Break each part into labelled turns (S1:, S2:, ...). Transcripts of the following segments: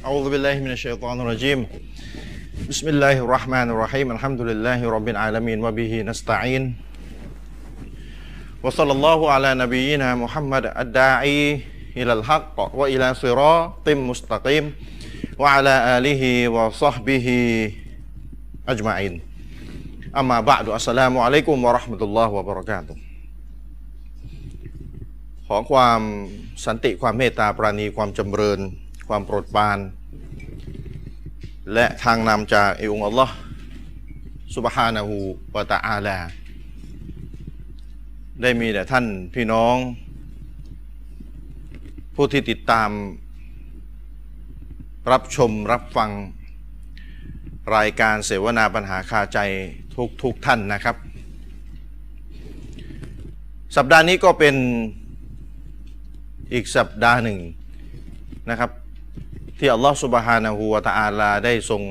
S1: أعوذ بالله من الشيطان الرجيم بسم الله الرحمن الرحيم الحمد لله رب العالمين وبه نستعين وصلى الله على نبينا محمد الداعي إلى الحق وإلى صراط مستقيم وعلى آله وصحبه أجمعين أما بعد السلام عليكم ورحمة الله وبركاته ขอความสันติความเมตตาปราณีความจำเริญ ความโปรดปราน และทางนำจากอิองค์อัลลอฮ์สุบฮานะฮูวะตะอาลา ได้มีแต่ท่านพี่น้อง ผู้ที่ติดตาม รับชมรับฟัง รายการเสวนาปัญหาคาใจทุกทุกๆท่านนะครับ สัปดาห์นี้ก็เป็น อีกสัปดาห์หนึ่งนะครับ ที่อัลลอฮฺสุบฮานะฮูวะตะอาลาได้ทรง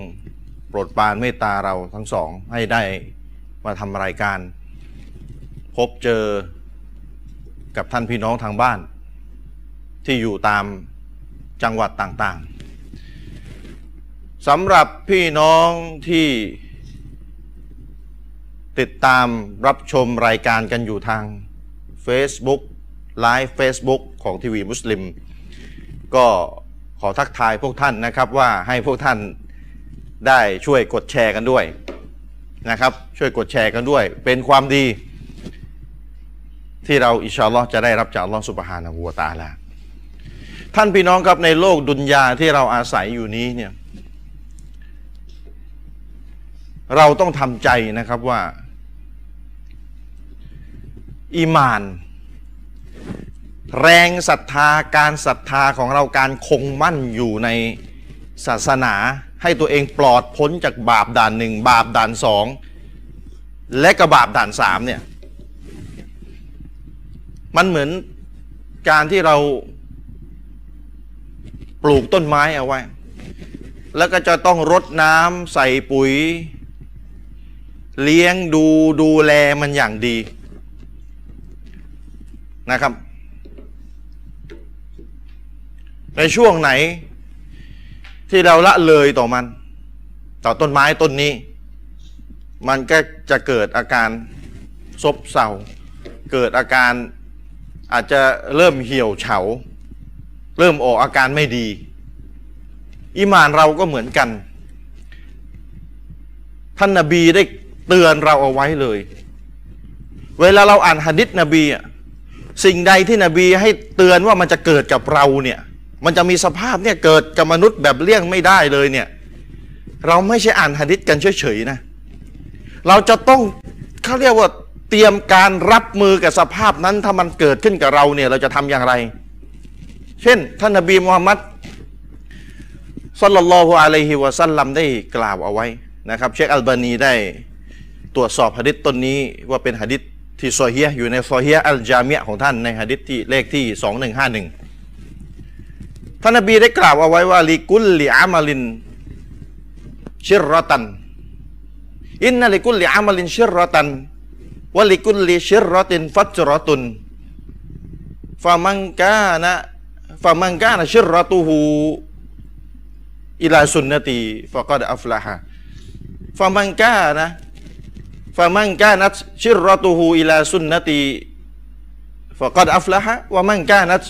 S1: โปรดปรานเมตตาเราทั้งสองให้ได้มาทำรายการ พบเจอกับท่านพี่น้องทางบ้าน ที่อยู่ตามจังหวัดต่างๆสำหรับพี่น้องที่ติดตามรับชมรายการกันอยู่ทาง Facebook ไลฟ์ Facebook ของทีวีมุสลิม ก็ขอทักทายพวกท่านนะครับว่าให้พวกท่านได้ช่วยกดแชร์กันด้วยนะครับ ช่วยกดแชร์กันด้วย เป็นความดี ที่เราอินชาอัลลอฮ์จะได้รับจากอัลลอฮ์สุบฮานะฮูวะตะอาลาท่านพี่น้องครับในโลกดุนยาที่เราอาศัยอยู่นี้เนี่ยเราต้องทำใจนะครับว่า อีมาน แรงศรัทธาการศรัทธาของเราการคงมั่นอยู่ในศาสนา ให้ตัวเองปลอดพ้นจากบาปด่านหนึ่งบาปด่านสองและกระบาปด่านสามเนี่ยมันเหมือนการที่เราปลูกต้นไม้เอาไว้ แล้วก็จะต้องรดน้ำใส่ปุ๋ย เลี้ยงดูดูแลมันอย่างดีนะครับ ในช่วงไหนที่เราละเลยต่อมัน ต่อต้นไม้ต้นนี้ มันก็จะเกิดอาการซบเซาเกิดอาการอาจจะเริ่มเหี่ยวเฉา เริ่มออกอาการไม่ดี อิมานเราก็เหมือนกัน ท่านนาบีได้เตือนเราเอาไว้เลย เวลาเราอ่านหะดิษนบีอะ สิ่งใดที่นบีให้เตือนว่ามันจะเกิดกับเราเนี่ย มันจะมีสภาพเนี่ยเกิดกับมนุษย์แบบเลี่ยงไม่ได้เลยเนี่ย เราไม่ใช่อ่านหะดิษกันเฉยๆนะ เราจะต้องเขาเรียกว่าเตรียมการรับมือกับสภาพนั้นถ้ามันเกิดขึ้นกับเราเนี่ยเราจะทำอย่างไร เช่น ท่านนบีมูฮัมมัดสลลัลลอฮุอะลัยฮิวะซัลลัมได้กล่าวเอาไว้นะครับ เชคอัลบานีได้ ตรวจสอบหะดิษต้นนี้ว่าเป็นหะดิษที่ซอเฮียอยู่ในซอเฮียอัลจามียะห์ของท่านในหะดิษที่เลขที่ 2151 ท่านนบีได้กล่าวเอาไว้ว่าลิกุลลิอามาลินชิรรอตัน อินนัลิกุลลิอามาลินชิรรอตันวะลิกุลลิชิรรอตินฟัจรอตุนฟามังกานะฟามังกานะชิรรอตูฮูอิลาสุนนตีฟะกอดอัฟลาฮะฟามังกานะ ฟามังกานัตชิรตุฮูอิลาสุนนตีฟะกอดอัฟละฮะวะมังกานัต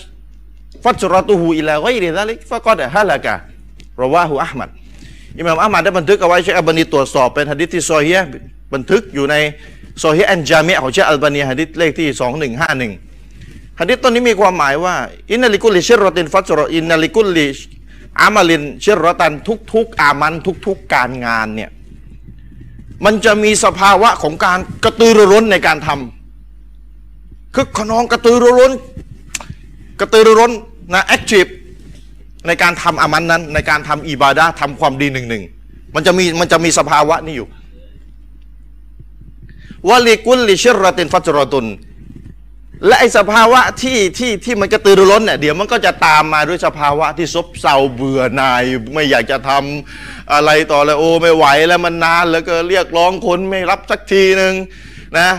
S1: ฟัจรตุฮูอิลาไกริซาลิกฟะกอดฮะละกะรอวาหูอัมัดอิหม่ามอัมัดได้บันทึกเอาไว้เชคอัลบานีตรวจสอบเป็นฮะดิษที่ซอฮีฮ์บันทึกอยู่ในซอฮีฮ์อันจามีของเชคอัลบานีฮะดิษเลขที่ 2151ฮะดิษต้นนี้มีความหมายว่าอินนัลิกุลิชิรตินฟัจรอินนัลิกุลิอามาลินชิรตันทุกๆ อามันทุกๆ การงานเนี่ย มันจะมีสภาวะของการกระตือรือร้นในการทำคึกขนองกระตือรือร้น กระตือรือร้นนะแอคทีฟในการทำอามันนั้น ในการทำอิบาดะห์ทำความดีหนึ่งหนึ่งมันจะมีมันจะมีสภาวะนี้อยู่วะลิกุลลิชิรตินฟัจรตุน และไอสภาวะที่ที่ที่มันกระตือรือร้นเนี่ยเดี๋ยวมันก็จะตามมาด้วยสภาวะที่ซบเซาเบื่อหน่ายไม่อยากจะทำอะไรต่อเลยโอ้ไม่ไหวแล้วมันนานแล้วก็เรียกร้องคนไม่รับสักทีหนึ่งนะ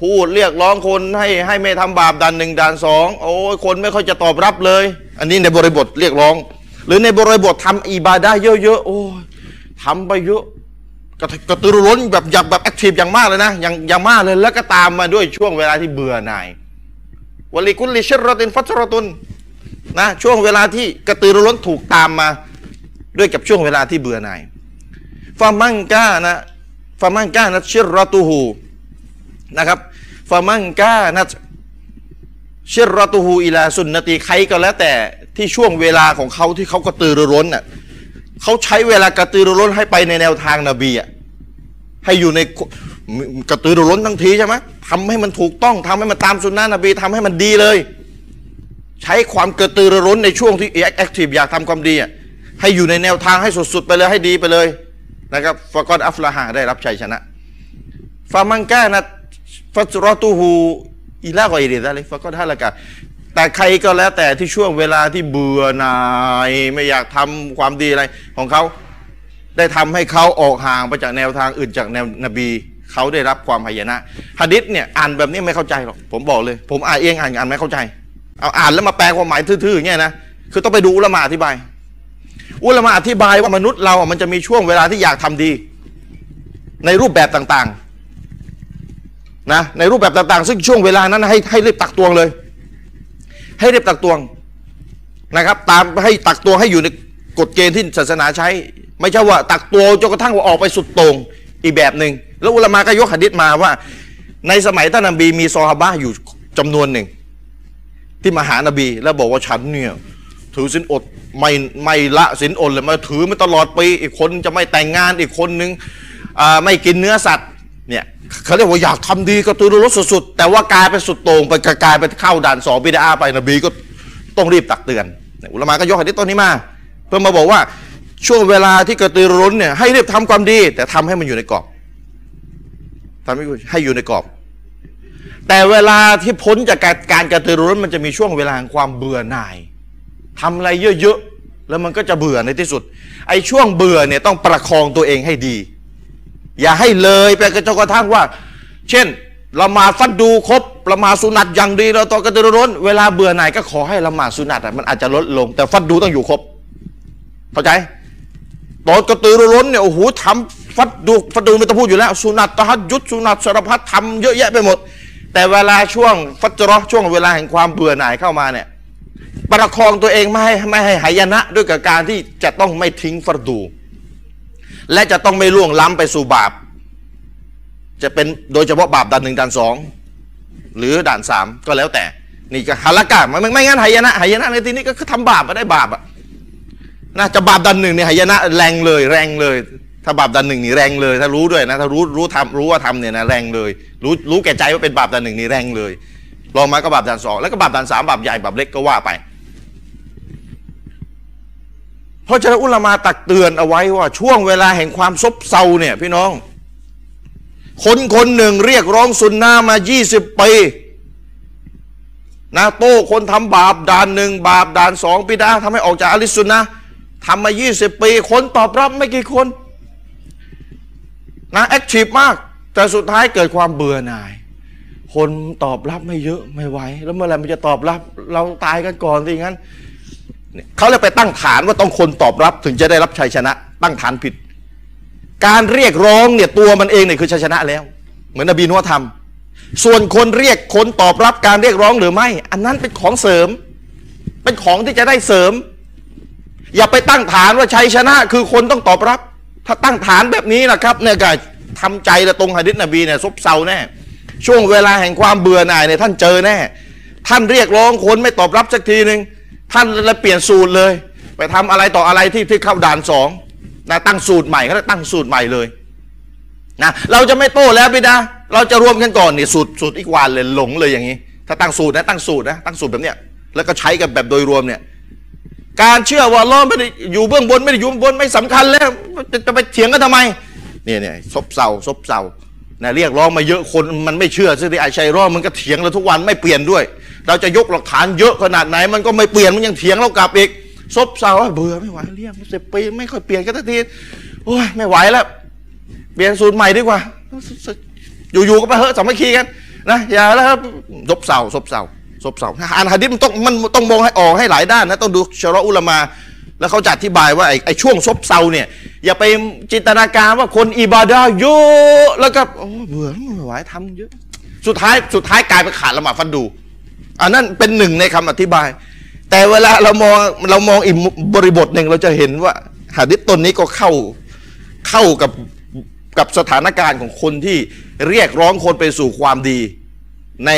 S1: พูดเรียกร้องคนให้ให้ไม่ทำบาปดันหนึ่งดันสองโอ้ยคนไม่ค่อยจะตอบรับเลย อันนี้ในบริบทเรียกร้อง หรือในบริบททำอิบาดะห์เยอะๆโอ้ยทำไปเยอะกระกระตือรือร้นแบบอยากแบบแอคทีฟอย่างมากเลยนะอย่างอย่างมากเลยแล้วก็ตามมาด้วยช่วงเวลาที่เบื่อหน่ายวะลิกุลลิชรตินฟัชรตุนนะช่วงเวลาที่กระตือรือร้นถูกตามมา ด้วยกับช่วงเวลาที่เบื่อหน่ายฟามังกานะฟามังกานะชิรตุฮูนะครับฟามังกานะชิรตุฮูอิลาสุนนตีใครก็แล้วแต่ที่ช่วงเวลาของเขาที่เขากระตือรือร้นน่ะเขาใช้เวลากระตือรือร้นให้ไปในแนวทางนบีอ่ะให้อยู่ในกระตือรือร้นทั้งทีใช่ไหมทำให้มันถูกต้องทำให้มันตามสุนนะนบีทำให้มันดีเลย ใช้ความกระตือรือร้นในช่วงที่แอคทีฟอยากทำความดีอะให้อยู่ในแนวทางให้สุดๆไปเลยให้ดีไปเลยนะครับฟะกอนอัฟลาฮาได้รับชัยชนะฟามังกานะฟัจรอตูฮูอีลากอยริซาลิกฟะกอนฮาละกะแต่ใครก็แล้วแต่ที่ช่วงเวลาที่เบื่อหน่าย ไม่อยากทำความดีอะไรของเขาได้ทำให้เขาออกห่างไปจากแนวทางอื่นจากแนวนบีเขาได้รับความหายนะฮะดิษเนี่ยอ่านแบบนี้ไม่เข้าใจหรอกผมบอกเลย ผมอ่านเองอ่านอ่านไม่เข้าใจ เอาอ่านแล้วมาแปลความหมายทื่อๆอย่างเงี้ยนะ คือต้องไปดูอุลามะอธิบาย อุลามะอธิบายว่ามนุษย์เราอ่ะมันจะมีช่วงเวลาที่อยากทำดี ในรูปแบบต่างๆ นะ ในรูปแบบต่างๆ ซึ่งช่วงเวลานั้นให้ให้รีบตักตวงเลย ให้รีบตักตวงนะครับ ตามให้ตักตวงให้อยู่ในกฎเกณฑ์ที่ศาสนาใช้ ไม่ใช่ว่าตักตวงจนกระทั่งว่าออกไปสุดโต่งอีกแบบหนึ่งแล้วอุลามะก็ยกหะดิษมาว่า ในสมัยท่านนบีมีซอฮาบะห์อยู่จำนวนหนึ่ง ที่มาหานบีแล้วบอกว่าฉันเนี่ย ถือสินอดไม่ไม่ละสินอดเลยมาถือมาตลอดปีอีกคนจะไม่แต่งงานอีกคนนึงอ่าไม่กินเนื้อสัตว์เนี่ยเขาเรียกว่าอยากทำดีก็ตือรือร้นสุดๆแต่ว่ากลายเป็นสุดโต่งไปกลายเป็นเข้าด่านสองบิดาไปนบีก็ต้องรีบตักเตือนเนี่ยอุลามะก็ยกหะดิษต้นนี้มา เพื่อมาบอกว่าช่วงเวลาที่กระตือรือร้นเนี่ยให้รีบทำความดี แต่ทำให้มันอยู่ในกรอบทำให้ให้อยู่ในกรอบ แต่เวลาที่พ้นจากการการกระตือรือร้นมันจะมีช่วงเวลาแห่งความเบื่อหน่ายทำอะไรเยอะๆแล้วมันก็จะเบื่อในที่สุด ไอ้ช่วงเบื่อเนี่ยต้องประคองตัวเองให้ดี อย่าให้เลยไปกระจนกระทั่งว่า เช่นละหมาดฟัดดูครบละหมาดสุนัตอย่างดีเราต่อกระตือรือร้น เวลาเบื่อหน่ายก็ขอให้ละหมาดสุนัตมันอาจจะลดลง แต่ฟัดดูต้องอยู่ครบเข้าใจ ตอนกระตือรือร้นเนี่ยโอ้โหทำฟัดดูฟัดดูไม่ต้องพูดอยู่แล้วสุนัตตะฮัดยุดสุนัตสารพัดทำเยอะแยะไปหมด แต่เวลาช่วงฟัจรอช่วงเวลาแห่งความเบื่อหน่ายเข้ามาเนี่ยประคองตัวเองไม่ให้ไม่ให้หายนะด้วยกับการที่จะต้องไม่ทิ้งฟัดดู และจะต้องไม่ล่วงล้ำไปสู่บาป จะเป็นโดยเฉพาะบาปด่านหนึ่งด่านสองหรือด่านสามก็แล้วแต่ นี่ก็ฮาละกะไมไม่ไม่งั้นหายนะหายนะในที่นี้ก็คือทำบาปมาได้บาปอะ นะจะบาปดันหนึ่งเนี่ยหายนะแรงเลยแรงเลย ถ้าบาปดันหนึ่งนี่แรงเลย ถ้ารู้ด้วยนะถ้ารู้รู้ทำรู้ว่าทำเนี่ยนะแรงเลย รู้รู้แก่ใจว่าเป็นบาปดันหนึ่งนี่แรงเลยลองมาก็บาปดันสองแล้วก็บาปดันสามบาปใหญ่บาปเล็กก็ว่าไป เพราะฉะนั้นอุลามาตักเตือนเอาไว้ว่าช่วงเวลาแห่งความซบเซาเนี่ยพี่น้อง คนคนหนึ่งเรียกร้องสุนนะมา 20 ปี นะโต้คนทำบาปด่านหนึ่งบาปด่านสองปิดาทำให้ออกจากอะลิสซุนนะห์ทำมา 20 ปี คนตอบรับไม่กี่คน นะแอคทีฟมาก แต่สุดท้ายเกิดความเบื่อหน่าย คนตอบรับไม่เยอะไม่ไหว แล้วเมื่อไหร่มันจะตอบรับ เราตายกันก่อนสิงั้นเนี่ยเขาเลยไปตั้งฐานว่าต้องคนตอบรับถึงจะได้รับชัยชนะ ตั้งฐานผิด การเรียกร้องเนี่ยตัวมันเองเนี่ยคือชัยชนะแล้ว เหมือนนบีนัวทำ ส่วนคนเรียกคนตอบรับการเรียกร้องหรือไม่ อันนั้นเป็นของเสริม เป็นของที่จะได้เสริม อย่าไปตั้งฐานว่าชัยชนะ คือคนต้องตอบรับ ถ้าตั้งฐานแบบนี้นะครับเนี่ยก็ทำใจและตรงหะดิษนบีเนี่ยซบเซาแน่ช่วงเวลาแห่งความเบื่อหน่ายเนี่ยท่านเจอแน่ ท่านเรียกร้องคนไม่ตอบรับสักทีหนึ่งท่านเลยเปลี่ยนสูตรเลย ไปทำอะไรต่ออะไรที่ที่เข้าด่านสองนะตั้งสูตรใหม่ก็ตั้งสูตรใหม่เลย นะเราจะไม่โต้แล้วพี่นะ เราจะรวมกันก่อนนี่สูตรสูตรอีกวานเลยหลงเลยอย่างนี้ ถ้าตั้งสูตรนะตั้งสูตรนะตั้งสูตรแบบเนี้ยแล้วก็ใช้กันแบบโดยรวมเนี่ย การเชื่อว่าล้อไม่ได้อยู่เบื้องบนไม่ได้อยู่เบื้องบนไม่สำคัญแล้ว จะจะไปเถียงกันทำไมเนี่ยเนี่ยซบเซาซบเซานะเรียกร้องมาเยอะคนมันไม่เชื่อซึ่งที่ไอชัยร้องมันก็เถียงเราทุกวันไม่เปลี่ยนด้วย เราจะยกหลักฐานเยอะขนาดไหน มันก็ไม่เปลี่ยนมันยังเถียงเรากลับอีกซบเซาเบื่อไม่ไหวเรียกสิบปีไม่ค่อยเปลี่ยนกันสักทีโอ้ยไม่ไหวแล้ว เปลี่ยนสูตรใหม่ดีกว่า อยู่ๆก็ไปเหอะสามัคคีกันนะอย่าแล้วครับซบเซาซบเซาซบเซาอ่านหะดิษมันต้องมันต้องมองให้ออกให้หลายด้านนะต้องดูชะรออุลามา แล้วเขาจะอธิบายว่าไอ้ไอ้ช่วงซบเซาเนี่ย อย่าไปจินตนาการว่าคนอิบาดาเยอะแล้วก็โอ้เบื่อไม่ไหวทำเยอะสุดท้ายสุดท้ายกลายเป็นขาดละหมาดฟันดู อันนั้นเป็นหนึ่งในคำอธิบาย แต่เวลาเรามองเรามองอีกบริบทหนึ่งเราจะเห็นว่าหะดิษตนนี้ก็เข้าเข้ากับกับสถานการณ์ของคนที่เรียกร้องคนไปสู่ความดี ใน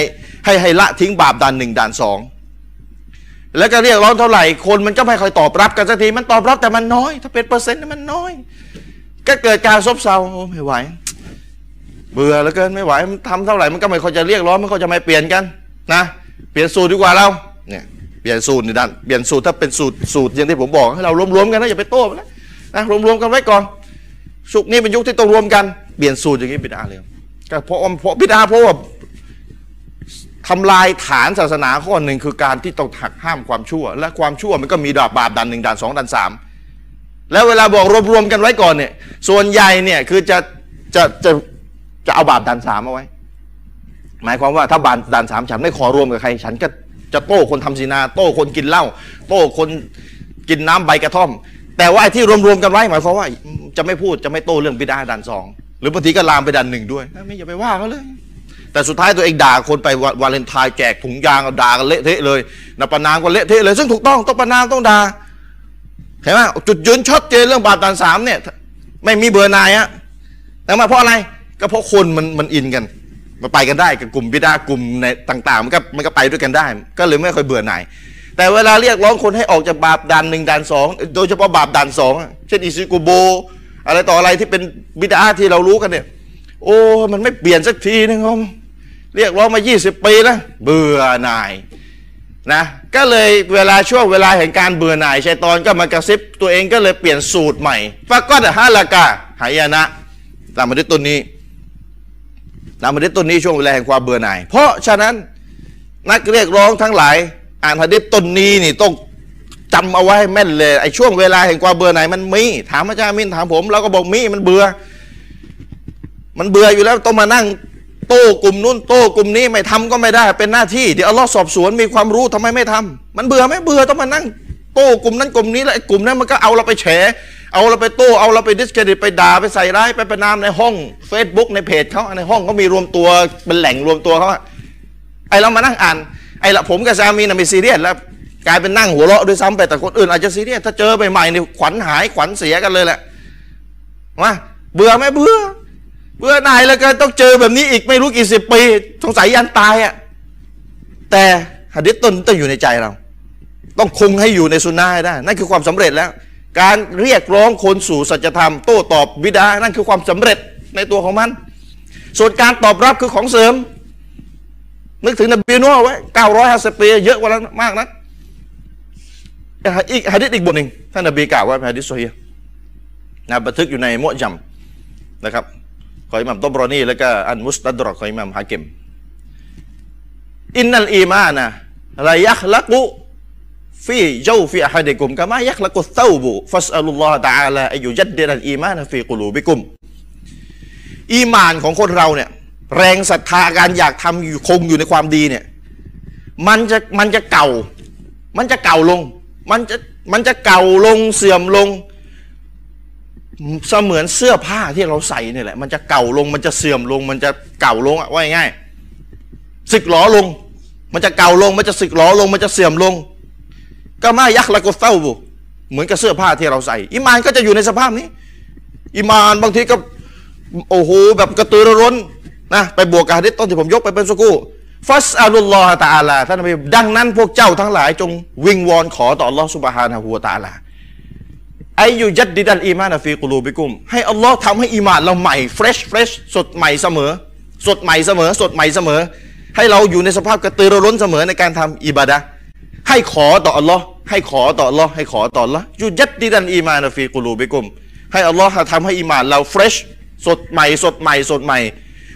S1: ให้ให้ละทิ้งบาปด่านหนึ่งด่านสอง แล้วก็เรียกร้องเท่าไหร่คนมันก็ไม่ค่อยตอบรับกันสักทีมันตอบรับแต่มันน้อย ถ้าเป็นเปอร์เซ็นต์มันน้อย ก็เกิดการซบเซาโอ้ไม่ไหว เบื่อแล้วเกินไม่ไหวมันทำเท่าไหร่มันก็ไม่ค่อยจะเรียกร้องมันก็จะไม่เปลี่ยนกันนะเปลี่ยนสูตรดีกว่าเราเนี่ยเปลี่ยนสูตรนี่ดันเปลี่ยนสูตรถ้าเป็นสูตรสูตรอย่างที่ผมบอกให้เรารวมๆกันนะอย่าไปโต้มันนะนะรวมๆกันไว้ก่อนสุกร์นี้เป็นยุคที่ต้องรวมกันเปลี่ยนสูตรอย่างนี้บิดาเลยก็เพราะว่าเพราะบิดาเพราะว่า ทำลายฐานศาสนาข้อหนึ่งคือการที่ต้องหักห้ามความชั่ว และความชั่วมันก็มีดาบบาปดันหนึ่งดันสองดันสามแล้วเวลาบอกรวมๆกันไว้ก่อนเนี่ย ส่วนใหญ่เนี่ยคือจะจะจะจะเอาบาปดันสามเอาไว้ หมายความว่าถ้าบาปดันสามฉันไม่ขอรวมกับใคร ฉันก็จะโต้คนทำศีนา โต้คนกินเหล้าโต้คนกินน้ำใบกระท่อม แต่ว่าไอ้ที่รวมๆกันไว้หมายความว่าจะไม่พูดจะไม่โต้เรื่องบิดาดันสองหรือบางทีก็ลามไปดันหนึ่งด้วยไม่อย่าไปว่าเขาเลย แต่สุดท้ายตัวเองด่าคนไปวาวาเลนไทน์แจกถุงยางเอาด่ากันเละเทะเลยนะประนามก็เละเทะเลยซึ่งถูกต้องต้องประนามต้องด่าเห็นไหมจุดยืนชัดเจนเรื่องบาปตานสามเนี่ย ไม่มีเบื่อหนายอะแต่มาเพราะอะไรก็เพราะคนมันมันอินกัน มันไปกันได้กับกลุ่มบิดากลุ่มในต่างๆมันก็มันก็ไปด้วยกันได้ ก็เลยไม่ค่อยเบื่อหน่ายแต่เวลาเรียกร้องคนให้ออกจากบาปด่านหนึ่งด่านสองโดยเฉพาะบาปด่านสองอะเช่นอิซิโกโบ อะไรต่ออะไรที่เป็นบิดาที่เรารู้กันเนี่ย โอ้ยมันไม่เปลี่ยนสักทีนึงครับ เรียกร้องมา 20 ปีแล้ว เบื่อหน่ายนะ ก็เลยเวลาช่วงเวลาแห่งการเบื่อหน่ายชัยตอนก็มากระซิบตัวเองก็เลยเปลี่ยนสูตรใหม่ฟากอดฮาลากาหายนะตามมาด้วยต้นนี้ตามมาด้วยต้นนี้ช่วงเวลาแห่งความเบื่อหน่าย เพราะฉะนั้นนักเรียกร้องทั้งหลาย อ่านฮะดิษต้นนี้นี่ต้องจำเอาไว้ให้แม่นเลยไอ้ช่วงเวลาแห่งความเบื่อหน่ายมันมีถามอาจารย์มินถามผมเราก็บอกมีมันเบื่อ มันเบื่ออยู่แล้วต้องมานั่งโต้กลุ่มนู้นโต้กลุ่มนี้ไม่ทำก็ไม่ได้ เป็นหน้าที่เดี๋ยวอัลลอฮ์สอบสวนมีความรู้ทำไมไม่ทำมันเบื่อไหม่เบื่อต้องมานั่งโต้กลุ่มนั้นกลุ่มนี้แล้วไอ้กลุ่มนั้นมันก็เอาเราไปแฉ เอาเราไปโต้เอาเราไปดิสเครดิตไปด่าไปใส่ร้ายไปประนามในห้อง Facebook ในเพจเขาในห้องเขามีรวมตัวเป็นแหล่งรวมตัวเขาอะไอเรามานั่งอ่านไอละผมกับสามีน่ะไม่ซีเรียสแล้วกลายเป็นนั่งหัวเราะด้วยซ้ำไปแต่คนอื่นอาจจะซีเรียสถ้าเจอใหม่ๆนี่ขวัญหายขวัญเสียกันเลยแหละมาเบื่อไหมเบื่อ เบื่อหน่ายแล้วก็ต้องเจอแบบนี้อีกไม่รู้กี่สิบปีสงสัยยันตายอะ่ะแต่หะดิษต้นต้องอยู่ในใจเรา ต้องคงให้อยู่ในสุนนะห์ให้ได้ นั่นคือความสำเร็จแล้ว การเรียกร้องคนสู่สัจธรรมโต้ตอบบิดานั่นคือความสำเร็จในตัวของมัน ส่วนการตอบรับคือของเสริม นึกถึงนบีนัวไว้950ปีเยอะกว่านั้นมากนะอีกหะดิษอีกบทหนึ่งท่านนบีกล่าวไว่าหะดิษโซฮีฮ์นะบันทึกอยู่ในมุอจัมนะครับ ของอิหมัมตบรอนีแล้วก็อันมุสตัดรอกของอิหมัมฮากิมอินนัลอีมานะลายักลักุฟีเจ้าฟีอะฮัดิกุมกามายักลักุเต้าบุฟัสอัลลอฮฺตะอาลาอายุยัดเดนัลอีมานะฟีกุลูบิกุม อีมานของคนเราเนี่ย แรงศรัทธาการอยากทำอยู่คงอยู่ในความดีเนี่ย มันจะมันจะเก่า มันจะเก่าลง มันจะมันจะเก่าลงเสื่อมลง เสมือนเสื้อผ้าที่เราใส่เนี่ยแหละ มันจะเก่าลงมันจะเสื่อมลง มันจะเก่าลงอะว่าง่ายๆสึกหลอลง มันจะเก่าลง มันจะสึกหลอลง มันจะเสื่อมลง ก็มายักษ์ละก็เศร้าบุเหมือนกับเสื้อผ้าที่เราใส่ อิมานก็จะอยู่ในสภาพนี้ อิมานบางทีก็ โอ้โหแบบกระตือรือร้นนะไปบวกกับฮะดิษต้นที่ผมยกไปเป็นสกูฟัสอาลุลลอฮฺตะอาลาท่านนบีดังนั้นพวกเจ้าทั้งหลายจงวิงวอนขอต่ออัลลอฮฺสุบฮานะฮูวะตะอาลา ไอยูยัดดิดันอีมานฟีกุลูบิกุม ให้อัลลอฮ์ทำให้อีมานเราใหม่เฟรชเฟรชสดใหม่เสมอ สดใหม่เสมอ สดใหม่เสมอ ให้เราอยู่ในสภาพกระตือรือร้นเสมอในการทำอิบาดะห์ให้ขอต่ออัลลอฮ์ให้ขอต่ออัลลอฮ์ให้ขอต่ออัลลอฮ์ยูยัดดิดันอีมานฟีกุลูบิกุม ให้อัลลอฮ์ทำให้อีมานเราเฟรชสดใหม่ สดใหม่สดใหม่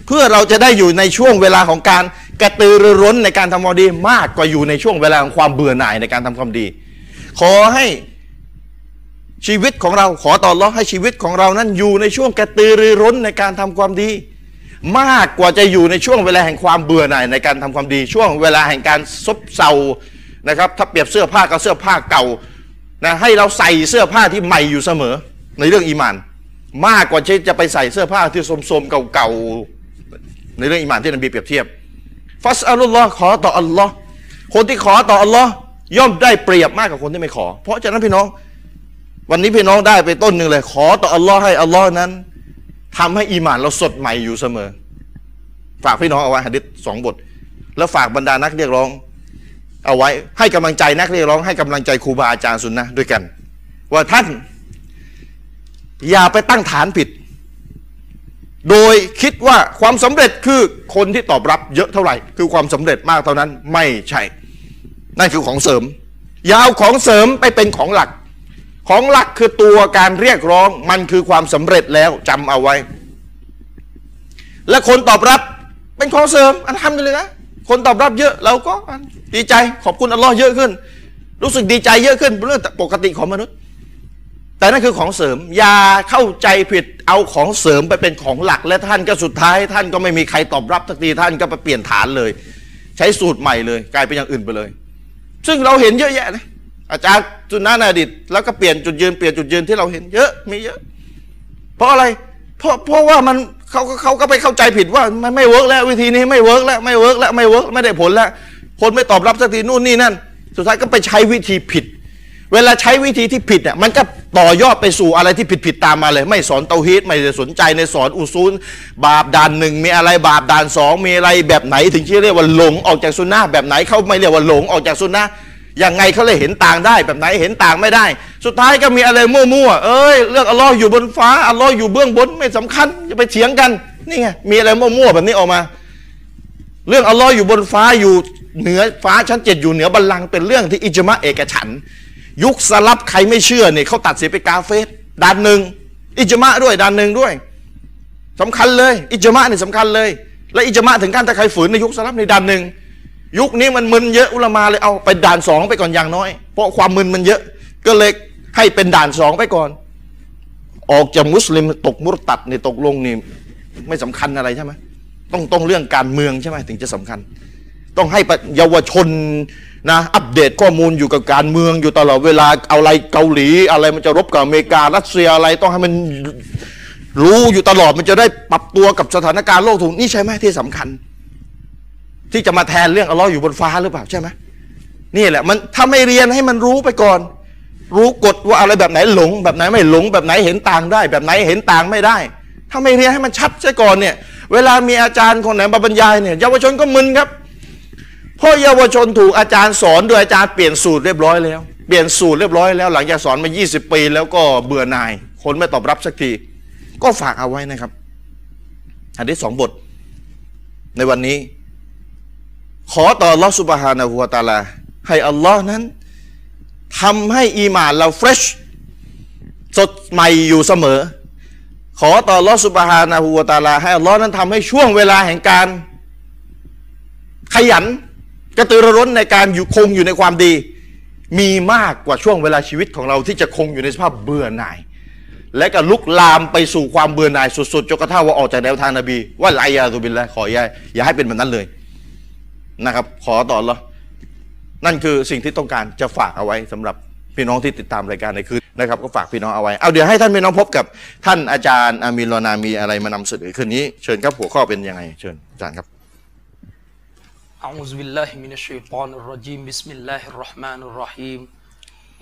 S1: เพื่อเราจะได้อยู่ในช่วงเวลาของการกระตือรือร้นในการทำความดีมากกว่าอยู่ในช่วงเวลาของความเบื่อหน่ายในการทำความดี ขอให้ ชีวิตของเราขอต่อรองให้ชีวิตของเรานั้นอยู่ในช่วงกระตือรือร้นในการทำความดี มากกว่าจะอยู่ในช่วงเวลาแห่งความเบื่อหน่ายในการทำความดี ช่วงเวลาแห่งการซบเซานะครับ ถ้าเปรียบเสื้อผ้าก็เสื้อผ้าเก่า นะให้เราใส่เสื้อผ้าที่ใหม่อยู่เสมอ ในเรื่องอีหมาน มากกว่าที่จะไปใส่เสื้อผ้าที่โสมๆเก่าๆในเรื่องอีหมานที่นบีเปรียบเทียบ ฟัสอัลลอฮ์ขอต่ออัลลอฮ์คนที่ขอต่ออัลลอฮ์ย่อมได้เปรียบมากกว่าคนที่ไม่ขอ เพราะฉะนั้นพี่น้อง วันนี้พี่น้องได้ไปต้นหนึ่งเลย ขอต่ออัลลอฮ์ให้อัลลอฮ์นั้นทำให้อีหมานเราสดใหม่อยู่เสมอ ฝากพี่น้องเอาไว้หะดิษสองบท แล้วฝากบรรดานักเรียกร้อง เอาไว้ให้กำลังใจนักเรียกร้องให้กำลังใจครูบาอาจารย์สุนนะห์ด้วยกัน ว่าท่าน อย่าไปตั้งฐานผิด โดยคิดว่าความสำเร็จคือคนที่ตอบรับเยอะเท่าไหร่ คือความสำเร็จมากเท่านั้นไม่ใช่ นั่นคือของเสริม อยาวของเสริมไปเป็นของหลัก ของหลักคือตัวการเรียกร้องมันคือความสำเร็จแล้วจำเอาไว้ และคนตอบรับเป็นของเสริมอันทำเลยนะคนตอบรับเยอะเราก็ดีใจขอบคุณอัลลอฮ์เยอะขึ้น รู้สึกดีใจเยอะขึ้นเป็นเรื่องปกติของมนุษย์ แต่นั่นคือของเสริมอย่าเข้าใจผิดเอาของเสริมไปเป็นของหลัก และท่านก็สุดท้าย ท่านก็ไม่มีใครตอบรับสักทีท่านก็ไปเปลี่ยนฐานเลย ใช้สูตรใหม่เลย กลายเป็นอย่างอื่นไปเลย ซึ่งเราเห็นเยอะแยะนะอาจารย์จุนนานาดิตแล้วก็เปลี่ยนจุดยืนเปลี่ยนจุดยืนที่เราเห็นเยอะมีเยอะ เพราะอะไร เพราะเพราะว่ามันเขาเขาก็ไปเข้าใจผิดว่ามันไม่เวิร์กแล้ววิธีนี้ไม่เวิร์กแล้วไม่เวิร์กแล้วไม่เวิร์กไม่ได้ผลแล้ว คนไม่ตอบรับสักทีนู่นนี่นั่น สุดท้ายก็ไปใช้วิธีผิด เวลาใช้วิธีที่ผิดเนี่ยมันก็ต่อยอดไปสู่อะไรที่ผิดผิดๆตามมาเลย ไม่สอนเตาฮีตไม่ได้สนใจในสอนอุซูล บาปด่านหนึ่งมีอะไรบาปด่านสองมีอะไรแบบไหน ถึงที่เรียกว่าหลงออกจากสุนนะห์แบบไหนเขาไม่เรียกว่าหลงออกจากสุนนะห์ยังไงเขาเลยเห็นต่างได้แบบไหนเห็นต่างไม่ได้ สุดท้ายก็มีอะไรมั่วๆเอ้ยเรื่องอัลลอฮ์อยู่บนฟ้าอัลลอฮ์อยู่เบื้องบนไม่สำคัญจะไปเถียงกันนี่ไงมีอะไรมั่วๆแบบนี้ออกมา เรื่องอัลลอฮ์อยู่บนฟ้าอยู่เหนือฟ้าชั้นเจ็ดอยู่เหนือบัลลังก์เป็นเรื่องที่อิจมะเอกฉันท์ยุคสลับใครไม่เชื่อเนี่ยเขาตัดสินไปกาเฟสด่านหนึ่งอิจมะด้วยด่านหนึ่งด้วยสำคัญเลย อิจมะเนี่ยสำคัญเลย และอิจมะถึงขั้นถ้าใครฝืนในยุคสลับในด่านหนึ่งยุคนี้มันมึนเยอะอุลามาเลยเอาไปด่านสองไปก่อนอย่างน้อย เพราะความมึนมันเยอะก็เลยให้เป็นด่านสองไปก่อน ออกจากมุสลิมตกมุรตัดเนี่ยตกลงนี่ไม่สำคัญอะไรใช่ไหมต้องต้องเรื่องการเมืองใช่ไหมถึงจะสำคัญ ต้องให้ประเยาวชนนะอัปเดตข้อมูลอยู่กับการเมืองอยู่ตลอดเวลาเอาอะไรเกาหลี อะไรมันจะรบกับอเมริการัสเซียอะไรต้องให้มันรู้อยู่ตลอดมันจะได้ปรับตัวกับสถานการณ์โลกถูกนี่ใช่ไหมที่สำคัญ ที่จะมาแทนเรื่องอัลลอฮ์อยู่บนฟ้าหรือเปล่าใช่ไหมนี่แหละมันถ้าไม่เรียนให้มันรู้ไปก่อน รู้กฎว่าอะไรแบบไหนหลง แบบไหนไม่หลง แบบไหนเห็นต่างได้ แบบไหนเห็นต่างไม่ได้ ถ้าไม่เรียนให้มันชัดซะก่อนเนี่ย เวลามีอาจารย์คนไหนมาบรรยายเนี่ยเยาวชนก็มึนครับ เพราะเยาวชนถูกอาจารย์สอนโดยอาจารย์เปลี่ยนสูตรเรียบร้อยแล้ว เปลี่ยนสูตรเรียบร้อยแล้ว หลังจากสอนมา 20 ปี แล้วก็เบื่อหน่าย คนไม่ตอบรับสักที ก็ฝากเอาไว้นะครับอันที่สองบท ในวันนี้ ขอต่ออัลลอฮ์สุบฮานะฮูวะตะอาลา ให้อัลลอฮ์นั้นทำให้อีหมานเราเฟรชสดใหม่อยู่เสมอ ขอต่ออัลลอฮ์สุบฮานะฮูวะตะอาลา ให้อัลลอฮ์นั้นทำให้ช่วงเวลาแห่งการ ขยันกระตือรือร้นในการอยู่คงอยู่ในความดี มีมากกว่าช่วงเวลาชีวิตของเราที่จะคงอยู่ในสภาพเบื่อหน่าย และก็ลุกลามไปสู่ความเบื่อหน่ายสุดๆจนกระทั่งว่าออกจากแนวทางนบี ว่าลายาตุบินละขออย่าอย่าให้เป็นแบบนั้นเลย นะครับขอต่อละนั่นคือสิ่งที่ต้องการจะฝากเอาไว้สำหรับพี่น้องที่ติดตามรายการในคืนนะครับ ก็ฝากพี่น้องเอาไว้เอาเดี๋ยวให้ท่านพี่น้องพบกับท่านอาจารย์อามีนรอนามีอะไรมานำเสนอคืนนี้เชิญครับหัวข้อเป็นยังไง เชิญอาจารย์ครับ
S2: أعوذ بالله من الشيطان الرجيم بسم الله الرحمن الرحيم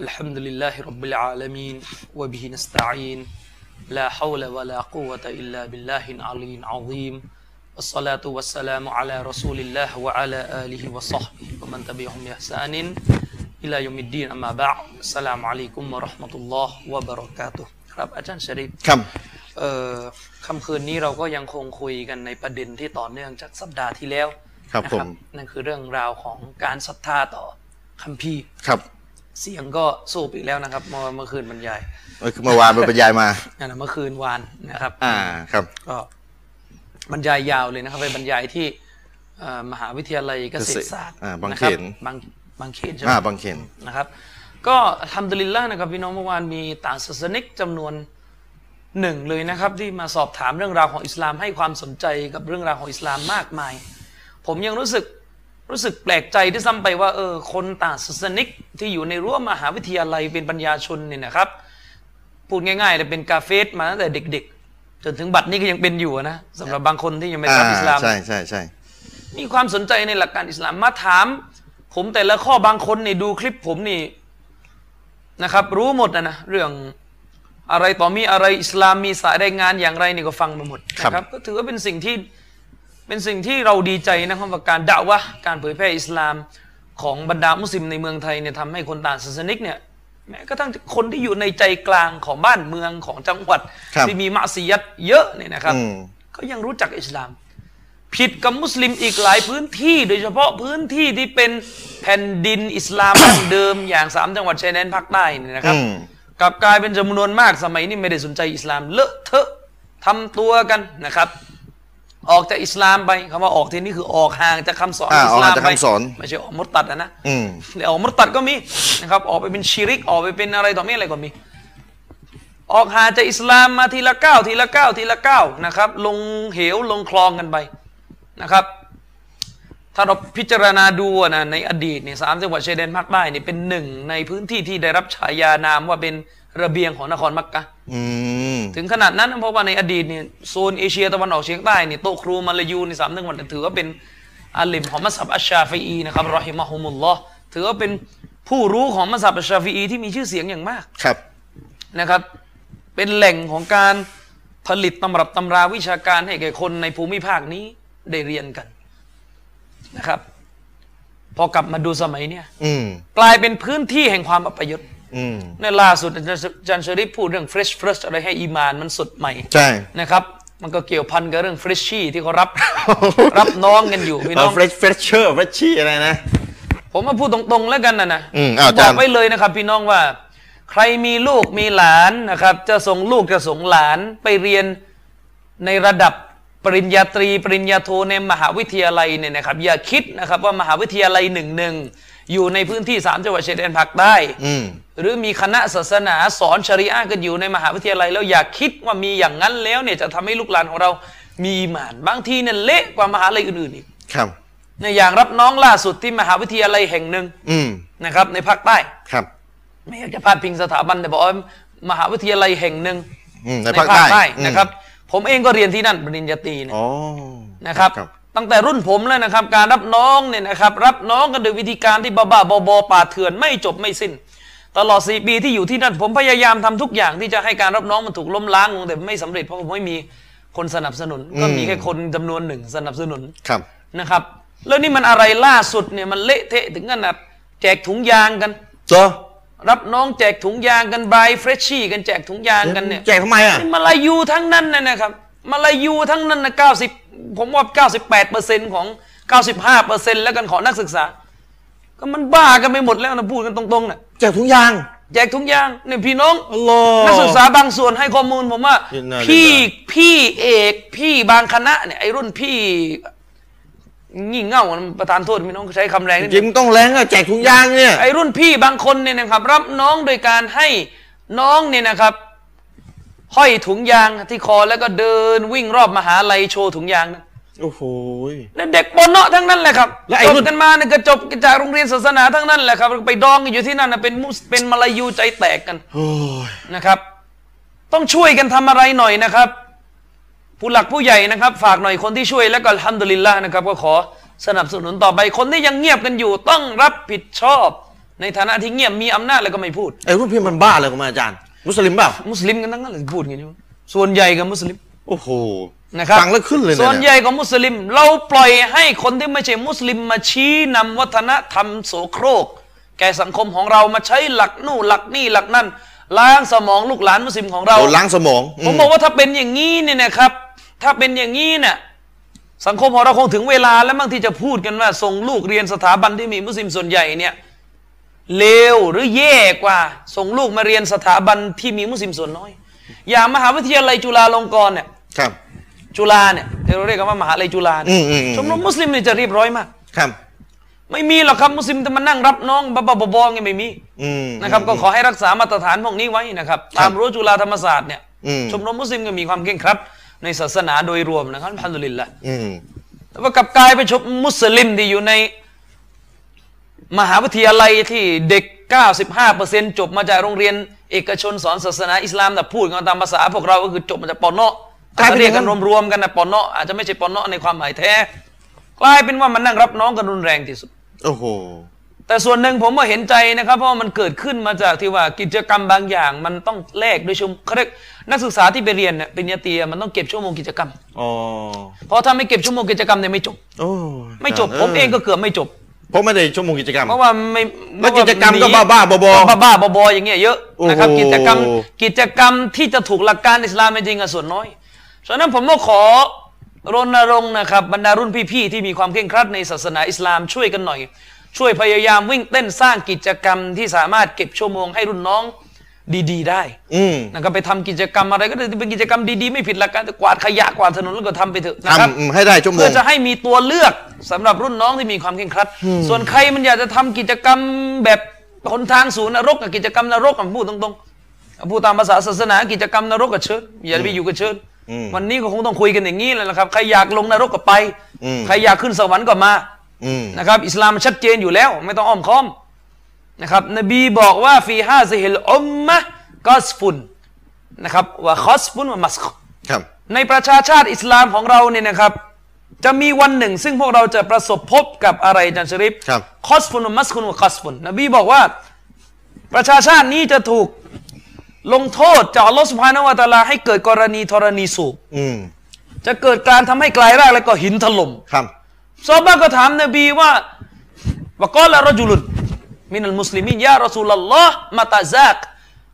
S2: الحمد لله رب العالمين وبه نستعين لا حول ولا قوة إلا بالله العلي العظيم الصلاة والسلام على رسول الله وعلى آله وصحبه ومن تبعهم بإحسان إلى يوم الدين أما بعد السلام عليكم ورحمة الله وبركاته ครับอาจารย์ชริฟ
S1: ครับ
S2: เอ่อค่ำคืนนี้เราก็ยังคงคุยกันในประเด็นที่ต่อเนื่องจากสัปดาห์ที่แล้ว
S1: ครับ
S2: นะ
S1: ผม
S2: นั่นคือเรื่องราวของการศรัทธาต่อคัมภีร์
S1: ครับ
S2: เสียงก็สูบอีกแล้วนะครับเมื่อเมื่อคืนบรรยาย
S1: เอ้ยเมื่อวานไปบรรยายมา
S2: นั่นนะเมื่อคืนวานนะครับ
S1: อ่าครับ
S2: ก็บรรยายยาวเลยนะครับไปบรรยายที่เอ่อมหาวิทยาลัยเกษตรศาสตร์
S1: อ่าบาง
S2: ะครับ
S1: เขน
S2: บางบางเขนใช่ไหม
S1: อ่าบางเขน
S2: นะครับก็ทำดุลิลล่านะครับพี่น้องเมื่อวานมีต่างศาสนิกจำนวนหนึ่งเลยนะครับที่มาสอบถามเรื่องราวของอิสลามให้ความสนใจกับเรื่องราวของอิสลามมากมาย ผมยังรู้สึก รู้สึกแปลกใจที่ซ้ำไปว่าเออคนต่างศาสนิกที่อยู่ในรั้วมหาวิทยาลัยเป็นปัญญาชนเนี่ยนะครับ พูดง่ายๆเลยเป็นกาเฟสมาตั้งแต่เด็ก ๆ จนถึงบัดนี้ก็ยังเป็นอยู่นะสำหรับบางคนที่ยังไม่รับอิสลาม
S1: ใช่ใช่ใช่
S2: มีความสนใจในหลักการอิสลามมาถาม ผมแต่ละข้อบางคนนี่ดูคลิปผมนี่นะครับ รู้หมดนะนะเรื่องอะไรต่อมีอะไรอิสลามมีสายรายงานอย่างไรนี่ก็ฟังมาหมดนะครับก็ถือว่าเป็นสิ่งที่เป็นสิ่งที่เราดีใจนะครับว่าการด่าวะห์การเผยแพร่อิสลามของบรรดามุสลิมในเมืองไทยเนี่ยทำให้คนต่างศาสนิกเนี่ยแม้กระทั่งคนที่อยู่ในใจกลางของบ้านเมืองของจังหวัดที่มีมะซียัดเยอะเนี่ยนะครับ
S1: อืม
S2: ก็ยังรู้จักอิสลาม ผิดกับมุสลิมอีกหลายพื้นที่ โดยเฉพาะพื้นที่ที่เป็นแผ่นดินอิสลาม ดั้งเดิมอย่างสามจังหวัดชายแดนภาคใต้เนี่ยนะครับ
S1: อืม
S2: กลับกลายเป็นจำนวนมากสมัยนี้ไม่ได้สนใจอิสลามเลอะเทอะทำตัวกันนะครับ ออกจากอิสลามไปคำว่าออกที่นี่คือออกห่างจากคำสอน
S1: อ่า
S2: อิส
S1: ออก
S2: ลาม
S1: ห่างจาก
S2: ไป
S1: คำสอน
S2: ไม่ใช่ออกมุตตัดอะนะ
S1: อืม
S2: แต่ออกมุตตัดก็มีนะครับออกไปเป็นชิริกออกไปเป็นอะไรต่อมีอะไรก็มี ออกหาจากอิสลามมาทีละก้าวทีละก้าวทีละก้าวนะครับ ลงเหวลงคลองกันไปนะครับ ถ้าเราพิจารณาดูอะนะในอดีตเนี่ยสามจังหวัดชายแดนภาคใต้เนี่ยเป็นหนึ่งในพื้นที่ที่ได้รับฉายานามว่าเป็นระเบียงของนครมักกะ
S1: อืม
S2: ถึงขนาดนั้นเพราะว่าในอดีตเนี่ยโซนเอเชียตะวันออกเฉียงใต้เนี่ยโตะครูมาลายูในสามจังหวัดเนี่ยถือว่าเป็นอาลิมของมัสฮับอัชชาฟีอีนะครับรอฮิมะฮุมุลลอฮ์ถือว่าเป็นผู้รู้ของมัสฮับอัชชาฟีอีที่มีชื่อเสียงอย่างมาก
S1: ครับ
S2: นะครับ เป็นแหล่งของการผลิตตำรับตำราวิชาการให้แก่คนในภูมิภาคนี้ได้เรียนกันนะครับ พอกลับมาดูสมัยเนี่ย
S1: อืม
S2: กลายเป็นพื้นที่แห่งความอัปยศ
S1: อืม
S2: ในล่าสุดอาจารย์อาจารย์ชริฟพูดเรื่อง fresh fresh อะไรให้อีมานมันสดใหม่
S1: ใช่
S2: นะครับ มันก็เกี่ยวพันกับเรื่องเฟรชชี่ที่เขารับ รับน้องกันอยู่พี่น้อง
S1: เฟรชเฟรชเชอร์เฟรชชี่อะไรนะ
S2: ผมมาพูดตรงๆแล้วกันนะนะ
S1: อืมอ้าวอา
S2: บ
S1: จา
S2: อ
S1: รย์
S2: กไว้เลยนะครับ พี่น้องว่า ใครมีลูกมีหลานนะครับ จะส่งลูกจะส่งหลานไปเรียนในระดับปริญญาตรี ปริญญาโทในมหาวิทยาลัยเนี่ยนะครับ อย่าคิดนะครับว่ามหาวิทยาลัยหนึ่งหนึ่งอยู่ในพื้นที่สามจังหวัดชายแดนภาคใต้
S1: อืม
S2: หรือมีคณะศาสนาสอนชริอะห์กันอยู่ในมหาวิทยาลัย แล้วอย่าคิดว่ามีอย่างนั้นแล้วเนี่ยจะทำให้ลูกหลานของเรามีอีหมาน บางทีเนี่ยเละกว่ามหาลัยอื่นๆอีก
S1: ครับ
S2: ในอย่างรับน้องล่าสุดที่มหาวิทยาลัยแห่งหนึ่ง
S1: อืม
S2: นะครับ ในภาคใต้
S1: ครับ
S2: ไม่อยากจะพาดพิงสถาบันแต่บอกว่ามหาวิทยาลัยแห่งหนึ่ง
S1: อืมในภาคใต้อืม
S2: นะครับ ผมเองก็เรียนที่นั่นปริญญาตรีเนี่ย
S1: อ๋อ
S2: นะครับ
S1: ครับ
S2: ตั้งแต่รุ่นผมแล้วนะครับ การรับน้องเนี่ยนะครับ รับน้องกันโดยวิธีการที่บ้าๆบอๆป่าเถื่อนไม่จบไม่สิ้น ตลอดสี่ปีที่อยู่ที่นั่นผมพยายามทำทุกอย่างที่จะให้การรับน้องมันถูกล้มล้างลงแต่ไม่สำเร็จเพราะผมไม่มีคนสนับสนุน ก็มี
S1: อืม
S2: แค่คนจำนวนหนึ่งสนับสนุน
S1: ครับ
S2: นะครับ แล้วนี่มันอะไรล่าสุดเนี่ยมันเละเทะถึงขนาดแจกถุงยางกัน
S1: เจอ
S2: รับน้องแจกถุงยางกันบายเฟรชชี่กันแจกถุงยางกันเนี่ย
S1: แจกทำไมอ่ะ
S2: นี่มาลายูทั้งนั้นนะนะครับมาลายูทั้งนั้นนะ90 ผมว่า 98เปอร์เซ็นต์ของ 95เปอร์เซ็นต์แล้วกันของนักศึกษา ก็มันบ้ากันไปหมดแล้วนะพูดกันตรงๆนะ
S1: แจกถุงยาง
S2: แจกทุกอย่างเนี่ยพี่น้อง
S1: อัลลอฮ์
S2: นักศึกษาบางส่วนให้ข้อมูลผมว่า
S1: อินนาลิลลาฮ์
S2: พี่พี่เอกพี่บางคณะเนี่ยไอรุ่นพี่งี่เง่านะประธานโทษพี่น้องใช้คำแรงนิดนึง
S1: จริงต้องแรงอะแจกถุงยางเนี่ย
S2: ไอรุ่นพี่บางคนเนี่ยนะครับ รับน้องโดยการให้น้องเนี่ยนะครับห้อยถุงยางที่คอแล้วก็เดินวิ่งรอบมหาลัยโชว์ถุงยางนะ
S1: โอ้โห
S2: นั่นเด็กปนเนาะทั้งนั้นแหละครับ
S1: และไอ้
S2: จ
S1: รุ่
S2: บ
S1: น
S2: กันมาเนี่ยก็จบจากโรงเรียนศาสนาทั้งนั้นแหละครับไปดองกันอยู่ที่นั่นนะเป็นมุสเป็นมาลายูใจแตกกัน
S1: โอ้ย
S2: นะครับ ต้องช่วยกันทำอะไรหน่อยนะครับ ผู้หลักผู้ใหญ่นะครับ ฝากหน่อยคนที่ช่วยแล้วก็อัลฮัมดุลิลละนะครับ ก็ขอสนับสนุนต่อไปคนที่ยังเงียบกันอยู่ ต้องรับผิดชอบ ในฐานะที่เงียบมีอำนาจแล้วก็ไม่พูด
S1: ไอ้รุ่นพี่มันบ้าเลยกับมาอาจารย์ มุสลิมเปล่า
S2: มุสลิมกันทั้งนั้นเลยพูดกันอยู่ส่วนใหญ่ก็มุสลิม
S1: โอ้โห
S2: นะครับ
S1: ฟังแล้วขึ้นเลย
S2: ส่วนให
S1: เนี่ย
S2: ญ่ก็มุสลิม เราปล่อยให้คนที่ไม่ใช่มุสลิมมาชี้นำวัฒนธรรมโสโครก แก่สังคมของเรามาใช้หลักนู่นหลักนี่หลักนั่นล้างสมองลูกหลานมุสลิมของเรา
S1: โดนล้างสมอง
S2: ผ
S1: อื
S2: มบอกว่าถ้าเป็นอย่างนี้เนี่ยนะครับ ถ้าเป็นอย่างนี้เนี่ยสังคมของเราคงถึงเวลาแล้วมั้งที่จะพูดกันว่าส่งลูกเรียนสถาบันที่มีมุสลิมส่วนใหญ่เนี่ยเลวหรือแย่กว่า ส่งลูกมาเรียนสถาบันที่มีมุสลิมส่วนน้อย อย่างมหาวิทยาลัยจุฬาลงกรณ์เนี่ย
S1: ครับ
S2: จุฬาเนี่ยที่เราเรียกกันว่ามหาลัยจุฬาเนี่ย
S1: อืมอืมอืม
S2: ชมรมมุสลิมเนี่ยจะเรียบร้อยมาก
S1: ครับ
S2: ไม่มีหรอกครับมุสลิมจะมานั่งรับน้องบ้าๆบอๆไงไม่มี
S1: อืม
S2: นะครับก็ขอให้รักษามาตรฐานพวกนี้ไว้นะครับ ตามรั้วจุฬาธรรมศาสตร์เนี่ย
S1: อืม
S2: ชมรมมุสลิมก็มีความเก่งครับ ในศาสนาโดยรวมนะครับอัลฮัมดุลิลละ
S1: อืม
S2: แต่ว่ากลับกลายเป็นชมมุสลิมที่อยู่ใน มหาวิทยาลัยที่เด็ก 95%จบมาจากโรงเรียน เอกชนสอนศาสนาอิสลามแต่พูดกันตามภาษาพวกเราก็คือจบมาจากปอนเนาะ
S1: กลายเป็นอ
S2: เรีย
S1: ย่าก งนั้
S2: กัน
S1: น
S2: รวมๆกันนะปอนเนาะอาจจะไม่ใช่ปอนเนาะในความหมายแท้ กลายเป็นว่ามันนั่งรับน้องกันรุนแรงที่สุด
S1: โอ้โห
S2: แต่ส่วนหนึ่งผมว่าเห็นใจนะครับ เพราะว่ามันเกิดขึ้นมาจากที่ว่ากิจกรรมบางอย่าง มันต้องแลกด้วยชั่วโมงเขาเรียกนักศึกษาที่ไปเรียนเนี่ยปริญญาตรีอะมันต้องเก็บชั่วโมงกิจกรรม
S1: อ๋อ
S2: เพราะถ้าไม่เก็บชั่วโมงกิจกรรมเนี่ยไม่จบ
S1: โอ้
S2: ไม่จบผมเองก็เกือบไม่จบ
S1: เพราะไม่ได้ชั่วโมงกิจกรรม
S2: เพราะว่าไม่
S1: แล้วกิจกรรมก็บ้าๆบอๆ
S2: บ้าๆบอๆอย่างเงี้ยเยอะนะครับ
S1: โอ้โห
S2: กิจกรรมกิจกรรมที่จะถูกหลักการอิสลามจริงๆอะส่วนน้อยฉะนั้นผมก็ขอรณรงค์นะครับบรรดารุ่นพี่ๆที่มีความเคร่งครัดในศาสนาอิสลามช่วยกันหน่อย ช่วยพยายามวิ่งเต้นสร้างกิจกรรมที่สามารถเก็บชั่วโมงให้รุ่นน้องดี ๆ ได้
S1: อืม
S2: นะครับไปทำกิจกรรมอะไรก็ได้ที่เป็นกิจกรรมดีๆไม่ผิดหลักการแต่กวาดขยะกวาดถนนแล้วก็ทำไปเถอะนะครับ
S1: ทำอืมให้ได้ชั่วโม
S2: เพื่อง จะให้มีตัวเลือกสำหรับรุ่นน้องที่มีความเคร่งครัด ส่วนใครมันอยากจะทำกิจกรรมแบบคนทางสู่นรกกับกิจกรรมนรกกับพูดตรงๆพูดตามภาษาศาสนากิจกรรมนรกกับเชิญอย่าไปอยู่กับเชิญ
S1: อืม
S2: วันนี้ก็คงต้องคุยกันอย่างนี้เลยนะครับ ใครอยากลงนรกก็ไป
S1: อืม
S2: ใครอยากขึ้นสวรรค์ก็มา
S1: อืม
S2: นะครับอิสลามชัดเจนอยู่แล้ว ไม่ต้องอ้อมค้อมนะครับนบีบอกว่าฟีฮาซิฮิลอมมะกอสฟุนนะครับว่าคอสฟุนว่ามัสค
S1: ครับ
S2: ในประชาชาติอิสลามของเราเนี่ยนะครับ จะมีวันหนึ่ง ซึ่งพวกเราจะประสบพบกับอะไรอาจันชริฟ
S1: ครับ
S2: คอสฟุนวะมัสคุนวะคอสฟุนนบีบอกว่า ประชาชาตินี้จะถูกลงโทษจากอัลลอฮฺสุบฮานาวะตะอาลาให้เกิดกรณีธรณีสูบ
S1: อืม
S2: จะเกิดการทำให้กลายร่างแล้วก็หินถล่ม
S1: ครับ
S2: ซอฮาบ้าก็ถามนบีว่าวะกอละรจุลุนมินัลมุสลิมินยารอซูลลลอฮ์มาตาซาก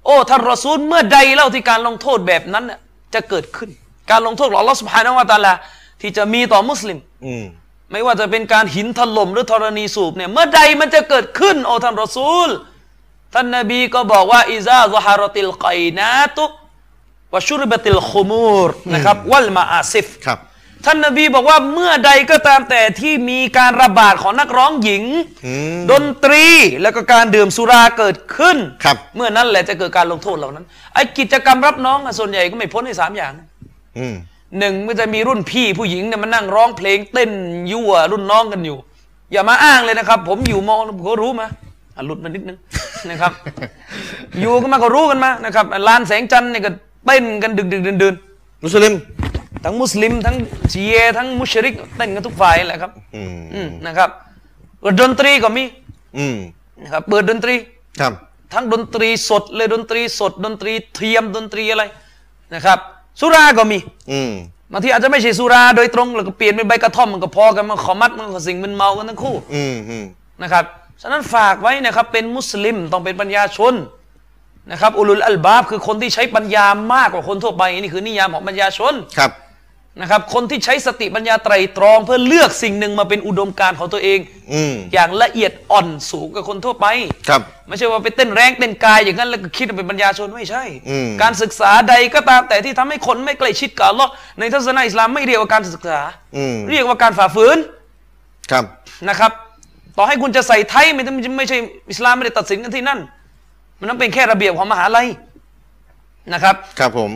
S2: โอ้ท่านรอซูลเมื่อใดเล่าที่การลงโทษแบบนั้นน่ะจะเกิดขึ้น การลงโทษของอัลลอฮ์สุบฮานาวะตะอาลาที่จะมีต่อมุสลิม
S1: อืม
S2: ไม่ว่าจะเป็นการหินถล่มหรือธรณีสูบเนี่ยเมื่อใดมันจะเกิดขึ้น โอ้ท่านรอซูล ท่านนบีก็บอกว่าอิซาซฮารติลไกนาตุวะชุรบติลคุมูรนะครับวัลมาอาซิฟ
S1: ครับ
S2: ท่านนบีบอกว่าเมื่อใดก็ตามแต่ที่มีการระบาดของนักร้องหญิง
S1: อืม
S2: ดนตรีแล้วก็การดื่มสุราเกิดขึ้น
S1: ครับ
S2: เมื่อนั้นแหละจะเกิดการลงโทษเหล่านั้นไอ้กิจกรรมรับน้องอะส่วนใหญ่ก็ไม่พ้นในสามอย่าง
S1: อืม
S2: หนึ่งมันจะมีรุ่นพี่ผู้หญิงเนี่ยมานั่งร้องเพลงเต้นยั่วรุ่นน้องกันอยู่ อย่ามาอ้างเลยนะครับ ผมอยู่มองผมก็รู้มาอ่ะหลุดมานิดนึง นะครับ อยู่กันมาก็รู้กันมานะครับอ่ะลานแสงจันทร์เนี่ยก็เต้นกันดึกดึกเดินเดิน
S1: มุสลิม
S2: ๆทั้งมุสลิมทั้งเชียร์ทั้งมุชริกเต้นกันทุกฝ่ายแหละครับ
S1: อืม
S2: อืมนะครับดนตรีก็มี
S1: อืม
S2: นะครับเปิดดนตรี
S1: ครับ
S2: ทั้งดนตรีสดเลยดนตรีสด ดนตรีเทียมดนตรีอะไรนะครับ สุราก็มี
S1: อืม
S2: บางทีอาจจะไม่ใช่สุราโดยตรงแล้วก็เปลี่ยนเป็นใบกระท่อมมันก็พอกันมันขอมัดมันก็สิ่งมันเมากันทั้งคู่
S1: อืมอืม
S2: นะครับฉะนั้นฝากไว้นะครับเป็นมุสลิมต้องเป็นปัญญาชนนะครับอุลุลอัลบาบคือคนที่ใช้ปัญญามากกว่าคนทั่วไปนี่คือนิยามของปัญญาชน
S1: ครับ
S2: นะครับคนที่ใช้สติปัญญาไตรตรองเพื่อเลือกสิ่งหนึ่งมาเป็นอุดมการณ์ของตัวเอง
S1: อืม
S2: อย่างละเอียดอ่อนสูงกว่าคนทั่วไป
S1: ครับ
S2: ไม่ใช่ว่าไปเต้นแรงเต้นกายอย่างนั้นแล้วก็คิดว่าเป็นปัญญาชนไม่ใช่
S1: อืม
S2: การศึกษาใดก็ตามแต่ที่ทำให้คนไม่ใกล้ชิดกับอัลลอฮ์ในทัศนะอิสลามไม่เรียกว่าการศึกษา
S1: อืม
S2: เรียกว่าการฝ่าฝืน
S1: ครับ
S2: นะครับ ต่อให้คุณจะใส่ไทยไม่ต้องไม่ใช่อิสลามไม่ได้ตัดสินกันที่นั่น มันต้องเป็นแค่ระเบียบของมหาลัยนะครับ
S1: ครับผม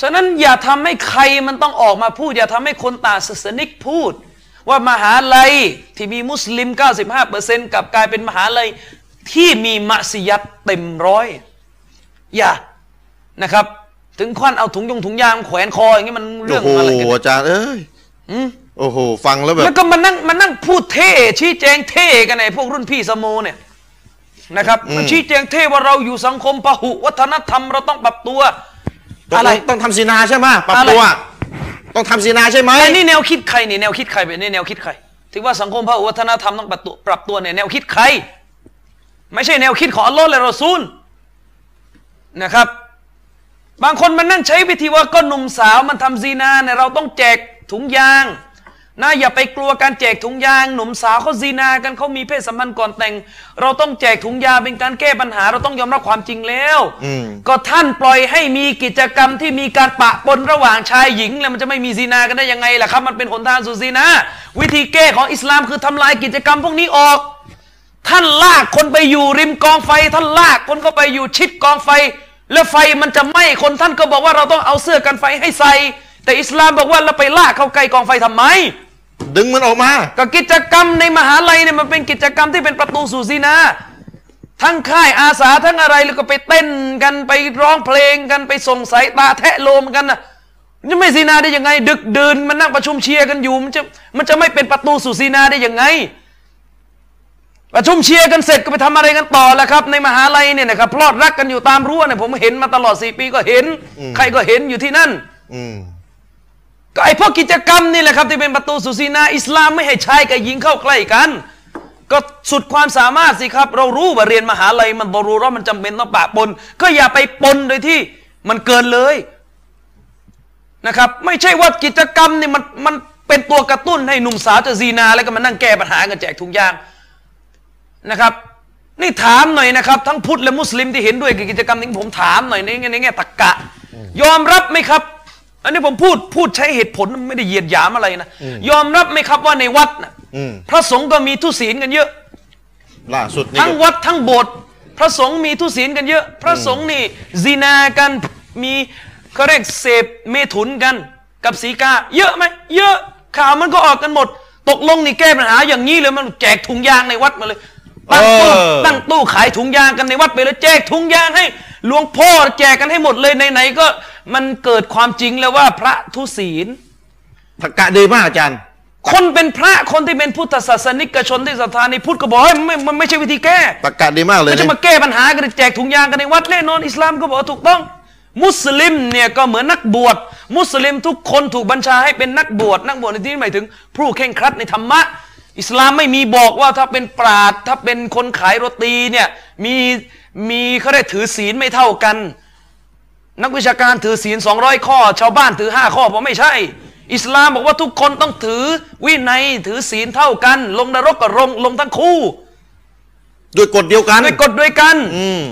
S2: ฉะนั้นอย่าทำให้ใครมันต้องออกมาพูด อย่าทำให้คนต่างศาสนิกพูด ว่ามหาลัยที่มีมุสลิม 95%กลับกลายเป็นมหาลัยที่มีมัสยิดเต็มร้อยอย่านะครับ ถึงขั้นเอาถุงยงถุงยางแขวนคออย่างนี้มันเรื่
S1: โอ้
S2: อง
S1: โห
S2: อะไรกัน
S1: อาจารย์ เอ้ย
S2: อืม
S1: โอ้โห ฟังแล้วแบ
S2: แล้
S1: บ
S2: วก็มานั่งมานั่งพูดเท่ชี้แจงเท่กันไอ้พวกรุ่นพี่สโมเนี่ยนะครับมันชี้แจงเท่ว่าเราอยู่สังคมพหุวัฒนธรรมเราต้องปรับตัว
S1: ต้อง
S2: อะไร
S1: ต้องทำซีนาใช่ไหมปรับตัว ต้องทำซีนาใช่ไหม
S2: ไอ้นี่แนวคิดใครนี่แนวคิดใครเป็นนี่แนวคิดใครถือว่าสังคมพหุวัฒนธรรมต้องปรับตัวปรับตัวเนี่ยแนวคิดใคร ไม่ใช่แนวคิดของอัลลอฮ์และรอซูลนะครับ บางคนมันนั่งใช้วิธีว่าก็หนุ่มสาวมันทำซีนาเนี่ยเราต้องแจกถุงยางนะอย่าไปกลัวการแจกถุงยาง หนุ่มสาวเขาซีนากันเขามีเพศสัมพันธ์ก่อนแต่ง เราต้องแจกถุงยางเป็นการแก้ปัญหา เราต้องยอมรับความจริงแล้ว
S1: อืม
S2: ก็ท่านปล่อยให้มีกิจกรรมที่มีการปะปนระหว่างชายหญิง แล้วมันจะไม่มีซีนากันได้ยังไงล่ะครับ มันเป็นหนทางสู่ซีนาวิธีแก้ของอิสลามคือทำลายกิจกรรมพวกนี้ออก ท่านลากคนไปอยู่ริมกองไฟ ท่านลากคนเข้าไปอยู่ชิดกองไฟ แล้วไฟมันจะไหม้คนท่านก็บอกว่าเราต้องเอาเสื้อกันไฟให้ใส่ แต่อิสลามบอกว่าเราไปลากเข้าใกล้กองไฟทำไม
S1: อ ดึงมันออกมา
S2: ก็กิจกรรมในมหาลัยเนี่ยมันเป็นกิจกรรมที่เป็นประตูสู่ซีนาทั้งค่ายอาสาทั้งอะไรแล้วก็ไปเต้นกันไปร้องเพลงกันไปส่งสายตาแทะโลมกันนะนี่ไม่ซีนาได้ยังไง ดึกเดินมันนั่งประชุมเชียร์กันอยู่มันจะมันจะไม่เป็นประตูสู่ซีนาได้ยังไง ประชุมเชียร์กันเสร็จก็ไปทำอะไรกันต่อแล้วครับ ในมหาลัยเนี่ยนะครับพลอดรักกันอยู่ตามรั้วเนี่ยผมเห็นมาตลอดสี่ปีก็เห็น ใครก็เห็นอยู่ที่นั่น
S1: อืม
S2: ก็ไอ้พวกกิจกรรมนี่แหละครับที่เป็นประตูสุสีนาอิสลามไม่ให้ชายกับหญิงเข้าใกล้กัน ก็สุดความสามารถสิครับ เรารู้ว่าเรียนมหาลัยมันบรูรอมันจำเป็นต้องปะปน ก็อย่าไปปนโดยที่มันเกินเลยนะครับ ไม่ใช่ว่ากิจกรรมนี่มันมันเป็นตัวกระตุ้นให้หนุ่มสาวจะซีนาแล้วก็มานั่งแก้ปัญหากันแจกทุกอย่างนะครับ นี่ถามหน่อยนะครับ ทั้งพุทธและมุสลิมที่เห็นด้วยกับกิจกรรมนี้ผมถามหน่อยในแง่ในแง่ตรกกะ ยอมรับไหมครับ อันนี้ผมพูดพูดใช้เหตุผลไม่ได้เหยียดหยามอะไรนะยอมรับไหมครับว่าในวัดนะ
S1: อืม
S2: พระสงฆ์ก็มีทุศีลกันเยอะ
S1: ล่าสุดนี่
S2: ทั้ง
S1: ก็
S2: วัดทั้งโบสถ์พระสงฆ์มีทุศีลกันเยอะ พระสงฆ์นี่ซินากันมีเขาเรียกเสพเมถุนกัน กับสีกา เยอะไหมเยอะข่าวมันก็ออกกันหมด ตกลงนี่แก้ปัญหาอย่างนี้เลยมันแจกถุงยางในวัดมาเลยตั้งตู้ตั้งตู้ขายถุงยางกันในวัดไปเลยแจกถุงยางให้หลวงพ่อแจกกันให้หมดเลยไหนๆก็มันเกิดความจริงแล้วว่าพระทุศีล
S1: ตะกะดีมากอาจารย์
S2: คนเป็นพระคนที่เป็นพุทธศาสนิกชนที่ศรัทธาในพุทธก็บอกเฮ้ยมันไม่มันไม่ใช่วิธีแก้
S1: ตะกะดีมากเลย
S2: ก็
S1: นะ
S2: จะมาแก้ปัญหากันแจกถุงยางกันในวัดแน่นอนอิสลามก็บอกว่าถูกต้อง มุสลิมเนี่ยก็เหมือนนักบวชมุสลิมทุกคนถูกบัญชาให้เป็นนักบวชนักบวชในที่นี้หมายถึง ผู้เข่งครัดในธรรมะ อิสลามไม่มีบอกว่าถ้าเป็นปราดถ้าเป็นคนขายโรตีเนี่ยมีมีเขาได้ถือศีลไม่เท่ากัน นักวิชาการถือศีล200 ข้อ ชาวบ้านถือ 5 ข้อผมไม่ใช่ อิสลามบอกว่าทุกคนต้องถือวินัยถือศีลเท่ากัน ลงนรกก็ลงลงทั้งคู่
S1: ด้วยกฎเดียวกัน
S2: ด้วยกฎด้วยกัน
S1: อืม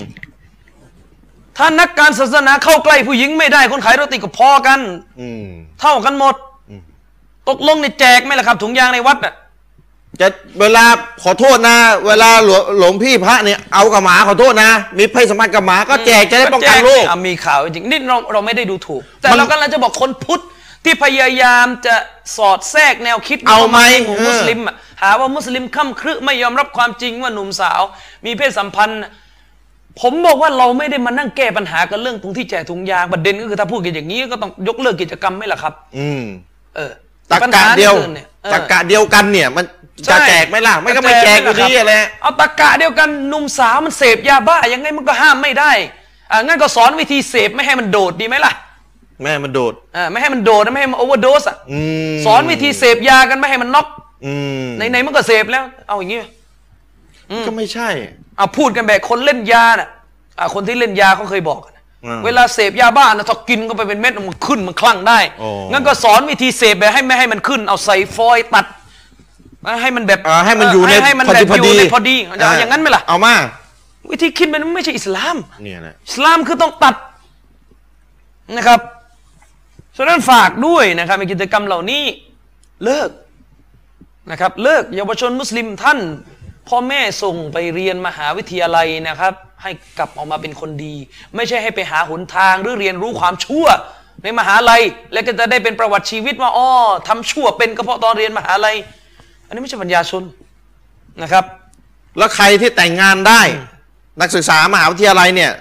S2: ถ้านักการศาสนาเข้าใกล้ผู้หญิงไม่ได้คนขายโรตีก็พอกัน
S1: อืม
S2: เท่ากันหมด ตกลงในแจกไหมล่ะครับ ถุงยางในวัดน่ะ
S1: จะเวลาขอโทษนะ เวลาหลวงหลวงพี่พระเนี่ยเอากับหมาขอโทษนะ มีเพศสัมพันธ์กับหมาก็แจกจะได้ป้องกันโรค
S2: แจอ่ะมีข่าวจริงนี่เราเราไม่ได้ดูถูก แต่
S1: มัน
S2: เรากำลังจะบอกคนพุทธที่พยายามจะสอดแทรกแนวคิด
S1: เอาไหม
S2: ขอ
S1: เออ
S2: มุสลิมอ่ะหาว่ามุสลิมค่ำครึไม่ยอมรับความจริงว่าหนุ่มสาว มีเพศสัมพันธ์น่ะผมบอกว่าเราไม่ได้มานั่งแก้ปัญหากันเรื่องถุงที่แจกถุงยางประเด็นก็คือถ้าพูดกันอย่างนี้ก็ต้องยกเลิกกิจกรรมไหมล่ะครับ
S1: อืม
S2: เออ
S1: ตะ
S2: ปัญ
S1: กะ
S2: หา
S1: เดียว
S2: ที่อื่นนี่ออ
S1: ตะกะเดียวกันเนี่ย มันจะ
S2: ใช่
S1: แจกไหมล่ะไม่ก็ไม่แจกอยู่ดีอะไร
S2: เอาตะกะเดียวกันหนุ่มสาวมันเสพยาบ้ายังไงมันก็ห้ามไม่ได้อ่างั้นก็สอนวิธีเสพไม่ให้มันโดดดีไหมล่ะ
S1: แม่มันโดด
S2: อ่าไม่ให้มันโดดนะไม่ให้มันโอเวอร์โดสอ่ะ
S1: อืม
S2: สอนวิธีเสพยากันไม่ให้มันน็อก
S1: อืม
S2: ไหนๆมันก็เสพแล้ว เอาอย่างงี้
S1: ก็ไม่ใช่
S2: เอาพูดกันแบบคนเล่นยาน่ะอ่าคนที่เล่นยาเขาเคยบอกกันนะ
S1: อืม
S2: เวลาเสพยาบ้านะถ้ากินก็ไปเป็นเม็ดมันขึ้นมันคลั่งได้
S1: โอ้
S2: งั้นก็สอนวิธีเสพแบบให้ไม่ให้มันขึ้น เอาใส่ฟอยล์ตัดให้มันแบบ
S1: อ่าให้มันอยู่ใน
S2: ให้มันแบบอยู่ในพอดีจะเอาอย่างนั้นไหมล่ะ
S1: เอามา
S2: วิธีคิดมันไม่ใช่อิสลาม
S1: เนี่ยแหละ
S2: อิสลามคือต้องตัดนะครับ ฉะนั้นฝากด้วยนะครับในกิจกรรมเหล่านี้เลิกนะครับ เลิกเยาวชนมุสลิมท่าน พ่อแม่ส่งไปเรียนมหาวิทยาลัยนะครับ ให้กลับออกมาเป็นคนดี ไม่ใช่ให้ไปหาหนทางหรือเรียนรู้ความชั่ว ในมหาลัย แล้วก็จะได้เป็นประวัติชีวิตว่าอ้อทำชั่วเป็นก็เพราะตอนเรียนมหาลัย อันนี้ไม่ใช่ปัญญาชนนะครับ
S1: แล้วใครที่แต่งงานได้ นักศึกษามหาวิทยาลัยเนี่ย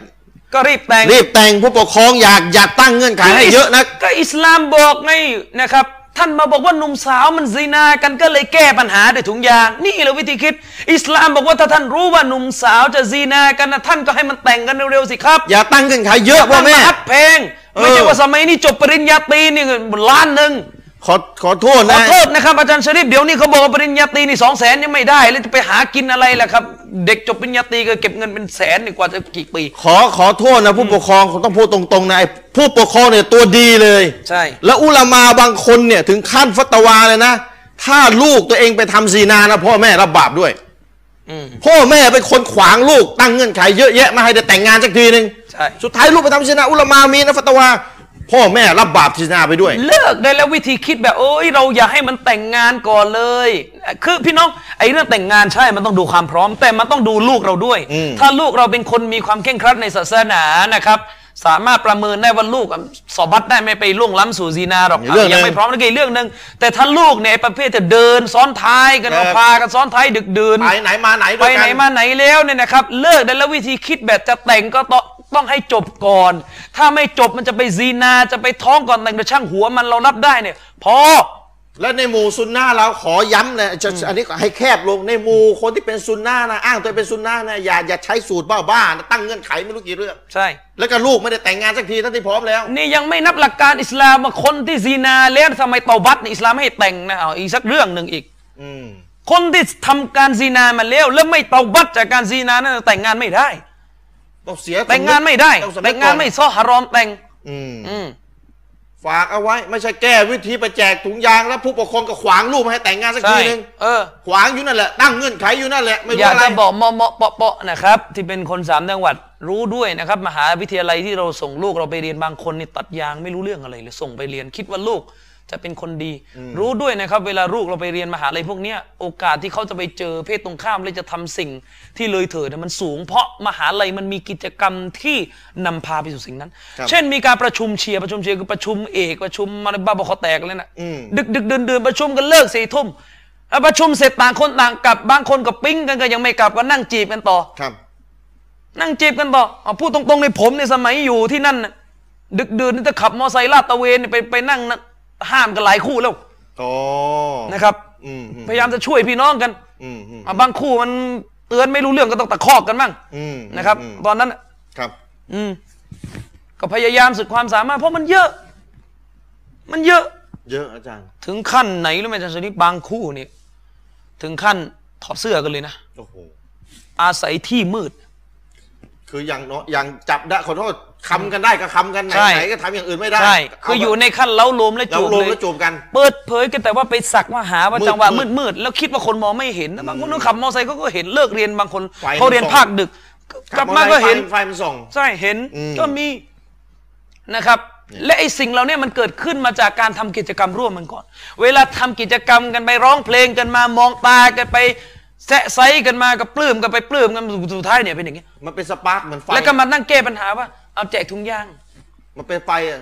S2: ก็รีบแต่ง
S1: รีบแต่งผู้ปกครองอยากอย่าตั้งเงื่อนไขให้เยอะนะ
S2: ก็อิสลามบอกไงนะครับ ท่านมาบอกว่าหนุ่มสาวมันซีนากันก็เลยแก้ปัญหาด้วยถุงยาง นี่แหละวิธีคิด อิสลามบอกว่าถ้าท่านรู้ว่าหนุ่มสาวจะซีนากันนะท่านก็ให้มันแต่งกันเร็วๆสิครับ
S1: อย่าตั้งเงื่อนไขเยอะพ่อแม่
S2: ตั้งรับเพลงไม่ใช่
S1: เออ
S2: ว่าสมัยนี้จบปริญญาตรีนี่ล้านหนึ่ง
S1: ขอขอโทษ
S2: ขอ
S1: นะ
S2: โทษนะครับอาจารย์ชริฟเดี๋ยวนี้เขาบอกว่าปริญญาตรีนี่สองแสนยังไม่ได้แล้วจะไปหากินอะไรล่ะครับ เด็กจบปริญญาตรีก็เก็บเงินเป็นแสนนี่กว่าจะกี่ปี
S1: ขอขอโทษนะผู้ปกครองต้องพูดตรงๆนะไอ้ผู้ปกครองเนี่ยตัวดีเลย
S2: ใช่
S1: แล้วอุลามาบางคนเนี่ยถึงขั้นฟัตวาเลยนะ ถ้าลูกตัวเองไปทำซีนานะพ่อแม่รับบาปด้วย
S2: อืม
S1: พ่อแม่เป็นคนขวางลูกตั้งเงื่อนไขเยอะแยะไมาให้ได้แต่งงานสักทีหนึ่ง
S2: ใช่
S1: สุดท้ายลูกไปทำซีนาอุลามามีนะฟัตวา พ่อแม่รับบาปซีนาไปด้วย
S2: เลิกได้แล้ววิธีคิดแบบโอ้ยเราอย่าให้มันแต่งงานก่อนเลย คือพี่น้องไอ้เรื่องแต่งงานใช่มันต้องดูความพร้อม แต่มันต้องดูลูกเราด้วย
S1: อืม
S2: ถ้าลูกเราเป็นคนมีความเคร่งครัดในศาสนานะครับ สามารถประเมินได้ว่าลูกอ่ะสอบัดได้ไม่ไปล่วงล้ำสู่ซีนาหรอก
S1: อีกเรื่องหนึ่ง
S2: ยังไม่พร้อมนั่นก็อีกเรื่องหนึ่งแต่ถ้าลูกเนี่ยไอ้ประเภทจะเดินซ้อนท้ายกัน
S1: เออ
S2: เอาพากันซ้อนท้ายดึกดื่น
S1: ไปไหนมาไหนด้
S2: ไป
S1: วย
S2: ไห
S1: กัน น
S2: มาไหนแล้วเนี่ยนะครับ เลิกได้แล้ววิธีคิดแบบจะแต่งก็ต้องต้องให้จบก่อน ถ้าไม่จบมันจะไปซีนาจะไปท้องก่อนแต่งแต่ช่างหัวมันเรารับได้เนี่ย พอ
S1: และในหมู่ซุนน่าเราขอย้ำนะจะอันนี้ให้แคบลงในหมู่คนที่เป็นซุนน่านะอ้างตัวเป็นซุนน่านะอย่าอย่าใช้สูตรบ้าๆนะตั้งเงื่อนไขไม่รู้กี่เรื่อง
S2: ใช่
S1: แล้วก็ลูกไม่ได้แต่งงานสักทีทั้งที่พร้อมแล้ว
S2: นี่ยังไม่นับหลักการอิสลามว่าคนที่ซีนาแล้วทำไมเตาบัตเนี่ยอิสลามไม่ให้แต่งนะเอาอีกสักเรื่องหนึ่งอีก
S1: อืม
S2: คนที่ทำการซีนามาแล้ว แล้วไม่เตาบัตจากการซีนานั้นแต่งงานไม่ได้
S1: ต้องเสีย
S2: แต่งงานไม่ได้
S1: อสำนึก
S2: แต่งงานไม่
S1: ก่อ
S2: ซ้อฮารอมแต่ง
S1: อืม
S2: อืม
S1: ฝากเอาไว้ ไม่ใช่แก้วิธีไปแจกถุงยางแล้วผู้ปกครองก็ขวางลูกไม่ให้แต่งงานสัก
S2: ใช่
S1: ทีนึง
S2: เออ
S1: ขวางอยู่นั่นแหละตั้งเงื่อนไขอยู่นั่นแหละไม่
S2: อ
S1: รู้
S2: ยา
S1: อะ
S2: ก
S1: ไร
S2: จะบอกมอมอเปาะเปาะนะครับ ที่เป็นคนสามจังหวัดรู้ด้วยนะครับ มหาวิทยาลัยที่เราส่งลูกเราไปเรียนบางคนนี่ตัดยางไม่รู้เรื่องอะไรเลยส่งไปเรียนคิดว่าลูกจะเป็นคนดี รู้ด้วยนะครับ เวลาลูกเราไปเรียนมหาลัยพวกเนี้ยโอกาสที่เขาจะไปเจอเพศตรงข้ามและจะทำสิ่งที่เลยเถิดน่ะมันสูง เพราะมหาลัยมันมีกิจกรรมที่นำพาไปสู่สิ่งนั้น
S1: ครับ
S2: เช่นมีการประชุมเชียร์ประชุมเชียร์คือประชุมเอกประชุมอะไรบ้าบอคอแตกเลยนะ
S1: อืม
S2: ดึกดึกเดินเดินประชุมกันเลิกสี่ทุ่มแล้วประชุมเสร็จต่างคนต่างกลับบางคนก็ปิ๊งกันก็ยังไม่กลับก็นั่งจีบกันต่อ
S1: ครับ
S2: นั่งจีบกันต่อเอาพูดตรงๆในผมในยสมัยอยู่ที่นั่นน่ะดึกเดินนี่จะขับมอไซค์ลาดตระเวนเนี่ยไปไปนั่งนะห้ามกันหลายคู่แล้ว
S1: อ๋อ
S2: นะครับ
S1: อืมอืม
S2: พยายามจะช่วยพี่น้องกัน
S1: อืมอืม
S2: อ่ะบางคู่มันเตือนไม่รู้เรื่องก็ต้องตะคอกกันบ้าง
S1: อืม
S2: นะครับ
S1: อืม
S2: ตอนนั้นน่ะ
S1: ครับ
S2: อืมก็พยายามสุดความสามารถเพราะมันเยอะ มันเยอะ
S1: เยอะอาจารย์
S2: ถึงขั้นไหนรู้ไหมอาจารย์ชนิดบางคู่เนี่ยถึงขั้นถอดเสื้อกันเลยนะ
S1: โอ้โห
S2: อาศัยที่มืด
S1: คืออย่างเนาะอย่างจับได้ขอโทษคำกันได้ก็คำกันไหน
S2: ใช่
S1: ไหนก็ทำอย่างอื่นไม่ได้
S2: ใช่ คืออยู่ในขั้นเล้าโลมและ
S1: แล้ว
S2: จูบ
S1: ลง
S2: เลย
S1: แล้วจูบกัน
S2: เปิดเผยกันแต่ว่าไปสักว่าหาว่า
S1: มืด
S2: จังหวะ
S1: มื
S2: มื
S1: ด
S2: ดมืดแล้วคิดว่าคนมองไม่เห็นนะบางคนต้องขับมอเตอร์ไซค์เขาก็เห็นเลิกเรียนบางคน
S1: ไฟมัน
S2: เขาเรียน
S1: ส่อง
S2: ภาคดึก กลับมาก็เห็น
S1: ไฟมันส่อง
S2: ใช่เห็น
S1: อืม
S2: ก็มีนะครับ และไอ้สิ่งเหล่าเนี้มันเกิดขึ้นมาจากการทำกิจกรรมร่วมกันก่อน เวลาทำกิจกรรมกันไปร้องเพลงกันมามองตากันไปแซะไซกันมากับปลื้มกันไปปลื้มกันสุดท้ายเนี่ยเป็นอย่างนี้ย
S1: มันเป็นสปาร์กเหมือนไฟ
S2: แล้วก็มานั่งแก้ปัญหาว่าเอาแจกถุงยาง
S1: มันเป็นไฟอะ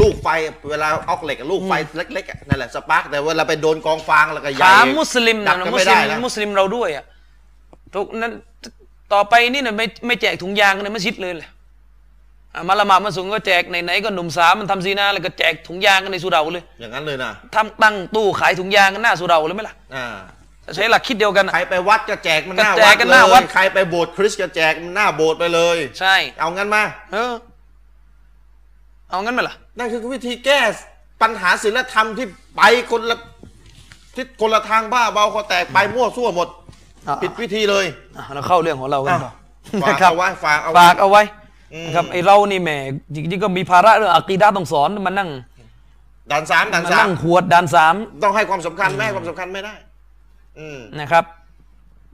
S1: ลูกไฟอะเวลาออกเหล็กอะลูกไฟเล็กๆอะนั่นแหละสปาร์กแต่เวลาไปโดนกองฟางแล้วก็ใหญ่
S2: ถามมุสลิม
S1: ดับกั
S2: นะ
S1: น
S2: มุ
S1: ไม่
S2: สลิ
S1: ได้
S2: ม
S1: นะ
S2: มุสลิมเราด้วยอ่ะทุกนั้นต่อไปนี่เนี่ยไม่ไม่แจกถุงยางกันในมัสยิดเลยแหละอ่ะมาละหมาดมาสูงก็แจกไหนๆก็หนุ่มสาวมันทำซีนาแล้วก็แจกถุงยางกันในสุเหราเลย
S1: อย่างนั้นเลยนะ
S2: ทำตั้งตู้ขายถุงยางกันหน้าสุเหราเลยไหมล่ะ
S1: อ่า
S2: ใช้หลักคิดเดียวกันอะ
S1: ใครไปวัดก็แจกมันหน้า
S2: ก็แจ
S1: วั
S2: ก
S1: ด
S2: กัน
S1: เล
S2: หน้าวัด
S1: ยใครไปโบสถ์คริสต์ก็แจกมันหน้าโบสถ์ไปเลย
S2: ใช่
S1: เอางั้นมา
S2: เออเอางั้นไหมล่ะ
S1: นั่นคือวิธีแก้ปัญหาศีลธรรมที่ไปคนละที่คนละทางบ้าเบาคอแตกไปมั่วซั่วหมด
S2: อ่า
S1: ผิดวิธีเลย
S2: อ่ะเราเข้าเรื่องของเรากันต่อ
S1: ฝา
S2: นะ
S1: ก
S2: ครับ
S1: เอาไว้ฝากเอา
S2: ฝา
S1: ไว้
S2: กเอาไว้
S1: อืม
S2: นะครับไอเรานี่แหมจริงๆก็มีภาระเรื่องอะกีดาต้องสอนมานั่ง
S1: ด่านสามด่าน
S2: มา
S1: สาม
S2: นั่งขวดดานสาม
S1: ต้องให้ความสำคัญไม่ให้ความสำคัญไม่ได้ อืม
S2: นะครับ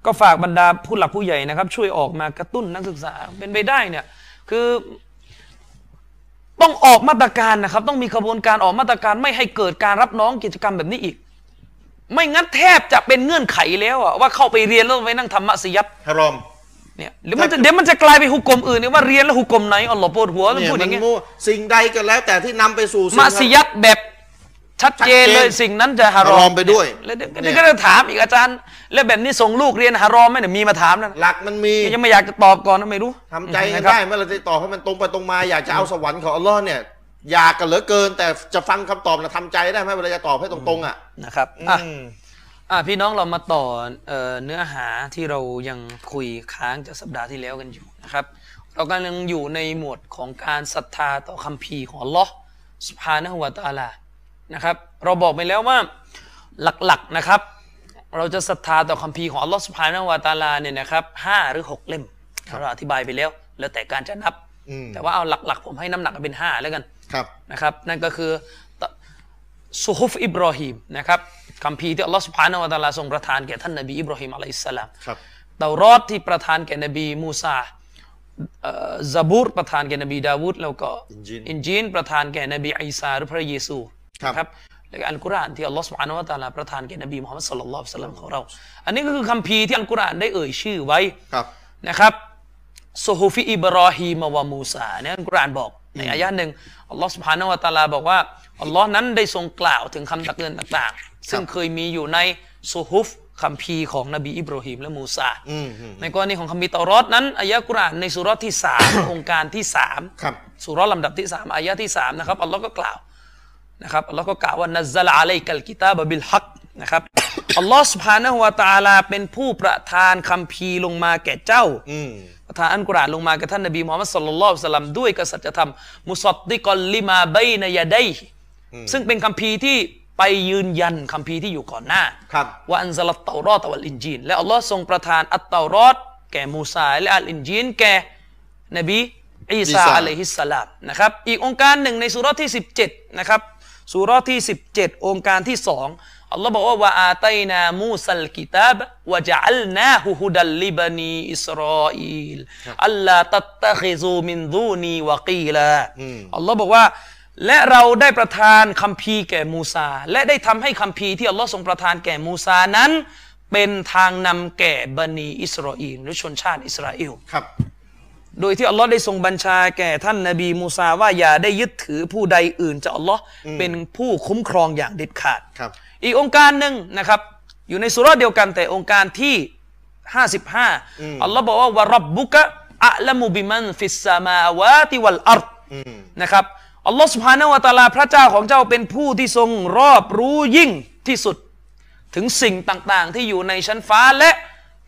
S2: ก็ฝากบรรดาผู้หลักผู้ใหญ่นะครับ ช่วยออกมากระตุ้นนักศึกษาเป็นไปได้เนี่ย คือต้องออกมาตรการนะครับ ต้องมีกระบวนการออกมาตรการไม่ให้เกิดการรับน้องกิจกรรมแบบนี้อีก ไม่งั้นแทบจะเป็นเงื่อนไขแล้วอะว่าเข้าไปเรียนแล้วไปนั่งทำมัสยิด
S1: ฮารอม
S2: เนี่ยหรือมันจะเดี๋ยวมันจะกลายเป็นหุกกลมอื่นเนี่ยว่าเรียนแล้วหุกกลมไหนอ๋อหลบปวดหัวต้อง
S1: เนี่ย
S2: พูดอ
S1: มั
S2: ย่าน งเงี้ย
S1: มั่วสิ่งใดก็แล้ว แต่ที่นำไปสู่สิ่ง
S2: มัสยิดแบบชัดเจนเล
S1: ชั
S2: ย
S1: ดเจน
S2: สิ่งนั้นจะฮาร
S1: ฮาร
S2: อ
S1: อ
S2: ม
S1: มไปด้วย
S2: แล้วเดี๋ยว
S1: เนี่ย
S2: ก็จะถามอีกอาจารย์ แล้วแบบนี้ส่งลูกเรียนฮารอมไหมเนี่ยมีมาถามนะ
S1: หลักมันมี
S2: ยังไม่อยากจะตอบก่อนนะไม่รู้
S1: ทำใจกัน
S2: นะครับ
S1: ได้เมื่อเราจะต่อให้มันตรงไปตรงมาอยากจะเอาสวรรค์ของอัลลอฮ์เนี่ย อยากกันเหลือเกิน แต่จะฟังคำตอบนะทำใจได้ไหมเวลาจะตอบให้ตรงๆอ่ะ
S2: นะครับ
S1: อื
S2: อ่ะ
S1: ม
S2: อ่ะพี่น้องเรามาต่อเอ่อเนื้อหาที่เรายังคุยค้างจากสัปดาห์ที่แล้วกันอยู่นะครับ เรากำลังอยู่ในหมวดของการศรัทธาต่อคำพีร์ของลอสุภานะฮวตาลานะครับ เราบอกไปแล้วว่าหลักๆนะครับ เราจะศรัทธาต่อคำพีร์ของอัลลอฮ์สุภานะฮวตาลาเนี่ยนะครับห้าหรือหกเล่มเราอธิบายไปแล้ว แล้วแต่การจะนับ
S1: อืม
S2: แต่ว่าเอาหลักๆ ผมให้น้ำหนักเป็นห้าแล้วกัน
S1: ครับ
S2: นะครับนั่นก็คือตะซูฮุฟอิบรอฮิมนะครับคำพีร์ที่อัลลอฮ์สุบฮานาวะตะอาลาทรงประทานแก่ท่านนบีอิบรอฮิมอะลัยฮิสสลาม
S1: ครับ
S2: เตารอดที่ประทานแก่นบีมูซาเอ่อซาบูรประทานแก่นบีดาวูดแล้วก็
S1: อินจีล
S2: นจีนประทานแก่นบีอีสาหรือพระเยซู
S1: ครับ
S2: นะแล้วก็อัลกุรอานที่อัลลอฮ์สุบฮานาวะตะอาลาประทานแก่นบีมุฮัมมัดสุลลัลลอฮุอะลัยฮิวะสัลลัมของเรา อันนี้ก็คือคำพีร์ที่อัลกุรอานได้เอ่ยชื่อไว้
S1: ครับ
S2: นะครับ โซฮูฟิอิบรอฮีมวะมูซาเนี่ยอัลกุรอานบอกในอายะหนึ่งอัลลอฮ์สุบฮานาวะตะอาลาบอกว่าอัลลอฮ์นั้นได้ทรงกล่าวถึงคำตักเตือนต่างๆ ซึ่งเคยมีอยู่ในโซฮุฟคัมภีร์ของนบีอิบรอฮีมและมูซา
S1: อืมอืม
S2: ในกรณีของคัมภีร์เตารอดนั้นอายะกุรอานในสุรษที่สาม องค์การที่สาม
S1: ครับ
S2: สุเราะห์ลำดับที่สามอายะที่สามนะครับอัลลอฮ์ก็กล่าวนะครับอัลลอฮ์ก็กล่าวว่านัซลอะลัยกัลกิตาบะบิลฮักนะครับ อัลลอฮ์สุภานะฮุวาตะอาลาเป็นผู้ประทานคัมภีร์ลงมาแก่เจ้า
S1: อืม
S2: ประทานอันกุรอานลงมากับท่านนบีมูฮัมมัดสุลลัลลอฮุสลัมด้วยกษัตริยธรรม มุสดดิกอลลิมาไบนยาไดฮิซึ่งเป็นคัมภีร์ที่ไปยืนยันคัมภีร์ที่อยู่ก่อนหน้า
S1: ครับ
S2: ว่าอันซาลัตเตารอตะวัลอินจีนและอัลลอฮ์ทรงประทานอัตเตารอตแก่มูซาและอัลอินจีนแก่นบีอีซาอะลัยฮิสสลามนะครับอีกองค์การหนึ่งในสุเราะห์ที่ 17นะครับสุเราะห์ที่ 17 องค์การที่สองอัลลอฮ์บอกว่าวะอาตัยนามูซัลกิตาบวะจัลนาฮุฮุดัลลิบานีอิสราอีลอัลลาตัตตะฮิซูมินดูนีวะกีลาอัลลอฮ์บอกว่า และเราได้ประทานคัมภีร์แก่มูซา และได้ทำให้คัมภีร์ที่อัลลอฮ์ทรงประทานแก่มูซานั้น เป็นทางนำแก่บันีอิสราเอลหรือชนชาติอิสราเอล
S1: ครับ
S2: โดยที่อัลลอฮ์ได้ทรงบัญชาแก่ท่านนบีมูซาว่าอย่าได้ยึดถือผู้ใดอื่นจากอัลลอฮ์เป็นผู้คุ้มครองอย่างเด็ดขาด
S1: ครับ
S2: อีกองค์การหนึ่งนะครับ อยู่ในสุราะห์เดียวกันแต่องค์การที่ 55 อัลลอฮ์บอกว่าวะรับบุกะอัลมุบิมันฟิสสามาวาติวัลอัรฎ์นะครับอัลลอฮ์สุบฮานาวะตะอาลาพระเจ้าของเจ้าเป็นผู้ที่ทรงรอบรู้ยิ่งที่สุด ถึงสิ่งต่างๆ ที่อยู่ในชั้นฟ้าและ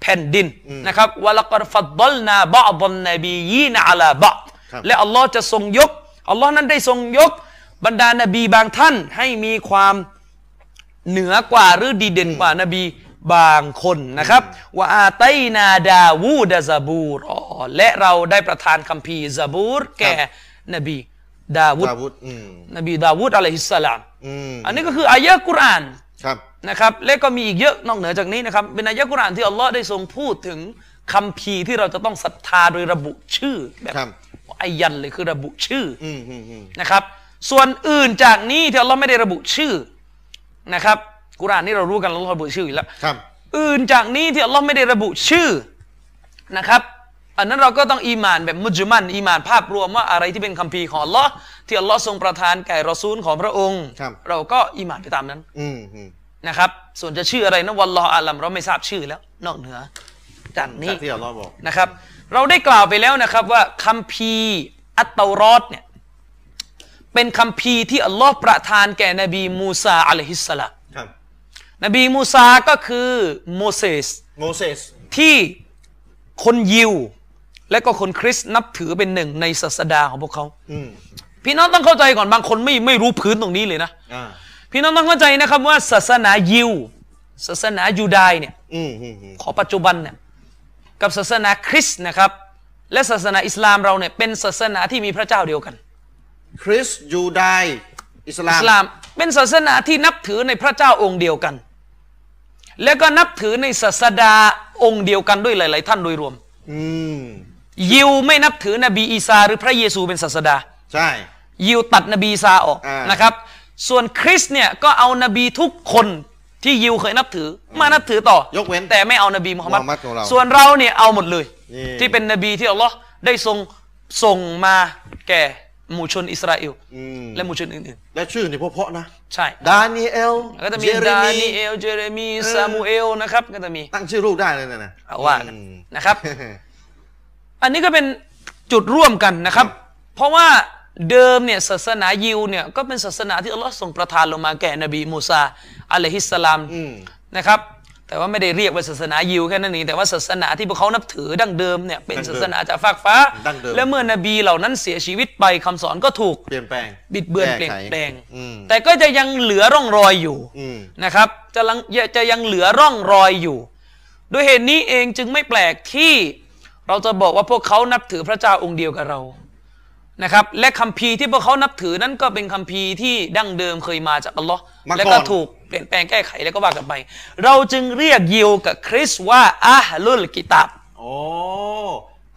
S2: แผ่นดินนะครับวะลักอดฟัดดอลนาบะบันนบียีนอะลาบะ
S1: ครับ
S2: และอัลลอฮ์จะทรงยกอัลลอฮ์นั้นได้ทรงยกบรรดานบีบางท่านให้มีความ เหนือกว่าหรือดีเด่นกว่านบีบางคนนะครับว่าอาไตนาดาวูดะซาบูรอ๋อและเราได้ประทานคัมภีร์ซาบูรแก่นบีดาวูด
S1: ดาวุธอืม
S2: นบีดาวูดอะลัยฮิสสลาม
S1: อืม
S2: อันนี้ก็คืออายะห์กุรอาน
S1: ครับ
S2: นะครับและก็มีอีกเยอะนอกเหนือจากนี้นะครับเป็นอายะห์กุรอานที่อัลลอฮ์ได้ทรงพูดถึงคัมภีร์ที่เราจะต้องศรัทธาโดยระบุชื่อแบบ
S1: ครับ
S2: อายันเลยคือระบุชื่ออ
S1: อืมอืมอืม
S2: นะครับ ส่วนอื่นจากนี้ที่อัลลอฮ์ไม่ได้ระบุชื่อนะครับกุรอานนี่เรารู้กันอัลลอฮ์ระบุชื่ออยู่แล้ว
S1: ครับ
S2: อื่นจากนี้ที่อัลลอฮ์ไม่ได้ระบุชื่อนะครับ อันนั้นเราก็ต้องอีหมานแบบมุจมันอีหมานภาพรวมว่าอะไรที่เป็นคัมภีร์ของอัลลอฮ์ที่อัลลอฮ์ทรงประทานแก่รอซูลของพระองค์
S1: ครับ
S2: เราก็อีหมานไปตามนั้น
S1: อืมอืม
S2: นะครับ ส่วนจะชื่ออะไรนะวัลลอฮ์อาลัมเราไม่ทราบชื่อแล้ว นอกเหนือจากนี้
S1: จากที่อัลลอฮ์บอก
S2: นะครับเราได้กล่าวไปแล้วนะครับว่าคัมภีร์อัตเตารอดเนี่ยเป็นคัมภีร์ที่อัลลอฮ์ประทานแก่นบีมูซาอะลัยฮิสสลาม
S1: ครับ
S2: นบีมูซาก็คือโมเสส
S1: โมเสส
S2: ที่คนยิว และก็คนคริสต์นับถือเป็นหนึ่งในศาสดาของพวกเขา
S1: อืม
S2: พี่น้องต้องเข้าใจก่อนบางคนไม่ไม่รู้พื้นตรงนี้เลยนะ
S1: อ่า
S2: พี่น้องต้องเข้าใจนะครับว่าศาสนายิว ศาสนายูดายเนี่ย
S1: อืมอืมอืม
S2: ของปัจจุบันเนี่ยกับศาสนาคริสต์นะครับ และศาสนาอิสลามเราเนี่ยเป็นศาสนาที่มีพระเจ้าเดียวกัน
S1: คริสต์ยูไดายอิสลาม
S2: อิสลามเป็นศาสนาที่นับถือในพระเจ้าองค์เดียวกัน และก็นับถือในศาสดาองค์เดียวกันด้วยหลาย ๆ ท่านโดยรวม
S1: อืม
S2: ยิวไม่นับถือนบีอีซา หรือพระเยซูเป็นศาสดา
S1: ใช่
S2: ยิวตัดนบีอีซาออก
S1: อ่าน
S2: นะครับ ส่วนคริสต์เนี่ยก็เอานบีทุกคนที่ยิวเคยนับถือมานับถือต่อ
S1: ยกเว้น
S2: แต่ไม่เอานบีมูฮัมมัด
S1: มูฮัมมัดของเรา
S2: ส่วนเราเนี่ยเอาหมดเลย
S1: นี่
S2: ที่เป็นนบีที่อัลลอฮ์ได้ทรงส่งมาแก่หมู่ชนอิสราเอล
S1: อืม
S2: และหมู่ชนอื่น
S1: และชื่อนี่เพราะๆนะ
S2: ๆ ใช่
S1: ดานีเอล
S2: แล้วก็จะมี
S1: เจเร
S2: ดา
S1: มี
S2: นีเอลเจเรมี
S1: เออ
S2: ซามูเอลนะครับก็จะมี
S1: ตั้งชื่อลูกได้เลยนะนะ
S2: เอาว่ากั
S1: อื
S2: น
S1: ม
S2: นะครับ อันนี้ก็เป็นจุดร่วมกันนะครับ
S1: ครับ
S2: เพราะว่าเดิมเนี่ยศาสนายิวเนี่ยก็เป็นศาสนาที่อัลลอฮ์ทรงประทานลงมาแก่นบีมูซาอะลัยฮิสสลาม
S1: อืม
S2: นะครับ แต่ว่าไม่ได้เรียกว่าศาสนายิวแค่นั้นเองแต่ว่าศาสนาที่พวกเขานับถือดั้งเดิมเนี่ยเป็น
S1: ดั้งเดิม
S2: ศาสนาจากฟากฟ้า
S1: ดั้งเดิม
S2: และเมื่อนบีเหล่านั้นเสียชีวิตไปคำสอนก็ถูก
S1: เปลี่ยนแปลง
S2: บิดเบือนเป
S1: แก้
S2: ลี่ยน
S1: ไข
S2: แปลง
S1: อืม
S2: แต่ก็จะยังเหลือร่องรอยอยู่
S1: อืม
S2: นะครับจะลังจะยังเหลือร่องรอยอยู่ ด้วยเหตุนี้เองจึงไม่แปลกที่เราจะบอกว่าพวกเขานับถือพระเจ้าองค์เดียวกับเรานะครับและคัมภีร์ที่พวกเขานับถือนั้นก็เป็นคัมภีร์ที่ดั้งเดิมเคยมาจากอัลลอฮ์
S1: มาก่อน
S2: และก็ถูกเปลี่ยนแปลงแก้ไขแล้วก็ว่ากันไป เราจึงเรียกยิวกับคริสต์ว่าอาฮลุลกิตาบ
S1: โอ้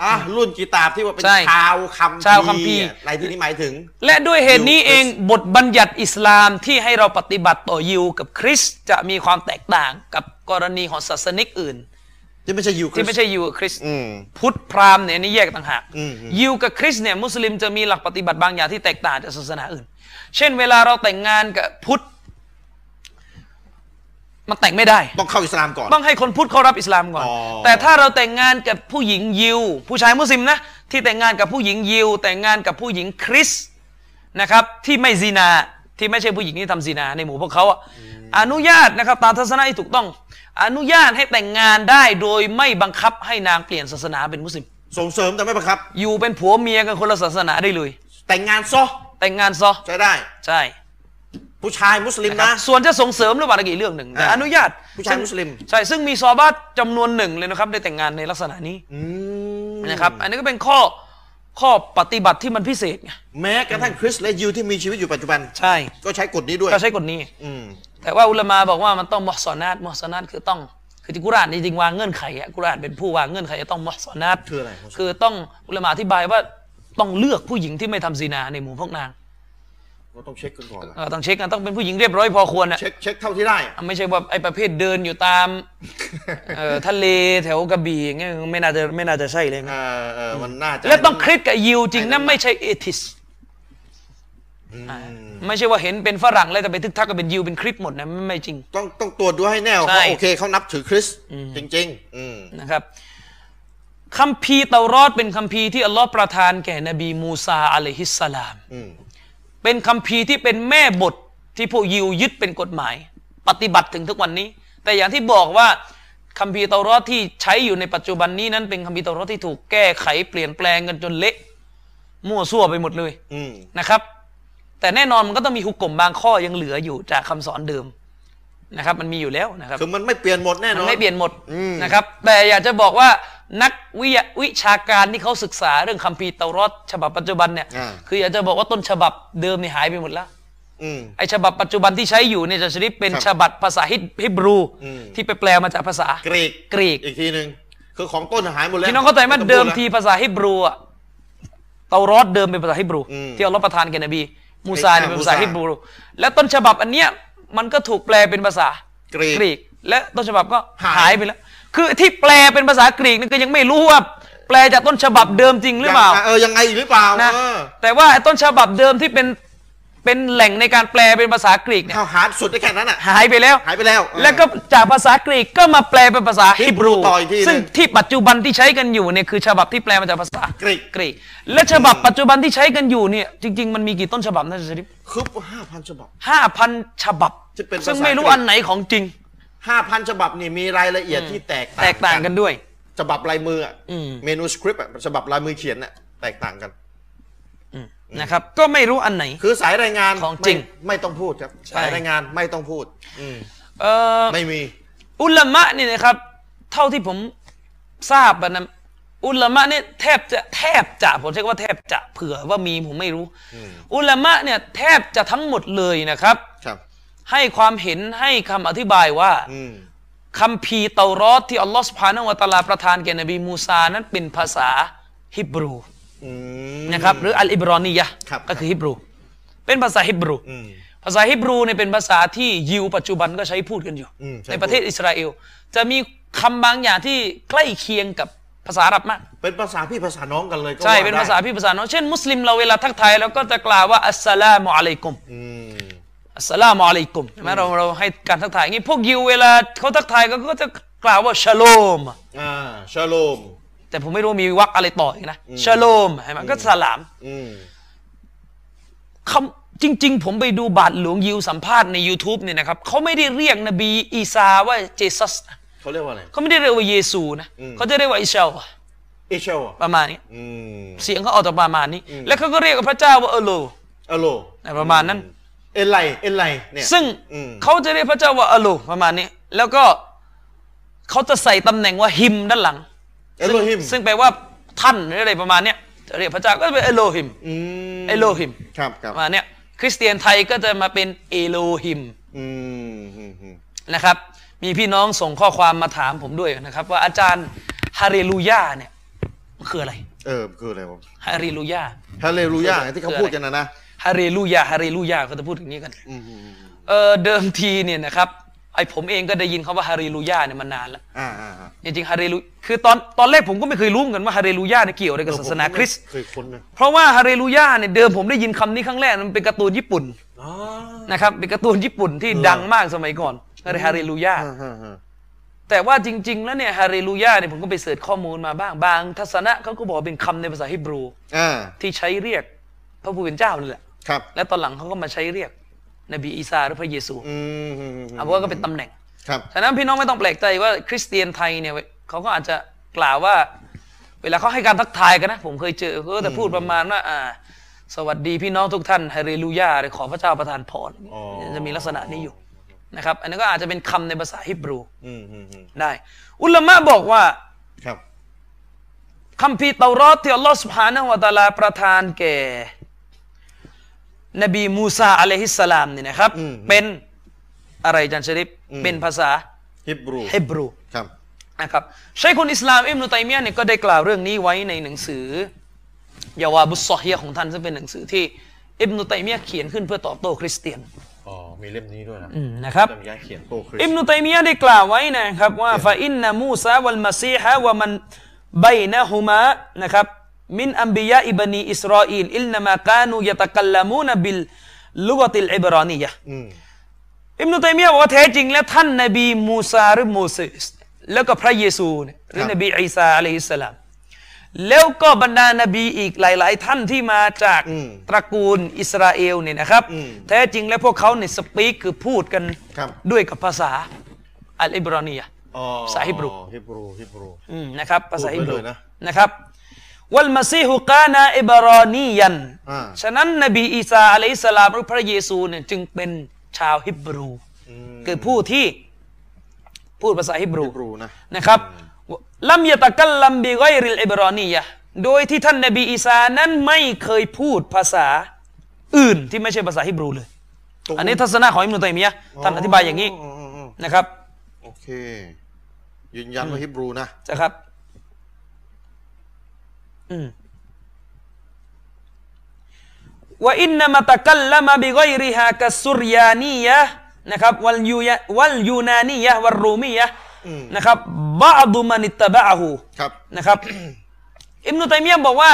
S1: อ่ะรุ่นกีตาบที่ว่าเป็น
S2: ใช่
S1: ชาวคำ
S2: ชาวคัมภีร์
S1: ในที่นี้หมายถึง
S2: และด้วยเหตุนี้เอง
S1: ยิวคริสต์
S2: บทบัญญัติอิสลามที่ให้เราปฏิบัติต่อยิวกับคริสต์จะมีความแตกต่างกับกรณีของศาสนิกอื่น
S1: ที่ไม่ใช่ยิวคริ
S2: ที่
S1: ส
S2: ไม่
S1: ต์
S2: ใช่ยิวกับคริสต์
S1: อืม
S2: พุทธพราหมณ์เนี่ยอันนี่แยกต่างหาก
S1: อืม
S2: ยิวกับคริสต์เนี่ยมุสลิมจะมีหลักปฏิบัติบางอย่างที่แตกต่างจากศาสนาอื่น เช่น เวลาเราแต่งงานกับพุทธมันแต่งไม่ได้
S1: ต้องเข้าอิสลามก่อน
S2: ต้องให้คนพุทธเขารับอิสลามก่อน
S1: อ๋อ
S2: แต่ถ้าเราแต่งงานกับผู้หญิงยิว ผู้ชายมุสลิมนะ ที่แต่งงานกับผู้หญิงยิว แต่งงานกับผู้หญิงคริสต์นะครับ ที่ไม่ซีนาที่ไม่ใช่ผู้หญิงที่ทำซีนาในหมู่พวกเขาอะอนุญาตนะครับตามทัศนะที่ถูกต้อง อนุญาตให้แต่งงานได้โดยไม่บังคับให้นางเปลี่ยนศาสนาเป็นมุสลิม
S1: ส่งเสริมแต่ไม่บังคับ
S2: อยู่เป็นผัวเมียกันคนละศาสนาได้เลย
S1: แต่งงานซะ
S2: แต่งงานซะ
S1: ใช้ได้
S2: ใช่
S1: ผู้ชายมุสลิม
S2: นะ
S1: นะ
S2: ส่วนจะส่งเสริมหรือเปล่านั่นก็อีกเรื่องหนึ่งแต่
S1: อ่า
S2: อนุญาต
S1: ผู้ชาย
S2: ซึ่ง
S1: มุสลิม
S2: ใช่ซึ่งมีซอบัตจำนวนหนึ่งเลยนะครับได้แต่งงานในลักษณะนี้
S1: อืม
S2: นะครับอันนี้ก็เป็นข้อข้อปฏิบัติที่มันพิเศษไง
S1: แม้กระทั่งคริสต์และยิวที่มีชีวิตอยู่ปัจจุบัน
S2: ใช่
S1: ก็ใช้กฎนี้ด้วย
S2: ก็ใช้กฎนี้
S1: อืม
S2: แต่ว่าอุลามาบอกว่ามันต้องมอสซอนาตมอสซอนาตคือต้อง คือที่กุรอานจริงๆวางเงื่อนไขอะกุรอานเป็นผู้วางเงื่อนไขจะต้องมอสซอนาต
S1: คืออะไรมอสซอนาต
S2: คือต้องอุลามาอธิบายว่าต้องเลือกผู้หญิงที่ไม่ทำซีนาในหมู่พวกนาง
S1: ก็ต้องเช็คกันก่อนนะ
S2: เออต้องเช็คกันต้องเป็นผู้หญิงเรียบร้อยพอควรอะ
S1: เช็คเช็คเท่าที่ได้
S2: อ่ะไม่ใช่ว่าไอ้ประเภทเดินอยู่ตาม เอ่อทะเลแถวกระบี่อย่างเงี้ยไม่น่าจะไม่น่าจะใช่เลยนะ
S1: เออเออมันน่าจะ
S2: แล้วต้องคริสกับยิวจริงนะไม่ใช่เอทิสไม่ใช่ว่าเห็นเป็นฝรั่งแล้วแต่ไปทึกทักกับเป็นยิวเป็นคริสหมดนะไม่จริง
S1: ต้องต้องตรวจดูให้แน่ว่า
S2: ใช่
S1: เขาโอเคเขานับถือคริสต์จริง ๆ อืม
S2: นะครับคัมภีร์เตารอดเป็นคัมภีร์ที่อัลลอฮ์ประทานแก่นบีมูซาอะลัยฮิสสลาม
S1: อืม
S2: เป็นคัมภีร์ที่เป็นแม่บทที่พวกยิวยึดเป็นกฎหมาย ปฏิบัติถึงทุกวันนี้ แต่อย่างที่บอกว่าคัมภีร์เตารอดที่ใช้อยู่ในปัจจุบันนี้นั้นเป็นคัมภีร์เตารอดที่ถูกแก้ไขเปลี่ยนแปลงกันจนเละมั่วซั่วไปหมดเลย
S1: อืม
S2: นะครับ แต่แน่นอนมันก็ต้องมีหุกกลมบางข้อยังเหลืออยู่จากคำสอนเดิมนะครับ มันมีอยู่แล้วนะครับ
S1: คือมันไม่เปลี่ยนหมดแน่น
S2: มั
S1: อน น
S2: ไม่เปลี่ยนหมด
S1: อืม
S2: นะครับ แต่อยากจะบอกว่านักวิทยาวิชาการที่เขาศึกษาเรื่องคัมภีร์เตารอดฉบับปัจจุบันเนี่ย
S1: อ่า
S2: คืออยากจะบอกว่าต้นฉบับเดิมนี่หายไปหมดแล้ว
S1: อืม
S2: ไอฉบับปัจจุบันที่ใช้อยู่เนี่ยจะชนิดเป็น
S1: ครับ
S2: ฉบับภาษาฮิบฮิบรู
S1: อืม
S2: ที่ไปแปลมาจากภาษาก ก
S1: รีก
S2: กรีก
S1: อีกทีหนึ่งคือของต้นหายหมดแล้ว
S2: พี่น้องเข้าใจไหม
S1: ไต้อง
S2: เดิม
S1: พูแล้ว
S2: ทีภาษาฮิบรูอะเตารอดเดิมเป็นภาษาฮิบรู
S1: อืม
S2: ที่อัลลอฮ์ประทานแก่นบีมูซาเนี่ย
S1: อ่า
S2: เป็นภาษา
S1: มูซา
S2: ฮิบรูและต้นฉบับอันเนี้ยมันก็ถูกแปลเป็นภาษาก
S1: รีก
S2: และต้นฉบับก็
S1: หาย
S2: หายไปแล้ว คือที่แปลเป็นภาษากรีกนี่ก็ยังไม่รู้ว่า แปลจากต้นฉบับเดิมจริงหรือเปล่า
S1: ยังะเออยังไงอีกหรือเปล่า
S2: นะ
S1: เออ
S2: แต่ว่าไอ้ต้นฉบับเดิมที่เป็นเป็นแหล่งในการแปลเป็นภาษากรีกเนี่ย
S1: ข้าวหาสุดได้แค่นั้นอ่ะ
S2: หายไปแล้ว
S1: หายไปแล้วเออ
S2: แล้วก็จากภาษากรีกก็มาแปลเป็นภาษาฮิบรู
S1: ฮิบรูต่ออีกทีหนึ่ง
S2: ซึ่งที่ปัจจุบันที่ใช้กันอยู่เนี่ยคือฉบับที่แปลมาจากภาษาก
S1: รีก
S2: กรีก และฉบับปัจจุบันที่ใช้กันอยู่เนี่ยจริง ๆ มันมีกี่ต้นฉบับนะชริป
S1: คือห้าพันฉบับ
S2: ห้าพันฉบับ
S1: จะเป็นภาษา
S2: ซึ่งไม่รู้อันไหนของจริง
S1: ห้าพันฉบับนี่มีรายละเอียดที่แตก
S2: แตกต่างกันด้วย
S1: ฉบับลายมืออ่ะ
S2: อืม
S1: เมนูสคริปต์อ่ะฉบับลายมือเขียนอ่ะแตกต่างกัน
S2: นะครับ ก็ไม่รู้อันไหน
S1: คือสายรายงาน
S2: ของจริง
S1: ไม่ไม่ต้องพูดครับ
S2: ใช่
S1: สายรายงานไม่ต้องพูด อืม
S2: เอ่อ
S1: ไม่มี
S2: อุลามะนี่นะครับ เท่าที่ผมทราบอะนะอุลามะเนี่ยแทบจะแทบจะผมใช้คำว่าแทบจะเผื่อว่ามีผมไม่รู้ อุลามะเนี่ยแทบจะทั้งหมดเลยนะครับ
S1: ครับ
S2: ให้ความเห็นให้คำอธิบายว่า
S1: อืม
S2: คัมภีร์เตารอดที่อัลลอฮฺสุภาณวะตะอาลาประทานแก่นบีมูซานั้นเป็นภาษาฮิบรู
S1: อืม
S2: นะครับหรืออัลอิบรอนียะห์
S1: ครับ
S2: ก็คือฮิบรู เป็นภาษาฮิบรู
S1: อืม
S2: ภาษาฮิบรูเนี่ยเป็นภาษาที่ยิวปัจจุบันก็ใช้พูดกันอยู่
S1: อืมใช้พูด
S2: ในประเทศอิสราเอล จะมีคำบางอย่างที่ใกล้เคียงกับภาษาอาหรับมาก
S1: เป็นภาษาพี่ภาษาน้องกันเลยก็
S2: ใช่
S1: ว่
S2: เป็น
S1: ได้
S2: ภาษาพี่ภาษาน้องเช่น มุสลิมเราเวลาทักทายเราก็จะกล่าวว่าอัสสลามุอะลัยกุม
S1: อืม
S2: อัสสลามุอะลัยกุมใช่ไหมเราเราให้การทักทายอย่างนี้พวกยิวเวลาเขาทักทายก็จะกล่าวว่าชะโลม
S1: อ่าชาโลม
S2: แต่ผมไม่รู้มีวรรคอะไรต่ออีกนะชะโลมใช่ไหมก็สลาม
S1: อืม
S2: คำจริง ๆ ผมไปดูบาทหลวงยิวสัมภาษณ์ใน YouTube เนี่ยนะครับเขาไม่ได้เรียกนบีอีซาว่าเจสัสนะ
S1: เขาเรียกว่าอะไร
S2: เขาไม่ได้เรียกว่าเยซูนะ
S1: อืม
S2: เขาจะเรียกว่าอิเชา
S1: เอเชลอ่ะ
S2: ประมาณนี้
S1: อืม
S2: เสียงเขาออกจากประมาณนี้ แล้วเขาก็เรียกกับพระเจ้าว่าเอโล
S1: อโล
S2: นะประมาณนั้น
S1: เอลไลเอลไลเนี่ย
S2: ซึ่ง
S1: อืม
S2: เขาจะเรียกพระเจ้าว่าเอโลประมาณนี้ แล้วก็เขาจะใส่ตำแหน่งว่าฮิมด้านหลัง
S1: เอโลฮิม
S2: ซึ่งแปลว่าท่านหรืออะไรประมาณเนี้ยจะเรียกพระเจ้าก็เป็นเอโลฮิม
S1: อืม
S2: เอโลฮิม
S1: ครับครับ
S2: ประมาณเนี้ยคริสเตียนไทยก็จะมาเป็นเอโลฮิม
S1: อืมอืมอืม
S2: นะครับมีพี่น้องส่งข้อความมาถามผมด้วยนะครับ ว่าอาจารย์ฮาเรลูยาเนี่ยมันคืออะไร
S1: เออคืออะไรวะ
S2: ฮาเรลูยา
S1: ฮาเลลูยาที่เขาพูดกันนะนะ
S2: ฮาเรลูยาฮาเรลูยาเขาจะพูดอย่างนี้กัน
S1: อืมอืมอืม
S2: เออเดิมทีเนี่ยนะครับไอ อ้ผมเองก็ได้ยินคำว่าฮาเรลูยาเนี่ยมานานแล้ว
S1: อ่าอ่าอ่า
S2: จริงๆฮาเรลูคือตอนตอนแรกผมก็ไม่เคยรู้เหมือนกันว่าฮาเรลูยาเนี่ยเกี่ยวอะไรกับศาสนาคริสต์
S3: เคยค้นนะ
S2: เพราะว่าฮาเรลูยาเนี่ยเดิมผมได้ยินคำนี้ครั้งแรกมันเป็นการ์ตูนญี่ปุ่น
S3: อ๋อ
S2: นะครับเป็นการ์ตูนญี่ปุ่นที่ดังมากสมัยก่อนก็เลยฮาเรลูยา
S3: อ่าฮะฮะ
S2: แต่ว่าจริง ๆ แล้วเนี่ยฮาเรลูยาเนี่ยผมก็ไปเสิร์ชข้อมูลมาบ้างบาง ทัศนะเขาก็บอกว่าเป็นคำในภาษาฮิบรู
S1: อ่า
S2: ที่ใช้เรียกพระผู้เป็นเจ้านี่แหละ
S1: ครับ
S2: และตอนหลังเขาก็มาใช้เรียก นบีอีสาหรือพระเยซู
S1: อืมอืมอืม
S2: เอาเป็นว่าก็เป็นตำแหน่ง
S1: ครับ
S2: ฉะนั้นพี่น้องไม่ต้องแปลกใจว่าคริสเตียนไทยเนี่ยเขาก็อาจจะกล่าวว่า เวลาเขาให้การทักทายกันนะ ผมเคยเจอเขาก็จะพูดประมาณว่าอ่า สวัสดีพี่น้องทุกท่านฮาเรลูยาเลยขอพระเจ้าประทานพรจะมีลักษณะนี้อยู่นะครับ อันนี้นก็อาจจะเป็นคำในภาษาฮิบรู
S1: อืมอืมอืม
S2: ได้ อุลามะบอกว่า
S1: ครับ
S2: คัมภีร์เตารอดที่อัลลอฮ์สุบฮานะฮูวะตะอาลาประทานแก่ นบีมูซาอะลัยฮิสสลามนี่นะครับ เป็นอะไรอาจันชริปเป็นภาษา
S1: ฮิบรู
S2: ฮิบรู
S1: ครับ
S2: นะครับใช่คนอิสลามอิมนุตัยมียะห์เนี่ยก็ได้กล่าวเรื่องนี้ไว้ในหนังสือยาวาบุสซอฮียะห์ของท่านซึ่งเป็นหนังสือที่อิบนุตัยมียะห์เขียนขึ้นเพื่อตอบโต้คริสเตียน
S3: อ๋อมีเล่มนี้ด้วยนะ
S2: อืมนะครับ
S1: จำยาเขียนโตคริส
S2: อิมนุตัยมียะห์ได้กล่าวไว้นะครับว่าฟาอินนามูซาวัลมาซีฮะวะมันบยนะฮุมานะครับมินอัมบิยาอิบนีอิสราอิลอิลนามากานูยะตะกัลลัมูนบิลลุกติลอิบรานียะห์
S1: อืม
S2: อิมนุตัยมียะห์บอกว่าแท้จริงแล้วท่านนบีมูซาหรือโมเสสแล้วก็พระเยซูเนี่ยหรือนบีอีสาอะลัยฮิสสลามแล้วก็บรรดานบีอีกหลาย ๆ ท่านที่มาจากตระกูลอิสราเอลเนี่ยนะครับแท้จริงแล้วพวกเขาเนี่ยสปีกคือพูดกัน
S1: ครับ
S2: ด้วยกับภาษาอัลอิบรานียะห์
S1: อ๋อ
S2: สาฮิบรู
S1: ฮิบรูฮิบรู
S2: อืมนะครับภาษาอิบ
S1: พูด
S2: รู
S1: ไว้เลยนะ
S2: นะครับวัลมาซีฮุกานาอิบรานียัน
S1: อ่า
S2: ฉะนั้นนบีอีสาอะลัยฮิสสลามหรือพระเยซูเนี่ยจึงเป็นชาวฮิบรู คือผู้ที่พูดภาษาฮิบรู
S1: ฮิบรูนะ
S2: นะครับลัมยะตะกัลลัมบิไกริลอิบรานียะห์โดยที่ท่านนบีอีสานั้นไม่เคยพูดภาษาอื่นที่ไม่ใช่ภาษาฮิบรูเลย อันนี้ทัศนะของอิมนุตัยมียะห์ท่านอธิบายอย่างนี้
S1: อ๋ออ๋ออ๋อ
S2: นะครับ
S1: โอเค ยืนยันว่าฮิบรูนะ
S2: นะครับ อืมว่าอินนามะตะกัลละมะบิไกริฮากัสซุรยานียะห์นะครับวัลยูยะวัลยูนานียะห์วัลรูมียะห์นะครับบะอดุมันิตตะบะอะฮู
S1: ครับ
S2: นะครับ อิมนุตัยมียะห์บอกว่า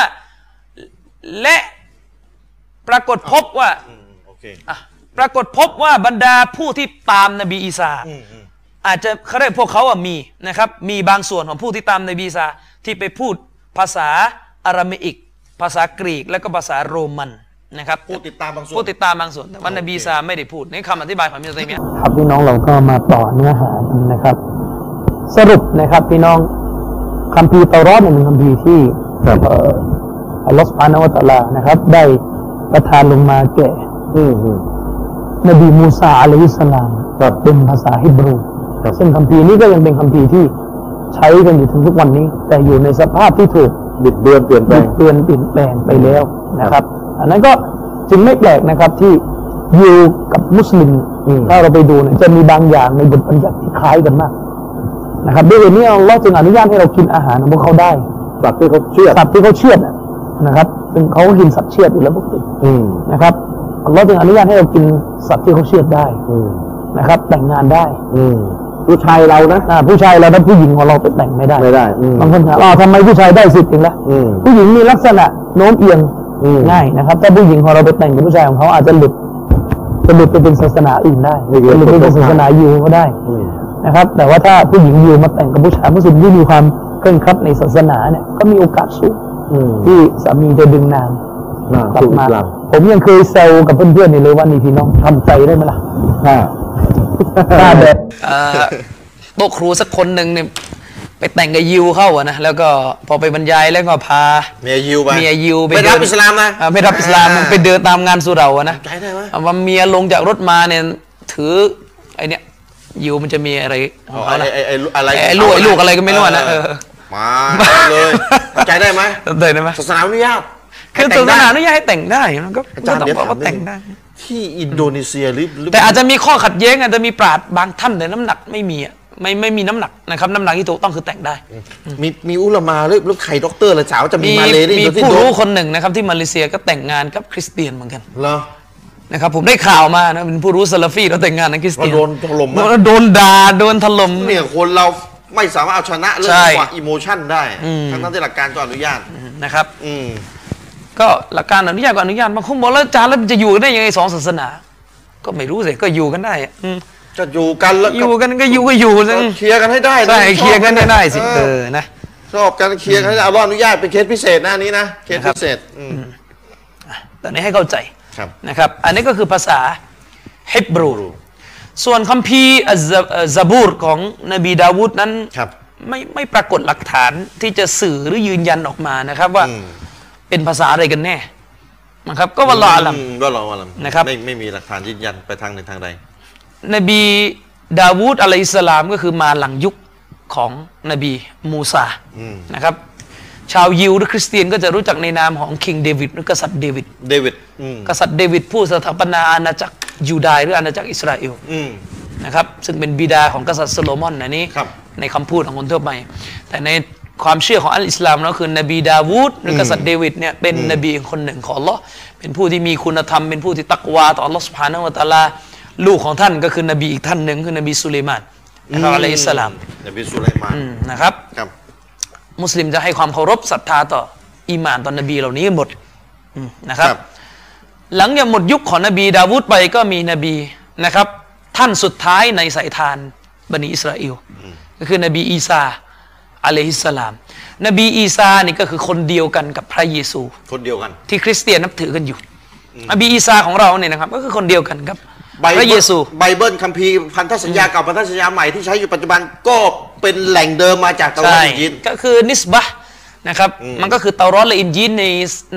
S2: และปรากฏพบว่า
S1: อืมโอเค
S2: อ่ะปรากฏพบว่าบรรดาผู้ที่ตามนบีอีสาอาจจะเขาเรียกพวกเขาอ่ะมีนะครับ มีบางส่วนของผู้ที่ตามนบีอีสาที่ไปพูดภาษาอารามิอิก ภาษากรีกและก็ภาษาโรมันนะครับ
S1: ผู้ติดตามบางส่วน
S2: ผู้ติดตามบางส่วนแต่ว่านบีอีสาไม่ได้พูดนี่คำอธิบายของมิสเตอร์เมีย
S4: ครับพี่น้องเราก็มาต่อเนื้อหากันนะครับ สรุปนะครับพี่น้องคัมภีร์เตารอดเนี่ยเป็นคัมภีร์ที่เอ่ออัลลอฮฺสุบฮานะฮูวะตะอาลานะครับ ได้ประทานลงมาแก่นบีมูซาอะลัยฮิสสลามเป็นภาษาฮิบรูซึ่งคัมภีร์นี้ก็ยังเป็นคัมภีร์ที่ใช้กันอยู่ถึงทุกวันนี้ แต่อยู่ในสภาพที่ถูก
S3: บิดเบือนเปลี่ยนแปล
S4: บิ
S3: ง
S4: ดเบือนเปลี่ยนแปลงไปแล้วนะครับ อันนั้นก็จึงไม่แปลกนะครับที่ยิวกับมุสลิม
S3: อืม
S4: ถ้าเราไปดูเนี่ยจะมีบางอย่างในบทบัญญัติที่คล้ายกันมากนะครับด้วยเหตุนี้อัลลอฮ์จึงอนุญาตให้เรากินอาหารของพวกเขาได้
S3: สัตว์ที่เขาเชื่อ
S4: สัตว์ที่เขาเชื่อดน่ะนะครับซึ่งเขาก็กินสัตว์เชื่อดอยู่แล้วปกติ
S3: อืม
S4: นะครับอัลลอฮ์จึงอนุญาตให้เรากินสัตว์ที่เขาเชื่อดได้
S3: อืม
S4: นะครับ แต่งงานได้
S3: อืมผู้ชายเรานะ
S4: อ่าผู้ชายเราและผู้หญิงของเราไปแต่งไม่ได้
S3: ไม่ได้อืม
S4: บางคนถามอ๋อทำไมผู้ชายได้สิทธิ์จริงละ
S3: อืม
S4: ผู้หญิงมีลักษณะโน้มเอียง
S3: อืม
S4: ง่ายนะครับถ้าผู้หญิงของเราไปแต่งกับผู้ชายของเขาอาจจะหลุดจะหลุดไปเป็นศาสนาอื่นได้หรือหลุดไปเป็นศาสนายิวก็ได้
S3: อืม
S4: นะครับ แต่ว่าถ้าผู้หญิงยิวมาแต่งกับผู้ชายมุสลิมที่มีความเคร่งครัดในศาสนาเนี่ยก็มีโอกาสสูง
S3: อืม
S4: ที่สามีจะดึงนาง
S3: น่าก
S4: ลั
S3: ถู
S4: บ
S3: ก
S4: มา
S3: หลัง
S4: ผมยังเคยแซวกับเพื่อนๆเนี่ยเลยว่านี่พี่น้องทำใจได้ไหมล่ะ
S3: ถ้า
S4: ถ้าแบบ
S2: เอ่ อโต๊ะครูสักคนหนึ่งเนี่ยไปแต่งกับยิวเข้าอะนะแล้วก็พอไปบรรยายแล้วก็พา
S1: เมียยิวไป
S2: เมียยิวไป
S1: ไม่รับ
S2: เดิน
S1: อิสลามนะ
S2: อ่ไม่รับอิสลามมันไปเดินตามงานสุเหราอะนะ
S1: ใจได้ไหม
S2: เอาว่าเมียลงจากรถมาเนี่ยถือไอเนี่ยยิวมันจะมีอะไรของ
S1: ไอ้
S2: เขานะ
S1: ไอ้ไอ้อะไร
S2: ไอ้ลูกไอ้ลูกอะไรก็ไม่รู้อะนะเออ
S1: มาเลยใจได้ไหม
S2: เดินได้ไหม
S1: ศาสนาอนุญาต
S2: คือ
S1: แต่
S2: ศาง ส
S1: ได้
S2: นาอนุญาตให้แต่งได้มันก็
S1: อาจารย์
S2: ก็ต้อ
S1: เดี๋ยว
S2: งบอก
S1: ถามนิด
S2: ว่าแต่ง
S1: นึง
S2: ได้
S1: ที่อินโดนีเซียหรือหรื
S2: แต่อาจจะมีข้อขัดแย้งอาจจะมีปราดบางท่านแต่น้ำหนักไม่มีอะไม่ไม่มีน้ำหนักนะครับน้ำหนักที่ถูกต้องคือแต่งได้
S1: มีมีอุลามาหรือหรือใครด็อกเตอร์อะไรสาวจะมีมาเลยหรือ
S2: มี
S1: อินโดนีเซีย
S2: ผู้รู้คนหนึ่งนะครับที่มาเลเซียก็แต่งงานกับคริสเตียนเหมือนกัน
S1: เหรอ
S2: นะครับผมได้ข่าวมานะเป็นผู้รู้ซาลาฟีแล้วแต่งงานนะคริสเตียน
S1: ว่าโดนถล่มมาก
S2: โดนโดนด่าโดนถล่ม
S1: เนี่ยคนเราไม่สามารถเอาชนะเรื่อ
S2: ใช่
S1: งความอิโมชันได้
S2: อืม
S1: ทั้งๆที่หลักการก็อนุญาต
S2: นะครับ
S1: อืม
S2: ก็หลักการอนุญาตก็อนุญาตบางคนบอกแล้วอาจารย์แล้วจะอยู่กันได้ยังไงสองศาสนา ก็ไม่รู้สิก็อยู่กันได้อะอืม
S1: จะอยู่กันแล้ว
S2: อยู่กันก็อยู่ก็อยู่
S1: ก็
S2: นะ
S1: เคลียร์กันให้ได้นะ
S2: ใช่เคลียร์กันได้ได้สิ
S1: เอ
S2: เอ
S1: อ
S2: อนะ
S1: ชอบกันเคลียร์กันให้ได้เอาว่าอนุญาตเป็นเคสพิเศษนะอันนี้นะเคส
S2: นะครับ
S1: พิเศษอืม
S2: ตอนนี้ให้เข้าใจ
S1: ครับ
S2: นะครับ อันนี้ก็คือภาษาฮิบรู ส่วนคัมภีร์อัซซะเอ่อซาบูรของนบีดาวูดนั้น
S1: ครับ
S2: ไม่ไม่ปรากฏหลักฐานที่จะสื่อหรือยืนยันออกมานะครับว่า
S1: อืม
S2: เป็นภาษาอะไรกันแน่นะครับ ก็วัลลอฮ์อาลัม
S1: มก็รออาลัม
S2: นะครับ
S1: ไม่ไม่มีหลักฐานยืนยันไปทางหนึ่งทางใด
S2: นบีดาวูดอะลัยอิสลามก็คือมาหลังยุคของนบีมูซา
S1: อืม
S2: นะครับ ชาวยิวหรือคริสเตียนก็จะรู้จักในนามของคิงเดวิดหรือกษัตริย์เดวิด
S1: เดวิดอืม
S2: กษัตริย์เดวิดผู้สถาปนาอาณาจักรยูดาห์หรืออาณาจักรอิสราเอล
S1: อืม
S2: นะครับซึ่งเป็นบิดาของกษัตริย์โซโลมอนนะนี้
S1: ครับ
S2: ในคำพูดของคนทั่วไป แต่ในความเชื่อของอัลอิสลามเราคือนบีดาวูดหรือกษัตริย์เดวิดเนี่ยเป็นนบีคนหนึ่งของอัลลอฮ์เป็นผู้ที่มีคุณธรรม เป็นผู้ที่ตักวาต่ออัลลอฮ์สุภานะฮูวะตะอาลาลูกของท่านก็คือนบีอีกท่านหนึ่งคือนบีสุเลมานนะครับ
S1: อืม
S2: อะลัยอิสลาม
S1: เดวิดสุไลมาน
S2: อืมนะครับ
S1: ครับ
S2: มุสลิมจะให้ความเคารพศรัทธาต่ออีหมานต่อนนบีเหล่านี้หมดอืมนะครับ หลังจากหมดยุคของนบีดาวูดไปก็มีนบีนะครับ ท่านสุดท้ายในสายทานบันิอิสราเอลก็คือนบีอีซาอะลัยฮิสสลาม นบีอีซานี่ก็คือคนเดียวกันกับพระเยซู
S1: คนเดียวกัน
S2: ที่คริสเตียนนับถือกันอยู่นบีอีซาของเราเนี่ยนะครับ ก็คือคนเดียวกันกับ
S1: ไบ
S2: พ
S1: เบิ
S2: ระ
S1: ล
S2: เยซู
S1: ไบเบิลคัมภีร์พันธสัญญาเก่าพันธสัญญาใหม่ที่ใช้อยู่ปัจจุบันก็เป็นแหล่งเดิมมาจากตะวัน
S2: ใช่
S1: ตกยิน
S2: ก็คือนิสบะห์นะครับ มันก็คือเตารอดและอินยีนใน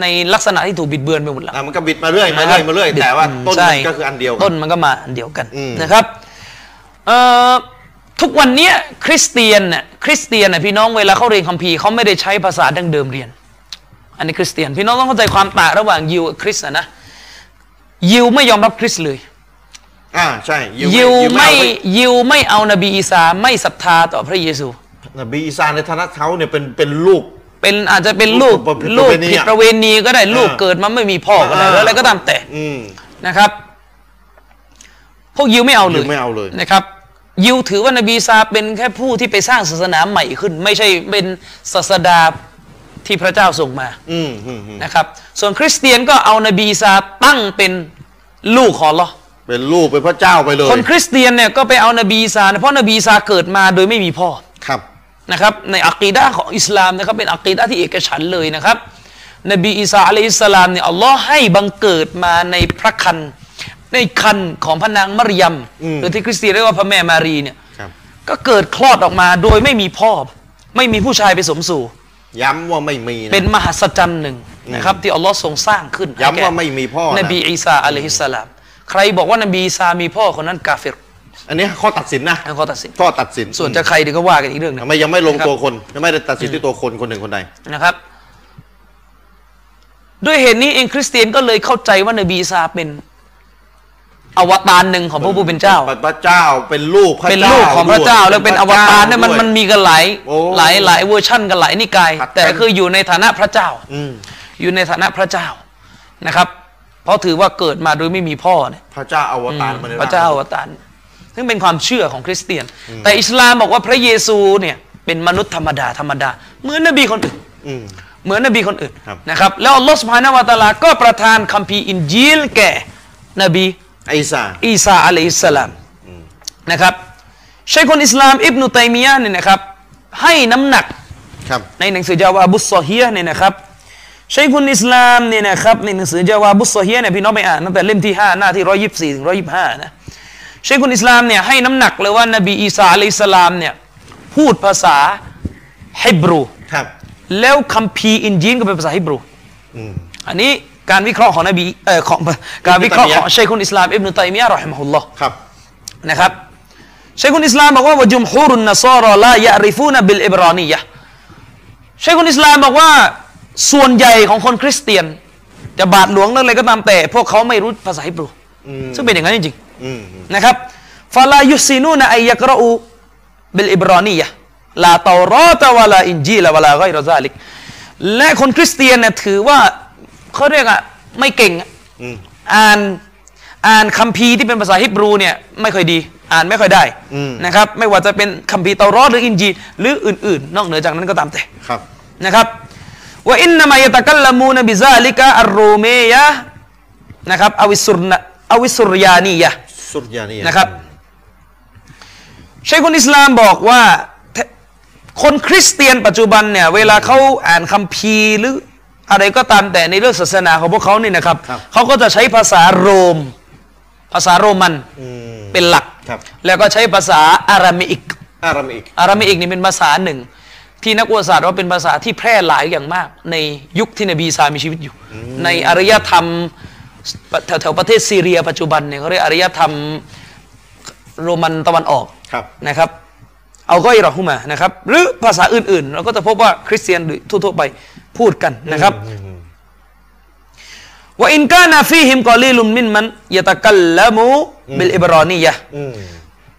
S2: ในลักษณะที่ถูกบิดเบือนไปหมดแล้ว
S1: อ่ะมันก็บิดมาเรื่อยมาเรื่อยมาเรื่อย
S2: บิด
S1: แต่ว่าต้น
S2: ใช่
S1: มันก็คืออันเดียวกั
S2: ต้
S1: น
S2: นมันก็มาอันเดียวกัน
S1: อืม
S2: นะครับเอ่อทุกวันเนี้ยคริสเตียนน่ะคริสเตียนน่ะพี่น้องเวลาเขาเรียนคัมภีร์เขาไม่ได้ใช้ภาษาดั้งเดิมเรียน อันนี้คริสเตียน พี่น้องต้องเข้าใจความต่างระหว่างยิวกับคริสต์นะนะยิวไม่ยอมรับคริสต์เลย
S1: อ่าใช่
S2: ยิวไม่
S1: เอา
S2: ยิวไม่เอานบีอีสาไม่ศรัทธาต่อพระเยซู
S1: นบีอีสานในฐานะเขาเนี่ยเป็นเป็นลูก
S2: เป็นอาจจะเป็นลูก
S1: ลูกผิด
S2: ลูก
S1: ประเวณี
S2: ผิด
S1: อะ
S2: ประเวณีก็ได้ลูก
S1: อ่า
S2: เกิดมาไม่มีพ่อก็ได้หรืออะไรก็ตามแต่
S1: อืม
S2: นะครับ พวกยิวไม่เอาเลย
S1: ยิวไม่เอาเลย
S2: นะครับ ยิวถือว่านบีซาเป็นแค่ผู้ที่ไปสร้างศาสนาใหม่ขึ้น ไม่ใช่เป็นศาสดาที่พระเจ้าส่งมา
S1: อืมอืมอืม
S2: นะครับ ส่วนคริสเตียนก็เอานบีซาตั้งเป็นลูกของอัลเลอ
S1: เป็นลูกเป็นพระเจ้าไปเลย
S2: คนคริสเตียนเนี่ยก็ไปเอานบีซาเพราะนบีซาเกิดมาโดยไม่มีพ่อ
S1: ครับ
S2: นะครับในอักีดะห์ของอิสลามนะครับเป็นอักีดะห์ที่เอกฉันท์เลยนะครับ นบีอีสาอะลัยฮิสสลามเนี่ยอัลลอฮ์ให้บังเกิดมาในพระคันในคันของพระนางมารยมหรือที่คริสเตียนเรียกว่าพระแม่มารีเนี่ย
S1: ครับ
S2: ก็เกิดคลอดออกมาโดยไม่มีพ่อ ไม่มีผู้ชายไปสมสู่
S1: ย้ำว่าไม่มีนะ
S2: เป็นมหัศจรรย์หนึ่งนะครับที่อัลลอฮ์ทรงสร้างขึ้น
S1: ย้ำว่าไม่มีพ่อนะ
S2: นบีอีสาอะลัยฮิสสลาม ใครบอกว่านบีอีสามีพ่อคนนั้นกาเฟร
S1: อันนี้ข้อตัดสินนะ
S2: นั่นข้อตัดสิน
S1: ข้อตัดสิน
S2: ส่วนจะใครเดี๋ยวก็ว่ากันอีกเรื่องหนึง
S1: ทำไมยังไม่ลงตัวคนยังไม่ได้ตัดสินที่ตัวคนคนหนึ่งคนใด
S2: นะครับ ด้วยเหตุนี้เองคริสเตียนก็เลยเข้าใจว่านบีอีสาเป็น อวตารหนึ่งของพระผู้เป็นเจ้า
S1: พระเจ้าเป็นลูกพระ
S2: เป็น
S1: เจ้า
S2: ลูกของพระเจ้า
S1: ด้วย
S2: แล้วเป็นอวตารเนี่ยมัน
S1: ด้ว
S2: มันมีกันหลาย
S1: โอ้
S2: หลายหลายเวอร์ชั่นกันหลายนิกาย
S1: ขัดกัน
S2: แต่คืออยู่ในฐานะพระเจ้า
S1: อืม
S2: อยู่ในฐานะพระเจ้านะครับ เพราะถือว่าเกิดมาโดยไม่มีพ่อเนี่ย
S1: พระเจ้าอวตารมาในง
S2: พระเจ้าอวตารซึ่งเป็นความเชื่อของคริสเตียน แต่อิสลามบอกว่าพระเยซูเนี่ยเป็นมนุษย์ธรรมดาธรรมดา เหมือนนบีคนอื่น
S1: อืม
S2: เหมือนนบีคนอื่น
S1: ครับ
S2: นะครับแล้วอัลลอฮฺสุบฮานาวะตะอาลาก็ประทานคัมภีร์อินจีลแก่นบี
S1: อิสา
S2: อีซาอะลัยฮิสสลามนะครับชัยคนอิสลามอิบนุตัยมียะห์เนี่ยนะครับให้น้ำหนัก
S1: ครับ
S2: ในหนังสือจาวาบุสซอฮียะห์เนี่ยนะครับชัยคุณอิสลามเนี่ยนะครับในหนังสือจาวาบุสซอฮียะห์เนี่ยพี่น้องไปอ่านตั้งแต่เล่มที่ 5 หน้าที่ 124 ถึง 125 นะชัยคุณอิสลามเนี่ยให้น้ำหนักเลยว่านบีอีสาอะลัยฮิสสลามเนี่ยพูดภาษาฮิบรู
S1: ครับ
S2: แล้วคัมภีร์อินจีนก็เป็นภาษาฮิบรู
S1: อืม
S2: อันนี้การวิเคราะห์ของนบีเอ่อของการวิเคราะห์
S1: อิบนุตัยมียะห์
S2: ของชัยคุณอิสลามอิบนุตัยมียะห์รอฮิมะฮุลลอฮ์
S1: ครับ
S2: นะครับเชคุนอิสลามบอกว่าวะจุมฮูรุนนัสารอลายะริฟูนบิลอิบรานียะห์เชคุนอิสลามบอกว่าส่วนใหญ่ของคนคริสเตียน จะบาทหลวงเรื่องอะไรก็ตามแต่ พวกเขาไม่รู้ภาษาฮิบรูซึ่งเป็นอย่างนั้นจริง
S1: อืม
S2: ๆนะครับฟาลายุซีนูนะอัยยักรออูบิลอิบรานียะห์ลาเตารอตะวะลาอินจีละวะลาไกรอซาลิกและคนคริสเตียนเนี่ยถือว่าเขาเรียกอะไม่เก่งอะ
S1: อืม
S2: อ่าน อ่านคัมภีร์ที่เป็นภาษาฮิบรูเนี่ยไม่ค่อยดี อ่านไม่ค่อยได้
S1: อืม
S2: นะครับ ไม่ว่าจะเป็นคัมภีร์เตารอดหรืออินจีลหรืออื่นๆ นอกเหนือจากนั้นก็ตามแต่
S1: ครับ
S2: นะครับว่าอินนามายตะกัลลมูนบิซาลิกะอัรรูเมยะนะครับอวิสุรนะอวิสุรยานียะ
S1: สุดยานีย
S2: นะครับชัยคนอิสลามบอกว่าแทคนคริสเตียนปัจจุบันเนี่ยเวลาเขาอ่านคัมภีร์หรืออะไรก็ตามแต่ในเรื่องศาสนาของพวกเขานี่นะครับ
S1: ครับ
S2: เขาก็จะใช้ภาษาโรม ภาษาโรมัน
S1: อืม
S2: เป็นหลัก
S1: ครับ
S2: แล้วก็ใช้ภาษาอารามิก
S1: อารามิก
S2: อารามิกนี่เป็นภาษาหนึ่ง ที่นักวิทยาศาสตร์ว่าเป็นภาษาที่แพร่หลายอย่างมาก ในยุคที่นบีอีสามีชีวิตอยู่ ในอารยธรรมแถวแถวประเทศซีเรียปัจจุบันเนี่ยเขาเรียกอารยธรรมโรมันตะวันออก
S1: ครับ
S2: นะครับเอาก็อิรอฮุมานะครับหรือภาษาอื่นๆ เราก็จะพบว่าคริสเตียนหรือทั่วๆไปพูดกันนะครับ ว่าอินกานาฟีฮิมกอลีลุมมินมันยะตะกัลละมูบิลอิบรอนียะห์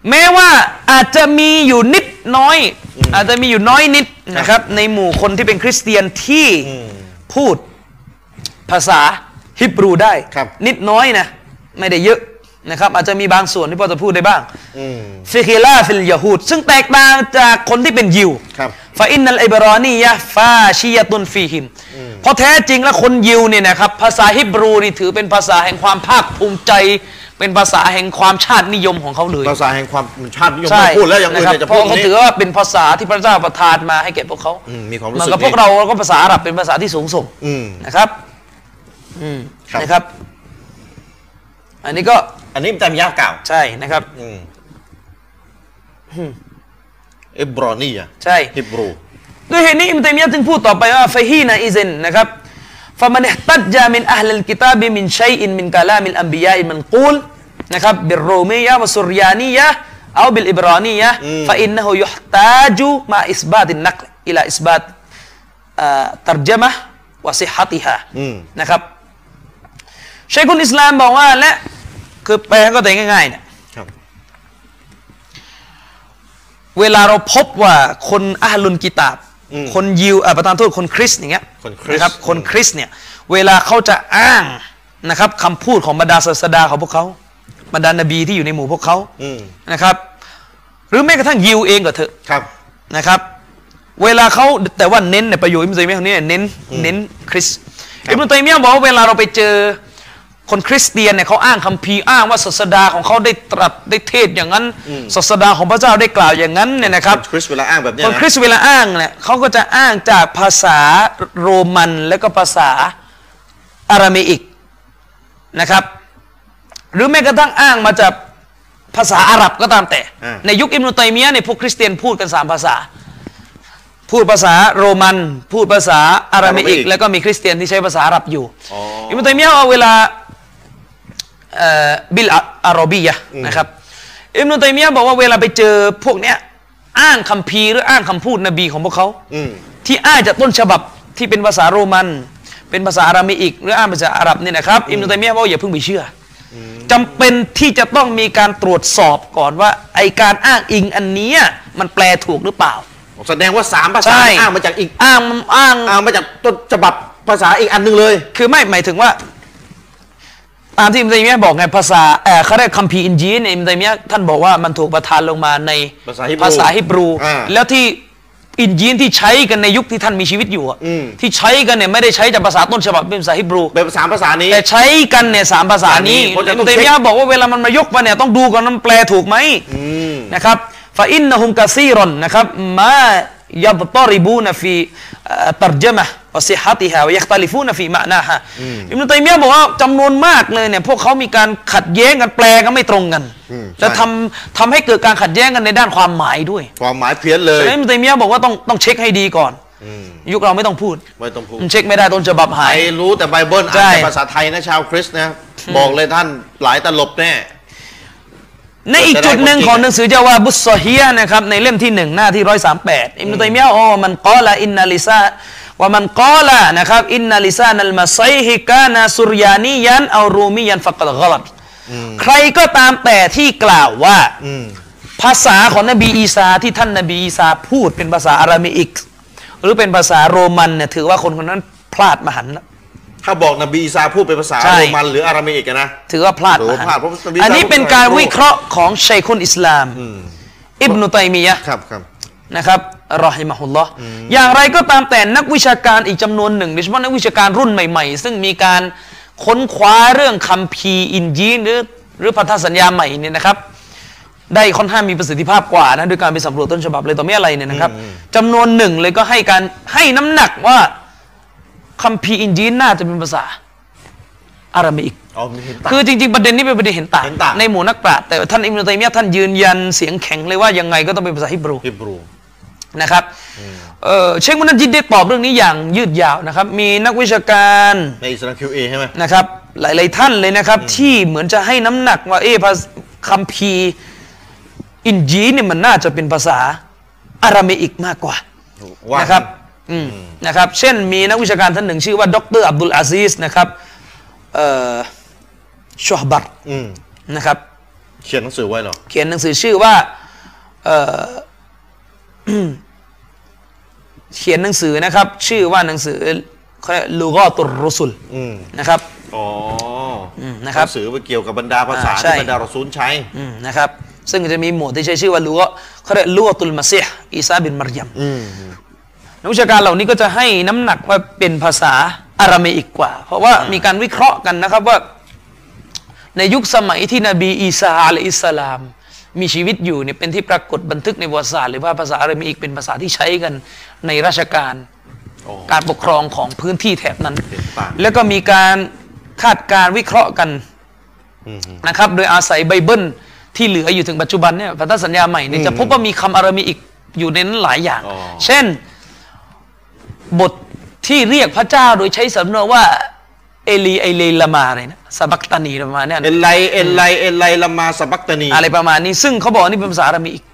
S2: แม้ว่าอาจจะมีอยู่นิดน้อย อาจจะมีอยู่น้อยนิดนะครับในหมู่คนที่เป็นคริสเตียนที่พูดภาษาฮิบรูได้
S1: ครับ
S2: นิดน้อยนะ ไม่ได้เยอะนะครับ อาจจะมีบางส่วนที่พอจะพูดได้บ้าง
S1: อืม
S2: ฟิคิลาฟิลยาฮูดซึ่งแตกต่างจากคนที่เป็นยิว
S1: ครับ
S2: ฟาอินนัลอิบรอนียะฟาชิยะตุนฟีหิม เพราะแท้จริงแล้วคนยิวเนี่ยนะครับ ภาษาฮิบรูนี่ถือเป็นภาษาแห่งความภาคภูมิใจ เป็นภาษาแห่งความชาตินิยมของเขาเลย
S1: ภาษาแห่งความชาตินิยมไม่พูดแล้วอย่างอื่น
S2: ครั
S1: เนี่ยจะ
S2: เพ
S1: พูด
S2: ราะเขา
S1: นี้
S2: ถือว่าเป็นภาษาที่พระเจ้าประทานมาให้แก่พวกเขา
S1: อืมมีความรู้สึก
S2: เหอนกับพวกเราเราก็ภาษาอาหรับเป็นภาษาที่สูงส่ง
S1: อืม
S2: นะครับอืม
S1: ครับ
S2: นะครับ อันนี้ก็
S1: อันนี้แต่มยาเก่า
S2: ใช่นะครับ
S1: อืมอิบรอนีอะ
S2: ใช่
S1: ฮิบรู
S2: ด้วยเหตุนี้อิมตัยมียะห์จึงพูดต่อไปว่าฟะฮีนาอิเซนนะครับฟะมันอิห์ตัจญะมินอัลลกิตาบมินชัยอินมินกะลามิลอัมบิยาอิมันกูลนะครับบิรโรมียะวะสุรยานียะเอาบิลอิบรานียะ
S1: อืม
S2: ฟะอินนะฮูยุห์ตาจุมาอิสบาตินนักลอิลาอิสบาตเอ่อตัรจมะวะซิฮะติฮะ
S1: อืม
S2: นะครับชัยคุลอิสลามบอกว่าและคือแปลก็แต่ง่ายๆเนี่ย
S1: ครับ
S2: เวลาเราพบว่าคนอาหลุนกิตาบ
S1: อืม
S2: คนยิวเอ่อประธานโทษคนคริสต์อย่างเงี้ย
S1: คนคริสต์
S2: นะครับ
S1: อืม
S2: คนคริสต์เนี่ยเวลาเขาจะอ้างนะครับคำพูดของบรรดาศาสดาของพวกเขาบรรดานบีที่อยู่ในหมู่พวกเขา
S1: อืม
S2: นะครับ หรือแม้กระทั่งยิวเองก็เถอะ
S1: ครับ
S2: นะครับ เวลาเขาแต่ว่าเน้นในยประโยชน์อิมตัยมียะห์คนนี้เนี่ยเน้นเน้นคริสต์
S1: ครับ
S2: อิมตัยมียะห์บอกว่าเวลาเราไปเจอคนคริสเตียนเนี่ยเขาอ้างคัมภีร์อ้างว่าศาสดาของเขาได้ตรัสได้เทศน์อย่างนั้นศาสดาของพระเจ้าได้กล่าวอย่างนั้นเนี่ยนะครับ
S1: คริสเวลาอ้างแบบเนี้ย
S2: คน
S1: นะ
S2: คริสต์เวลาอ้างเนี่ยเขาก็จะอ้างจากภาษาโรมันและก็ภาษาอารามิกนะครับ หรือแม้กระทั่งอ้างมาจากภาษาอาหรับก็ตามแต่
S1: อ่า
S2: ในยุคอิมนุตัยมียะห์เนี่ยพวกคริสเตียนพูดกันสามภาษา พูดภาษาโรมัน พูดภาษาอารามิก แล้วก็มีคริสเตียนที่ใช้ภาษาอาหรับอยู่อิมนุตัยมียะห์เอาเวลา เอ่อบิลอะอารอบียะห์นะครับอิมนุตัยมียะห์บอกว่าเวลาไปเจอพวกเนี้ยอ้างคำพีร์หรืออ้างคำพูดนบีของพวกเขา
S1: อืม
S2: ที่อ้างจากต้นฉบับที่เป็นภาษาโรมัน เป็นภาษาอารามิอีก หรืออ้างภาษาอาหรับเนี่ยนะครับอิมนุตัยมียะห์บอกว่าอย่าเพิ่งไปเชื่ออจำเป็นที่จะต้องมีการตรวจสอบก่อนว่าไอการอ้างอิงอันเนี้ยมันแปลถูกหรือเปล่า
S1: แสดงว่าสามภาษา
S2: ใช่
S1: อ้างมาจากอีก
S2: อ้างอ้าง
S1: อ้างมาจากต้นฉบับภาษาอีกอันหนึงเลย
S2: คือไม่หมายถึงว่า ตามที่อิมตัยมียะห์บอกไงภาษาเอ่อเขาเรียกคัมภีร์อินจีลเนี่ยอิมตัยมียะห์ท่านบอกว่ามันถูกประทานลงมาใน
S1: ภาษาฮิบรู
S2: ฮิบรู
S1: อ่า
S2: แล้วที่อินจีลที่ใช้กันในยุคที่ท่านมีชีวิตอยู่อะ
S1: อืม
S2: ที่ใช้กันเนี่ยไม่ได้ใช้จากภาษาต้นฉบับเป็นภาษาฮิบรู
S1: เป็นภาษาภาษานี้
S2: แต่ใช้กันเนี่ยสามภาษานี้
S1: เพราะจะ
S2: อิ
S1: ต้
S2: ม
S1: อง
S2: ตัยมียะห์
S1: เช็ค
S2: บอกว่าเวลามันมายกมาเนี่ยต้องดูก่อนว่ามันแปลถูกไหม
S1: อืม
S2: นะครับฟาอินนะฮุมกาซีรอนนะครับมายับตอริบูนฟีตัรจมะวะซิฮัติฮาวะยัคตลิฟูนฟีมะนาฮะอิมนุตัยมียะห์บอกว่าจำนวนมากเลยเนี่ยพวกเขามีการขัดแย้งกันแปลกันไม่ตรงกัน
S1: อืม
S2: และ
S1: ใช่
S2: ทำทำให้เกิดการขัดแย้งกันในด้านความหมายด้วย
S1: ความหมายเพี้ยนเลย
S2: ฉะนั้นอิมนุตัยมียะห์บอกว่าต้องต้องเช็คให้ดีก่อน
S1: อืม
S2: ยุคเราไม่ต้องพูด
S1: ไม่ต้องพูด
S2: มันเช็คไม่ได้ต้นฉบับหา
S1: ไอย รู้แต่ไบเบิลอ่า
S2: ใช่
S1: นแต่ภาษาไทยนะชาวคริสต์นะ บอกเลยท่านหลายตลบแน่
S2: ในอีกจุดหนึ่งของหนังสือเจาวาบุสซอฮียะห์นะครับในเล่มที่หนึ่งหน้าที่ร้อยสามแปดอิมนุตัยมียะห์อ๋อมันกอละอินนาลิซาว่ามันกอละนะครับอินนาลิซานัลมาไซฮิกานาสุรยานียันเอารูมียันฟักลกลัดใครก็ตามแต่ที่กล่าวว่า
S1: อืม
S2: ภาษาของนบีอีสาที่ท่านนบีอีสาพูดเป็นภาษาอารามิก หรือเป็นภาษาโรมันเนี่ยถือว่าคนคนนั้นพลาดมหันต์แล้ว
S1: ถ้าบอกนบีอีซาพูดเป็นภาษา
S2: ใช่
S1: โรมันหรืออารามิกอะนะ
S2: ถือว่าพลาด
S1: โอ้
S2: นะฮะ
S1: พลาดเพราะมันมี
S2: อันนี้เป็นการ
S1: สามคน
S2: วิเคราะห์ของชัยคุนอิสลาม อิบนุตัยมียะห์
S1: ครับครับ
S2: นะครับรอฮิมะฮุลลอฮ์อย่างไรก็ตามแต่นักวิชาการอีกจำนวนหนึ่งโดยเฉพาะนักวิชาการรุ่นใหม่ๆ ซึ่งมีการค้นคว้าเรื่องคัมภีร์อินจีลหรือหรือพันธสัญญาใหม่เนี่ยนะครับ ได้ค่อนข้างมีประสิทธิภาพกว่านะโดยการไปสำรวจต้นฉบับเลยต่อไม่อะไรเนี่ยนะครับจำนวนหนึ่งเลยก็ให้การให้น้ำหนักว่าคัมภีร์อินจีลน่าจะเป็นภาษาอารามิก
S1: อ๋อมีเห็นต่าง
S2: คือจริงๆ ประเด็นนี้เป็นประเด็นเห็นต่าง
S1: เห็นต่าง
S2: ในหมู่นักปราชญ์แต่ท่านอิมนุตัยมียะห์ท่านยืนยันเสียงแข็งเลยว่ายังไงก็ต้องเป็นภาษาฮิบรู
S1: ฮิบรู
S2: นะครับเอ่อเชคมุนันจิดได้ตอบเรื่องนี้อย่างยืดยาวนะครับ มีนักวิชาการ
S1: ในอิสลามคิวเอใช่ไหม
S2: นะครับ หลาย ๆ ท่านเลยนะครับ ที่เหมือนจะให้น้ำหนักว่าเอ๊ะภาษคัมภีร์อินจีลเนี่ยมันน่าจะเป็นภาษาอารามิกมากกว่า
S1: ว่า
S2: นะครับอืมนะครับ เช่นมีนักวิชาการท่านหนึ่งชื่อว่าดรอับดุลอาซีสนะครับเอ่อชอฮบัต
S1: อืม
S2: นะครับ
S1: เขียนหนังสือไว้เหรอ
S2: เขียนหนังสือชื่อว่าเอ่อ เขียนหนังสือนะครับ ชื่อว่าหนังสือเขาเรียกลูกอตุรรุสุล
S1: อืม
S2: นะครับ
S1: อ๋ออ
S2: มนะครับ
S1: หงสือไปเกี่ยวกับบรรดาภาษา
S2: อ่าใช่
S1: ที่บรรดารอซูลใช้
S2: อืมนะครับ ซึ่งจะมีหมวดที่ใช้ชื่อว่าลูกอเขาเรียกลูกอตุลมาซีฮ์อีซาบินมารยัมนักวิชาการเหล่านี้ก็จะให้น้ำหนักว่าเป็นภาษาอารามิกกว่า เพราะว่ามีการวิเคราะห์กันนะครับว่า ในยุคสมัยที่นบีอีสาอะลัยฮิสสลาม มีชีวิตอยู่เนี่ยเป็นที่ปรากฏบันทึกในประวัติศาสตร์หรือว่าภาษาอาหรับอีกเป็นภาษาที่ใช้กันในราชการ
S1: โอ้
S2: การปกครองของพื้นที่แถบนั้น
S1: เห็นต่าง
S2: แล้วก็มีการคาดการณ์วิเคราะห์กันนะครับ โดยอาศัยไบเบิลที่เหลืออยู่ถึงปัจจุบันเนี่ยพันธสัญญาใหม่เนี่ยจะพบว่ามีคำอาหรัอีกอยู่ในนั้นหลายอย่าง
S1: อ๋อ
S2: เช่น บทที่เรียกพระเจ้าโดยใช้สำนวนว่าเอลีไอเลลามาอะไรนะสบักตานีประมาณเนี้ย
S1: เอ็นไลเอ็นไลเอ็นไลละมาสบักตานี
S2: อะไรประมาณนี้ ซึ่งเขาบอกว่านี่เป็นภาษาอาหรัอีก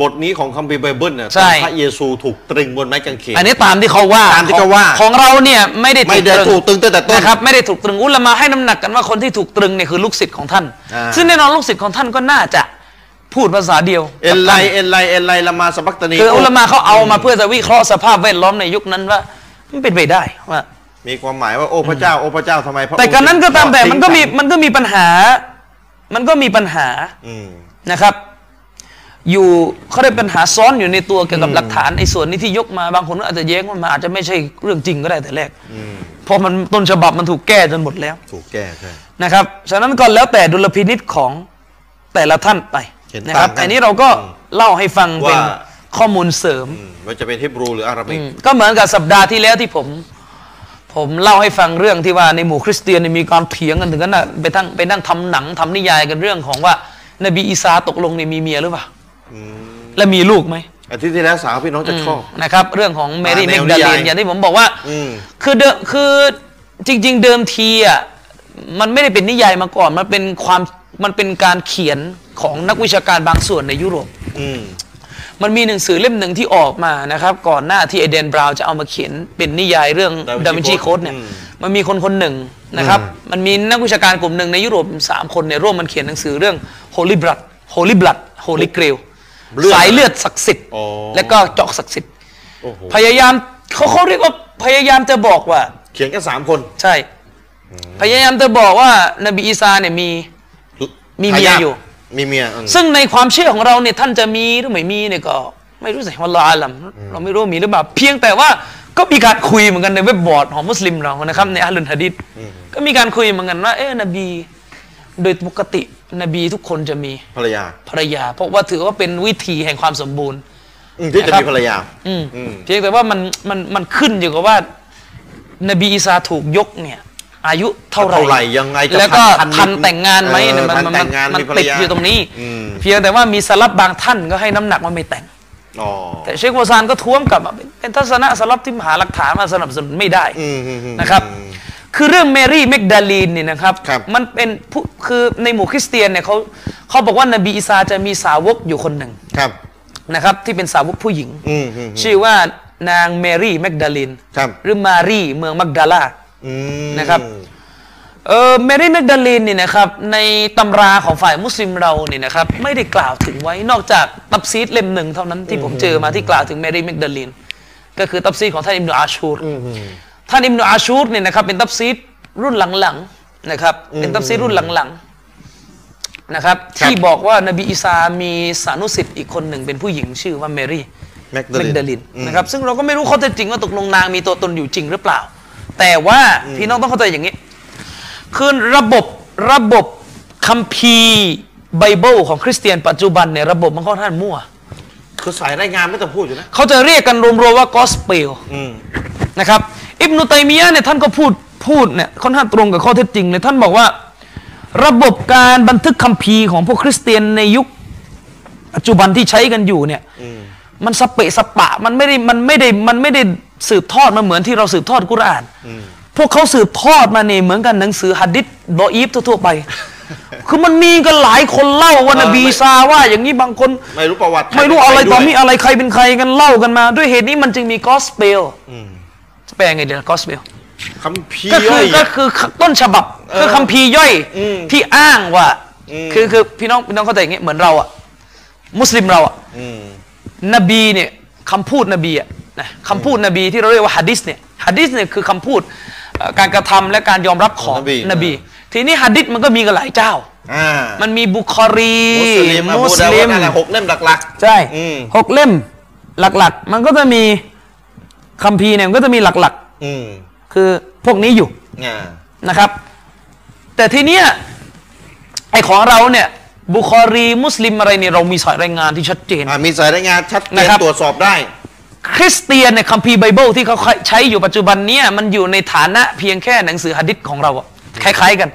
S1: บทนี้ของคัมภีร์ไบเบิลเนี่ย
S2: ใช่
S1: พระเยซูถูกตรึงบนไม้กางเขน
S2: อันนี้ตามที่เขาว่า
S1: ตามที่เขาว่า
S2: ของเราเนี่ยไม่ได้
S1: ไม่ได้ถูกตรึงตั้งแต่ต้น
S2: นะครับไม่ได้ถูกตรึงอุลามาให้น้ำหนักกันว่าคนที่ถูกตรึงเนี่ยคือลูกศิษย์ของท่าน
S1: อ่า
S2: ซึ่งแน่นอนลูกศิษย์ของท่านก็น่าจะพูดภาษาเดียว
S1: เอ็นไลเอ็นไลเอ็นไลละมาสบักตานี
S2: คืออุลามาเขาเอามาเพื่อจะวิเคราะห์สภาพแวดล้อมในยุคนั้นว่ามันเป็นไปได้ว่า
S1: มีความหมายว่าโอ้พระเจ้าโอ้พระเจ้าทำไมพระ
S2: แต่การนั้นก็ตามแต่
S1: ทอดทิ้ง
S2: มันก็มี
S1: ฉั
S2: มันก็มีปัญหา มันก็มีปัญหา
S1: อืม
S2: นะครับ อยู่เขาได้ปัญหาซ้อนอยู่ในตัวเกี่ยวกับหลักฐานไอ้ส่วนนี้ที่ยกมาบางคนก็อาจจะแย้งว่ามันอาจจะไม่ใช่เรื่องจริงก็ได้แต่แรกเพราะมันต้นฉบับมันถูกแก้จนหมดแล้ว
S1: ถูกแก้ใช่
S2: นะครับฉะนั้นก็แล้วแต่ดุลพินิษของแต่ละท่านไป
S1: เห็น
S2: นะครั
S1: ต่างกัน
S2: อันนี้เราก็เล่าให้ฟังเป็น
S1: ว่า
S2: ข้อมูลเสริม
S1: อืมว่าจะเป็นฮิบรูหรืออาหรับิก
S2: ก็เหมือนกับสัปดาห์ที่แล้วที่ผม ผมเล่าให้ฟังเรื่องที่ว่าในหมู่คริสเตียนเนยมีการเถียงกันถึงขนาดไปทั้งไปนั่งทำหนังทำนิยายกันเรื่องของว่า นบีอีสาตกลงเนี่ยมีเมียหรือเปล่าและมีลูกไหม
S1: อาทิตย์ที่แล้วสาวพี่น้องจะชอบ
S2: นะครับ เรื่องของเมรี่
S1: มา
S2: เม
S1: แนว
S2: กดาเล
S1: นิยา
S2: น
S1: ย
S2: อย่างที่ผมบอกว่า
S1: อืม
S2: คือเดิมคือจริง ๆ เดิมทีอ่ะมันไม่ได้เป็นนิยายมาก่อน มันเป็นความมันเป็นการเขียนของนักวิชาการบางส่วนในยุโรป
S1: อืม
S2: มันมีหนังสือเล่มหนึ่งที่ออกมานะครับ ก่อนหน้าที่เอเดนบราวน์จะเอามาเขียนเป็นนิยายเรื่อง
S1: Da Vinci
S2: ดาวินชีโค้ด
S1: Code
S2: เนี่ย
S1: อืม
S2: มันมีคนคนหนึ่งนะครับ มันมีนักวิชาการกลุ่มหนึ่งในยุโรป 3 คนเนี่ยร่วมมันเขียนหนังสือเรื่อง Holy Blood Holy Blood Holy Grail
S1: เลือด
S2: สายเลือดศักดิ์สิทธิ์
S1: อ๋อ
S2: และก็เจาะศักดิ์สิทธิ์
S1: โอ้โห
S2: พยายามเขาเขาเรียกว่าพยายามจะบอกว่า
S1: เขียนกันสามคน
S2: ใช่ พยายามจะบอกว่านบีอีซาเนี่ยมี มีเมียอยู่
S1: มีเมียอืม
S2: ซึ่งในความเชื่อของเราเนี่ยท่านจะมีหรือไม่มีเนี่ยก็ไม่รู้สิว่าลออาลัมเราไม่รู้มีหรือเปล่าเพียงแต่ว่าก็มีการคุยเหมือนกันในเว็บบอร์ดของมุสลิมเรานะครับในอัลลุนฮะดิษก็มีการคุยเหมือนกันว่าเอ๊ะนบี โดยปกตินบีทุกคนจะมี
S1: ภรรยา
S2: ภรรยา เพราะว่าถือว่าเป็นวิธีแห่งความสมบูรณ์
S1: อืมที่จะ
S2: นะครับ
S1: มีภรรยา
S2: อืม
S1: อืม
S2: เพียงแต่ว่ามันมันมันขึ้นอยู่กับว่านบีอีสาถูกยกเนี่ยอายุเท่าไหร่
S1: เท่าไหร่ยังไงจะ
S2: แล้วก็
S1: ทันทั
S2: ทั
S1: น
S2: น
S1: ไหม
S2: แต่งงานไหม
S1: เออ
S2: เนี่ยมัน
S1: ทัน
S2: มัน
S1: แต่งงาน
S2: มัน
S1: มีภรรยา
S2: ติดอยู่ตรงนี้
S1: อืม
S2: เพียงแต่ว่ามีสลับบางท่านก็ให้น้ำหนักว่าไม่แต่ง
S1: อ๋อ
S2: แต่เชคโวซานก็ท้วงกลับมาเป็นเป็นทัศนะสลับที่หาหลักฐานมาสนับสนุนไม่ได้
S1: อืมอืมอืม
S2: นะครับ คือเรื่องเมรี่แมกดาลีนเนี่ยนะครับ
S1: ครับ
S2: มันเป็นผู้คือในหมู่คริสเตียนเนี่ยเขาเขาบอกว่านบีอีสาจะมีสาวกอยู่คนหนึ่ง
S1: ครับ
S2: นะครับ ที่เป็นสาวกผู้หญิง
S1: อืมอืม
S2: ชื่อว่านางเมรี่แมกดาลิน
S1: ครับ
S2: หรือมารีเมืองมักดาลา
S1: อืม
S2: นะครับ เออเมรี่แมกดาลินเนี่ยนะครับในตำราของฝ่ายมุสลิมเราเนี่ยนะครับไม่ได้กล่าวถึงไว้นอกจากตับซีดเล่มหนึ่งเท่านั้นที่ผมเจอมาที่กล่าวถึงเมรี่แมกดาลินก็คือตับซีดของท่านอิมนุอาชูร ท่านอิมนุอาชูรเนี่ยนะครับเป็นตับซีดรุ่นหลังๆนะครับ เป็นตับซีดรุ่นหลังๆนะครับ ที่บอกว่านบีอีสามีสานุสิทธิ์อีกคนหนึ่งเป็นผู้หญิงชื่อว่าเมรี่
S1: แมกดา
S2: แม
S1: ลิ
S2: ก
S1: น
S2: ดาลิน
S1: อืม
S2: นะครับซึ่งเราก็ไม่รู้ข้อเท็จจริงว่าตกลงนางมีตัวตนอยู่จริงหรือเปล่า แต่ว่าพี่น้องต้องเข้าใจอย่างนี้ คือระบบระบบคัมภีร์ไบเบิลของคริสเตียนปัจจุบันเนี่ยระบบมันค่อนข้างมั่ว
S1: คือสายรายงานไม่ต้องพูดอยู่นะ
S2: เขาจะเรียกกันรวมๆว่ากอสเปล
S1: อืม
S2: นะครับอิบนุตัยมียะห์เนี่ยท่านก็พูดพูดเนี่ยค่อนข้างตรงกับข้อเท็จจริงเลยท่านบอกว่า ระบบการบันทึกคัมภีร์ของพวกคริสเตียนในยุคปัจจุบันที่ใช้กันอยู่เนี่ย
S1: อืม
S2: มันสเปะสปะมันไม่ได้มันไม่ได้มันไม่ได้สืบทอดมาเหมือนที่เราสืบทอดกุรอาน พวกเขาสืบทอดมาเนี่ยเหมือนกันหนังสือฮัดดิษบออีฟทั่วๆไป คือมันมีกันหลายคนเล่าว่า
S1: เออ
S2: นบีซาว่าอย่างนี้บางคน
S1: ไม่รู้ประวัติใค
S2: ไม่รู้อะไร
S1: ด้วย
S2: ต่อมีอะไรใครเป็นใครกันเล่ากันมา ด้วยเหตุนี้มันจึงมีกอสเปลจะแปลไงเดี๋ยวกอสเปล
S1: คำพีร์
S2: ก็คื
S1: ย่
S2: อ
S1: อย
S2: ก็คือต้นฉบับคือคัมภีร์ย่อย
S1: อืม
S2: ที่อ้างว่า
S1: อืม
S2: คือคือพี่น้องพี่น้องเข้าใจอย่างเงี้ยเหมือนเราอะมุสลิมเราอะ
S1: อืม
S2: นบีเนี่ยคำพูดนบีอะนะคำพูดนบีที่เราเรียกว่าฮะดิษเนี่ยฮะดิษเนี่ยคือคำพูดเอ่อการกระทำและการยอมรับขอ
S1: ข
S2: ง
S1: องนบี
S2: นบี ทีนี้ฮะดิษมันก็มีกันหลายเจ้า
S1: อ่า
S2: มั
S1: มัน
S2: นมีบุคอรี
S1: มุสลิมอะบูดาวดนั่นแหละหกเล่มหลัก
S2: ใช่
S1: อืม
S2: หกเล่มหลักๆ มันก็จะมีคัมภีร์เนี่ยมันก็จะมีหลัก
S1: ๆ อืม
S2: ๆ คือพวกนี้อยู่
S1: อ่า
S2: นะครับ แต่ทีเนี้ยไอของเราเนี่ย บุคอรีมุสลิมอะไรเนี่ยเรามีสายรายงานที่ชัดเจน
S1: อ่ามีสายรายงานชัดเจ
S2: นะ
S1: น
S2: ครับ
S1: ตรวจสอบได้
S2: คริสเตียนในยคัมภีร์ไบเบิลที่เขาใช้อยู่ปัจจุบันเนี่ยมันอยู่ในฐานะเพียงแค่หนังสือหะดิษของเราอะคล้ายๆกัน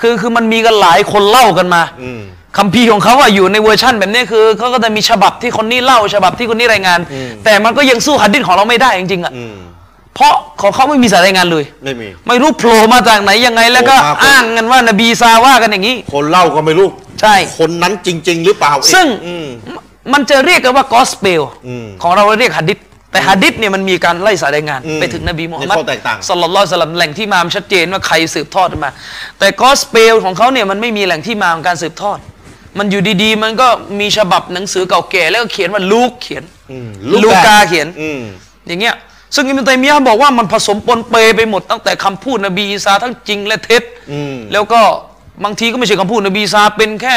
S2: คือคือมันมีกันหลายคนเล่ากันมา
S1: อืม
S2: คัมภีร์ของเขาอะอยู่ในเวอร์ชั่นแบบเนี้ยคือเขาก็จะมีฉบับที่คนนี้เล่าฉบับที่คนนี้รายงาน
S1: อืม
S2: แต่มันก็ยังสู้หะดิษของเราไม่ได้จริงๆอะ
S1: อืม
S2: เพราะของเขาไม่มีสายรายงานเลย
S1: ไม่มี
S2: ไม่รู้โผล่มาจากไหนยังไงแล้วก็
S1: โผล่มาคน
S2: อ้างกันว่านบีซาว่ากันอย่างนี้
S1: คนเล่าก็ไม่รู้
S2: ใช่
S1: คนนั้นจริง ๆ หรือเปล่าอีก
S2: ซึ่ง
S1: อืม
S2: มันจะเรียกกันว่ากอสเปล
S1: อืม
S2: ของเราเรียกหัดดิษแต่หัดดิษเนี่ยมันมีการไล่สายรายงาน
S1: อืม
S2: ไปถึงนบีมูฮัมมัด
S1: ในข้อแตกต่าง
S2: สลลัลลอฮุอะลัยฮิวะสลลัมแหล่งที่มามันชัดเจนว่าใครสืบทอดมา แต่กอสเปลของเขาเนี่ยมันไม่มีแหล่งที่มาของการสืบทอด มันอยู่ดีๆ มันก็มีฉบับหนังสือเก่าแก่แล้วก็เขียนว่าลูกเขียน
S1: อืม
S2: ลูกาเขียน
S1: อืม
S2: อย่างเงี้ย ซึ่งอิมตัยมียะห์บอกว่ามันผสมปนเปไปหมดตั้งแต่คำพูดนบีอีสาทั้งจริงและเท็จ
S1: อืม
S2: แล้วก็บางทีก็ไม่ใช่คำพูดนบีอีสาเป็นแค่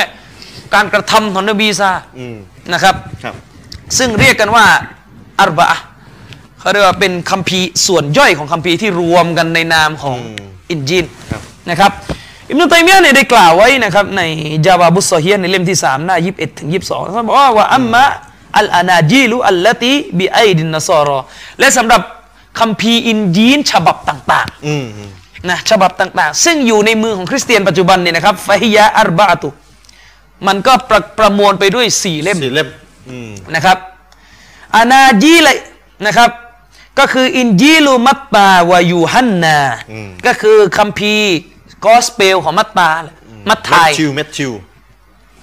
S2: การกระทำของนบีอีสา
S1: อืม
S2: นะครับ
S1: ครับ
S2: ซึ่งเรียกกันว่าอัรบะอะห์เขาเรียกว่าเป็นคัมภีร์ส่วนย่อยของคัมภีร์ที่รวมกันในนามของ
S1: อืม
S2: อินจีน
S1: ครับ
S2: นะครับอิมนุตัยมียะห์เนี่ยได้กล่าวไว้นะครับในจาวาบุสซอฮียะห์ในเล่มที่ 3 หน้า 21 ถึง 22ท่านบอกว่าว่าอัมมะอัลอานาจีลุอัลลติบิไอดินนสอรอและสำหรับคัมภีร์อินจีนฉบับต่าง ๆ
S1: อืมอืม
S2: นะฉบับต่างๆ ซึ่งอยู่ในมือของคริสเตียนปัจจุบันเนี่ยนะครับฟาฮิยะอัรบาตุ มันก็ประประมวลไปด้วย 4 เล่ม
S1: สี่เล่มอืม
S2: นะครับอานาจีเลยนะครับ ก็คืออินจีลูมัตตาวายูฮันนา
S1: อืม
S2: ก็คือคัมภีร์กอสเปลของมัตตาแหละมัตไทย
S1: แมทธิวแมทธิว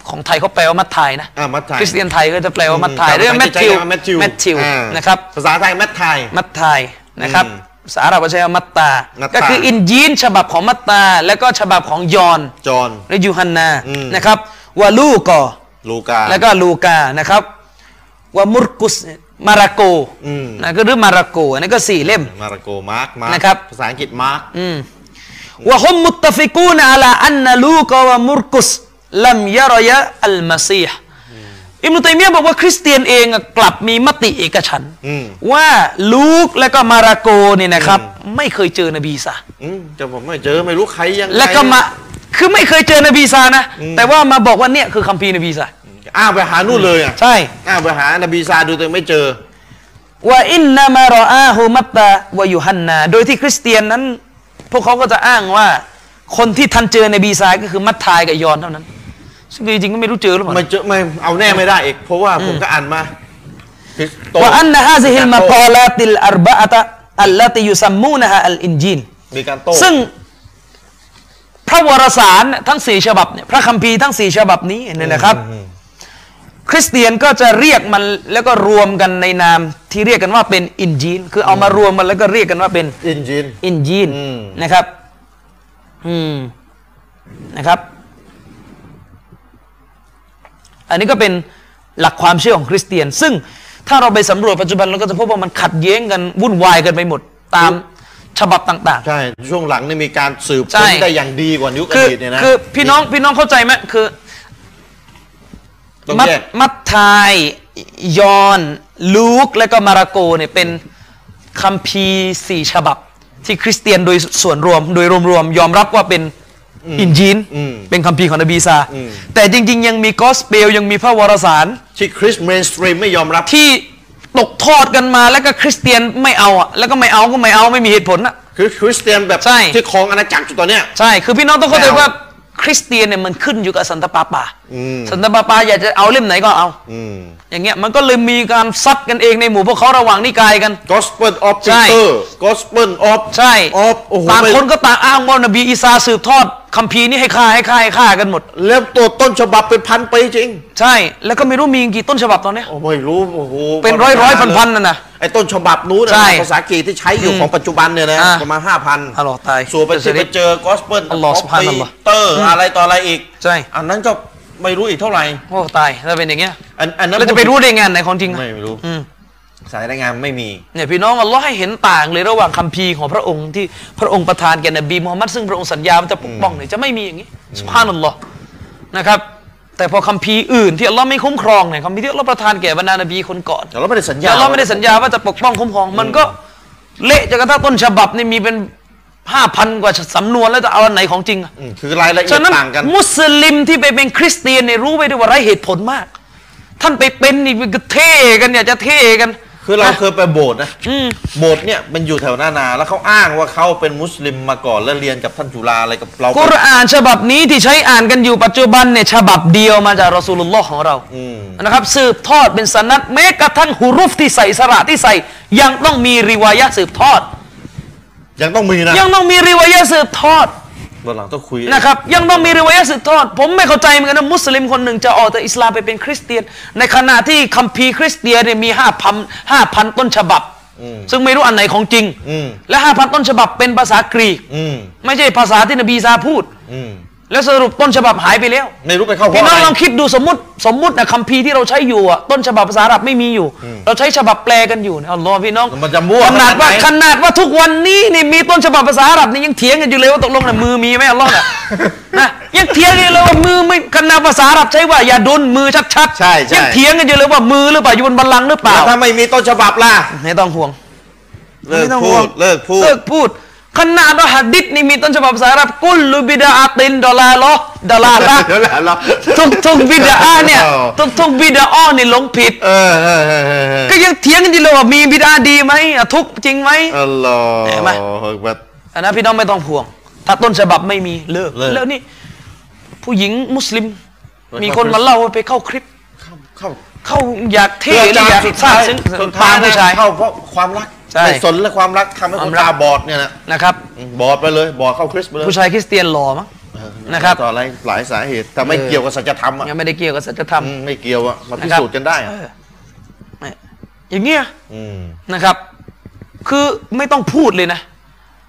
S2: ของไทยเขาแปลว่ามัทไทยนะ
S1: อ่ามัทไทย
S2: คริสเตียนไทยก็จะแปลว่ามัทไทยเรื่องแมทธิว
S1: แมทธิว
S2: แมทธิว
S1: อ่า
S2: นะครับ
S1: ภาษาไทยแมทไทย
S2: มัตไทยนะครับ
S1: อืม
S2: ภาษาอาหรับก็ใช้ว่ามัตตา
S1: มัตตา
S2: ก็คืออินยีนฉบับของมัตตา แล้วก็ฉบับของยอห์น
S1: จอห์น
S2: และยูฮันนา
S1: อืม
S2: นะครับวาลูกอ
S1: ลูกา
S2: แล้วก็ลูกา นะครับวามุรกุส มาราโก
S1: อืม
S2: นะก็หรือมาราโกอันนี้ก็สี่เล่ม
S1: มาราโกมาร์กมาร์ก
S2: นะครับ
S1: ภาษาอังกฤษมาร์ก
S2: อืมวะฮุมมุตตฟิกูนอัลาอันนลูกวะมุรกุสลัมยารยะอัลมาซีฮ์อิมนุตัยมียะห์บอกว่าคริสเตียนเองอะกลับมีมติเอกฉันท์
S1: อืม
S2: ว่าลูกและก็มาราโกเนี่ยนะครับ ไม่เคยเจอนบีอีสา
S1: อืมจะผมไม่เจอไม่รู้ใครยังไง
S2: และก็มาคือไม่เคยเจอนบีอีสานะ แต่ว่ามาบอกว่าเนี่ยคือคัมภีร์นบีอีสา
S1: อ้าวไปหานู่นเลยอ่ะ
S2: ใช่
S1: อ้าวไปหานบีซาดูตัวเองไม่เจอ
S2: ว่าอินนามารออาฮูมัตตาวายูฮันนา โดยที่คริสเตียนนั้น พวกเขาก็จะอ้างว่า คนที่ทันเจอในบีซายก็คือมัตทายกับยอห์นเท่านั้น ซึ่งจริงๆก็ไม่รู้เจอหรือเปล่า
S1: ไม่เจอไม่เอาแน่ไม่ได้อีก เพราะว่าผมก็อ่านมาคริสโต
S2: ว่าอันนะฮาซิฮิลมาคอลาติลอัรบะอะตะอัลลติยุซัมมูนะฮะอัลอินจีน
S1: มีการโต้
S2: ซึ่งพระวรสารทั้งสี่ฉบับเนี่ยพระคัมภีร์ทั้งสี่ฉบับนี้เนี่ยนะครับ คริสเตียนก็จะเรียกมันแล้วก็รวมกันในนามที่เรียกกันว่าเป็นอินจีน คือเอามารวมมันแล้วก็เรียกกันว่าเป็น
S1: อินจิน
S2: อินยีน
S1: อืม
S2: นะครับ อืม นะครับ อันนี้ก็เป็นหลักความเชื่อของคริสเตียน ซึ่งถ้าเราไปสำรวจปัจจุบันเราก็จะพบว่ามันขัดแย้งกันวุ่นวายกันไปหมด ตาม ฉบับต่าง ๆ
S1: ใช่ ช่วงหลังนี่มีการสืบ
S2: ใช่
S1: ค้นได้อย่างดีกว่ายุคอ
S2: คือ
S1: ดีตเนี่ยนะ
S2: คือพี่น้องพี่น้องเข้าใจไหมคือ
S1: ต้อง
S2: มัท
S1: แยก
S2: มัทธายยอห์นลูกและก็มาระโกเนี่ยเป็นคัมภีร์สี่ฉบับ ที่คริสเตียนโดยส่วนรวม โดยรวมๆยอมรับว่าเป็นอินจีน
S1: อืม
S2: เป็นคัมภีร์ของนบีซา
S1: อืม
S2: แต่จริง ๆ ยังมีกอสเปลยังมีพระวรสาร
S1: ที่คริสเมนสตรีมไม่ยอมรับ
S2: ที่ตกทอดกันมาแล้วก็คริสเตียนไม่เอาอ่ะแล้วก็ไม่เอาก็ไม่เอาไม่มีเหตุผลอ่ะ
S1: คือคริสเตียนแบบ
S2: ใช่
S1: ที่ครองอาณาจักรอยู่ตอนเนี้ย
S2: ใช่ คือพี่น้องต้องเข้าใจ
S1: แล้ว
S2: ว่าคริสเตียนเนี่ยมันขึ้นอยู่กับสันตะปาปา
S1: อืม
S2: สันตะปาปาอยากจะเอาเล่มไหนก็เอา
S1: อืม
S2: อย่างเงี้ยมันก็เลยมีการซัดกันเองในหมู่พวกเขาระหว่างนิกายกัน
S1: Gospel of
S2: ใช่
S1: Peter Gospel of
S2: ใช่
S1: of โอ้โห
S2: ต่าง
S1: ไป
S2: คนก็ต่างอ้างว่านบีอีสาสืบทอดคัมภีร์นี้ให้ฆ่าให้ฆ่าให้ฆ่ากันหมด
S1: แล้วตัวต้นฉบับเป็นพันปีจริง
S2: ใช่ แล้วก็ไม่รู้มีกี่ต้นฉบับตอนเนี้ย
S1: โอ้ไม่รู้โอ้โห
S2: เป็นร้อยร้อยพันพันนั่นนะ
S1: ไอ้ต้นฉบับนู้นน่ะ
S2: ใช่
S1: ภาษากรีกที่ใช้อยู่
S2: อืม
S1: ของปัจจุบันเนี่ยนะ
S2: อ่า
S1: ประมาณห้าพัน
S2: อัลลอฮ์ตาย
S1: ส่วนไปที่ไปเจอ Gospel
S2: อัลลอฮ์
S1: of
S2: سبحان อัลลอฮ์
S1: Peter อะไรต่ออะไรอีก
S2: ใช่
S1: อันนั้นก็ไม่รู้อีกเท่าไหร่
S2: โอ้ตายถ้าเป็นอย่างเงี้ย
S1: อันอันนั้น
S2: เราจะไปรู้ได้ไงานไหนของจริงอะ
S1: ไม่รู้
S2: อืม
S1: สายรายงานไม่มี
S2: เนี่ยพี่น้องอัลลอฮ์ให้เห็นต่างเลยระหว่างคัมภีร์ของพระองค์ที่พระองค์ประทานแก่นบีมูฮัมมัดซึ่งพระองค์สัญญาว่าจะปกป้องเนี่ยจะไม่มีอย่างนี้สุภาพนัลลอฮ์นะครับ แต่พอคัมภีร์อื่นที่อัลลอฮ์ไม่คุ้มครองเนี่ยคัมภีร์ที่อัลลอฮ์ประทานแก่บรรดานบีคนก่อน
S1: แต่เราไม่ได้สัญญา
S2: แล้วอัลลอฮ์ไม่ได้สัญญาว่าจะปกป้องคุ้มครอง มันก็เละจนกระทั่งต้นฉบับนี่มีเป็นห้าพันกว่าสำนวนแล้วจะเอาอันไหนของจริงอะ
S1: อืมคือรายละเอีย
S2: ฉะ
S1: ด
S2: นั้น
S1: ต่างกัน
S2: มุสลิมที่ไปเป็นคริสเตียนเนี่ยรู้ไว้ด้วยว่าไร้เหตุผลมาก ท่านไปเป็นนี่มันก็เท่กันอยากจะเท่กัน
S1: คือเราเคยไปโบสถ์นะ
S2: อืม
S1: โบสถ์เนี่ยมันอยู่แถวหน้านา แล้วเขาอ้างว่าเขาเป็นมุสลิมมาก่อนแล้วเรียนกับท่านจุฬาอะไรกับเรา
S2: กุรอานฉบับนี้ที่ใช้อ่านกันอยู่ปัจจุบันเนี่ยฉบับเดียวมาจากรอสูลุลลอฮ์ของเรา
S1: อืม
S2: นะครับสืบทอดเป็นสนัดแม้กระทั่งหุรุฟที่ใส่สระที่ใส่ ยังต้องมีริวายะห์สืบทอด
S1: ยังต้องมีนะ
S2: ยังต้องมีริวายะห์สืบทอด
S1: วันหลังต้องคุย
S2: นะครับยังต้องมีริวายะห์สืบทอด ผมไม่เข้าใจเหมือนกันนะมุสลิมคนหนึ่งจะออกจากอิสลามไปเป็นคริสเตียน ในขณะที่คัมภีร์คริสเตียนเนี่ยมีห้าพันห้าพันต้นฉบับ
S1: อืม
S2: ซึ่งไม่รู้อันไหนของจริง
S1: อืม
S2: และห้าพันต้นฉบับเป็นภาษากรีก
S1: อืม
S2: ไม่ใช่ภาษาที่นบีซาพูด
S1: อืม
S2: แล้วสรุปต้นฉบับหายไปแล้ว
S1: ไม่รู้ไปเข้า
S2: พี่น้อง
S1: ห้
S2: ลองคิดดูสมมติสมมตินะคัมภีร์ที่เราใช้อยู่อะต้นฉบับภาษาอาหรับไม่มีอยู่ เราใช้ฉบับแปลกันอยู่นะอัลลอฮ์พี่น้อง
S1: มันจะมั่ว
S2: ขนาดว่า
S1: ไห
S2: ขนาดว่าทุกวันนี้นี่มีต้นฉบับภาษาอาหรับนี่ยังเถียงกันอยู่เลยว่าตกลงน่ะมือมีไหมอัลล อฮ์น่ะ นะยังเถียงกันอยู่เลยว่ามือไม่ขนาดภาษาอาหรับใช้ว่าอย่าดุนมือชัดๆ
S1: ใช่ใช่
S2: ยังเถียงกันอยู่เลยว่ามือหรือเปล่าอยู่บนบัลลังก์หรือเปล่า
S1: แล้วถ้าไม่มีต้นฉบับล่ะ
S2: ไม่ต้องห่วง
S1: เลิก
S2: ไม่ต้อง
S1: พู
S2: ห่ว
S1: ด
S2: ง
S1: เลิกพูด
S2: เลิกพูดขนาดว่าหัดดิษนี่มีต้นฉบับภาษาอาหรับกุลลุบิดาอาตินดอลลาร์ลอดอลลาร์ละ
S1: เดี๋ยวแหละเรา
S2: ทุกทุกบิดาอาเนี่ย
S1: อ๋อ
S2: ทุกทุกบิดาอ้อนี่หลงผิด
S1: เออเออเออเออเออ
S2: ก็ยังเถียงกันอยู่เลยว่ามีบิดาดีไหมอ่ะทุกจริงไหม
S1: อัลลอฮ
S2: เห็นไหม
S1: ์แบบ
S2: อันนั้นพี่น้องไม่ต้องห่วง ถ้าต้นฉบับไม่มีเลิก
S1: เลิก
S2: แล้วนี่ผู้หญิงมุสลิม
S1: ไปเข้า
S2: มีคนมาเล่าว่าไปเข้าคลิป
S1: เข้า
S2: เข้าอยากเท่
S1: เพื่อ
S2: หรื
S1: จะ
S2: ออยาก
S1: สุด
S2: ท
S1: ท้า
S2: ราบ
S1: ย
S2: ซึ้ง
S1: สุด
S2: ปา
S1: ท้าย
S2: ล์มผู้ชาย
S1: เข้าเพราะความรัก
S2: ใช่
S1: ไม่สนและความรักทำให้คว
S2: คาน มรัก
S1: ตาบอดเนี่ยนะ
S2: นะครับ
S1: อืมบอดไปเลย บอดเข้าคริสไปเลย
S2: ผู้ชายคริสเตียนหล่อมั้ง
S1: เออ
S2: นะครับ
S1: ต่ออะไรหลายสาเหตุ แต่ไม่เกี่ยวกับสัจธรรมอ่ะ
S2: ยังไม่ได้เกี่ยวกับศัจธรรม
S1: อืมไม่เกี่ยวอ่ะมาพิสูจน์กันได้อ่ะ
S2: เออเนี่ยอย่างเงี้ย
S1: อืม
S2: นะครับ คือไม่ต้องพูดเลยนะ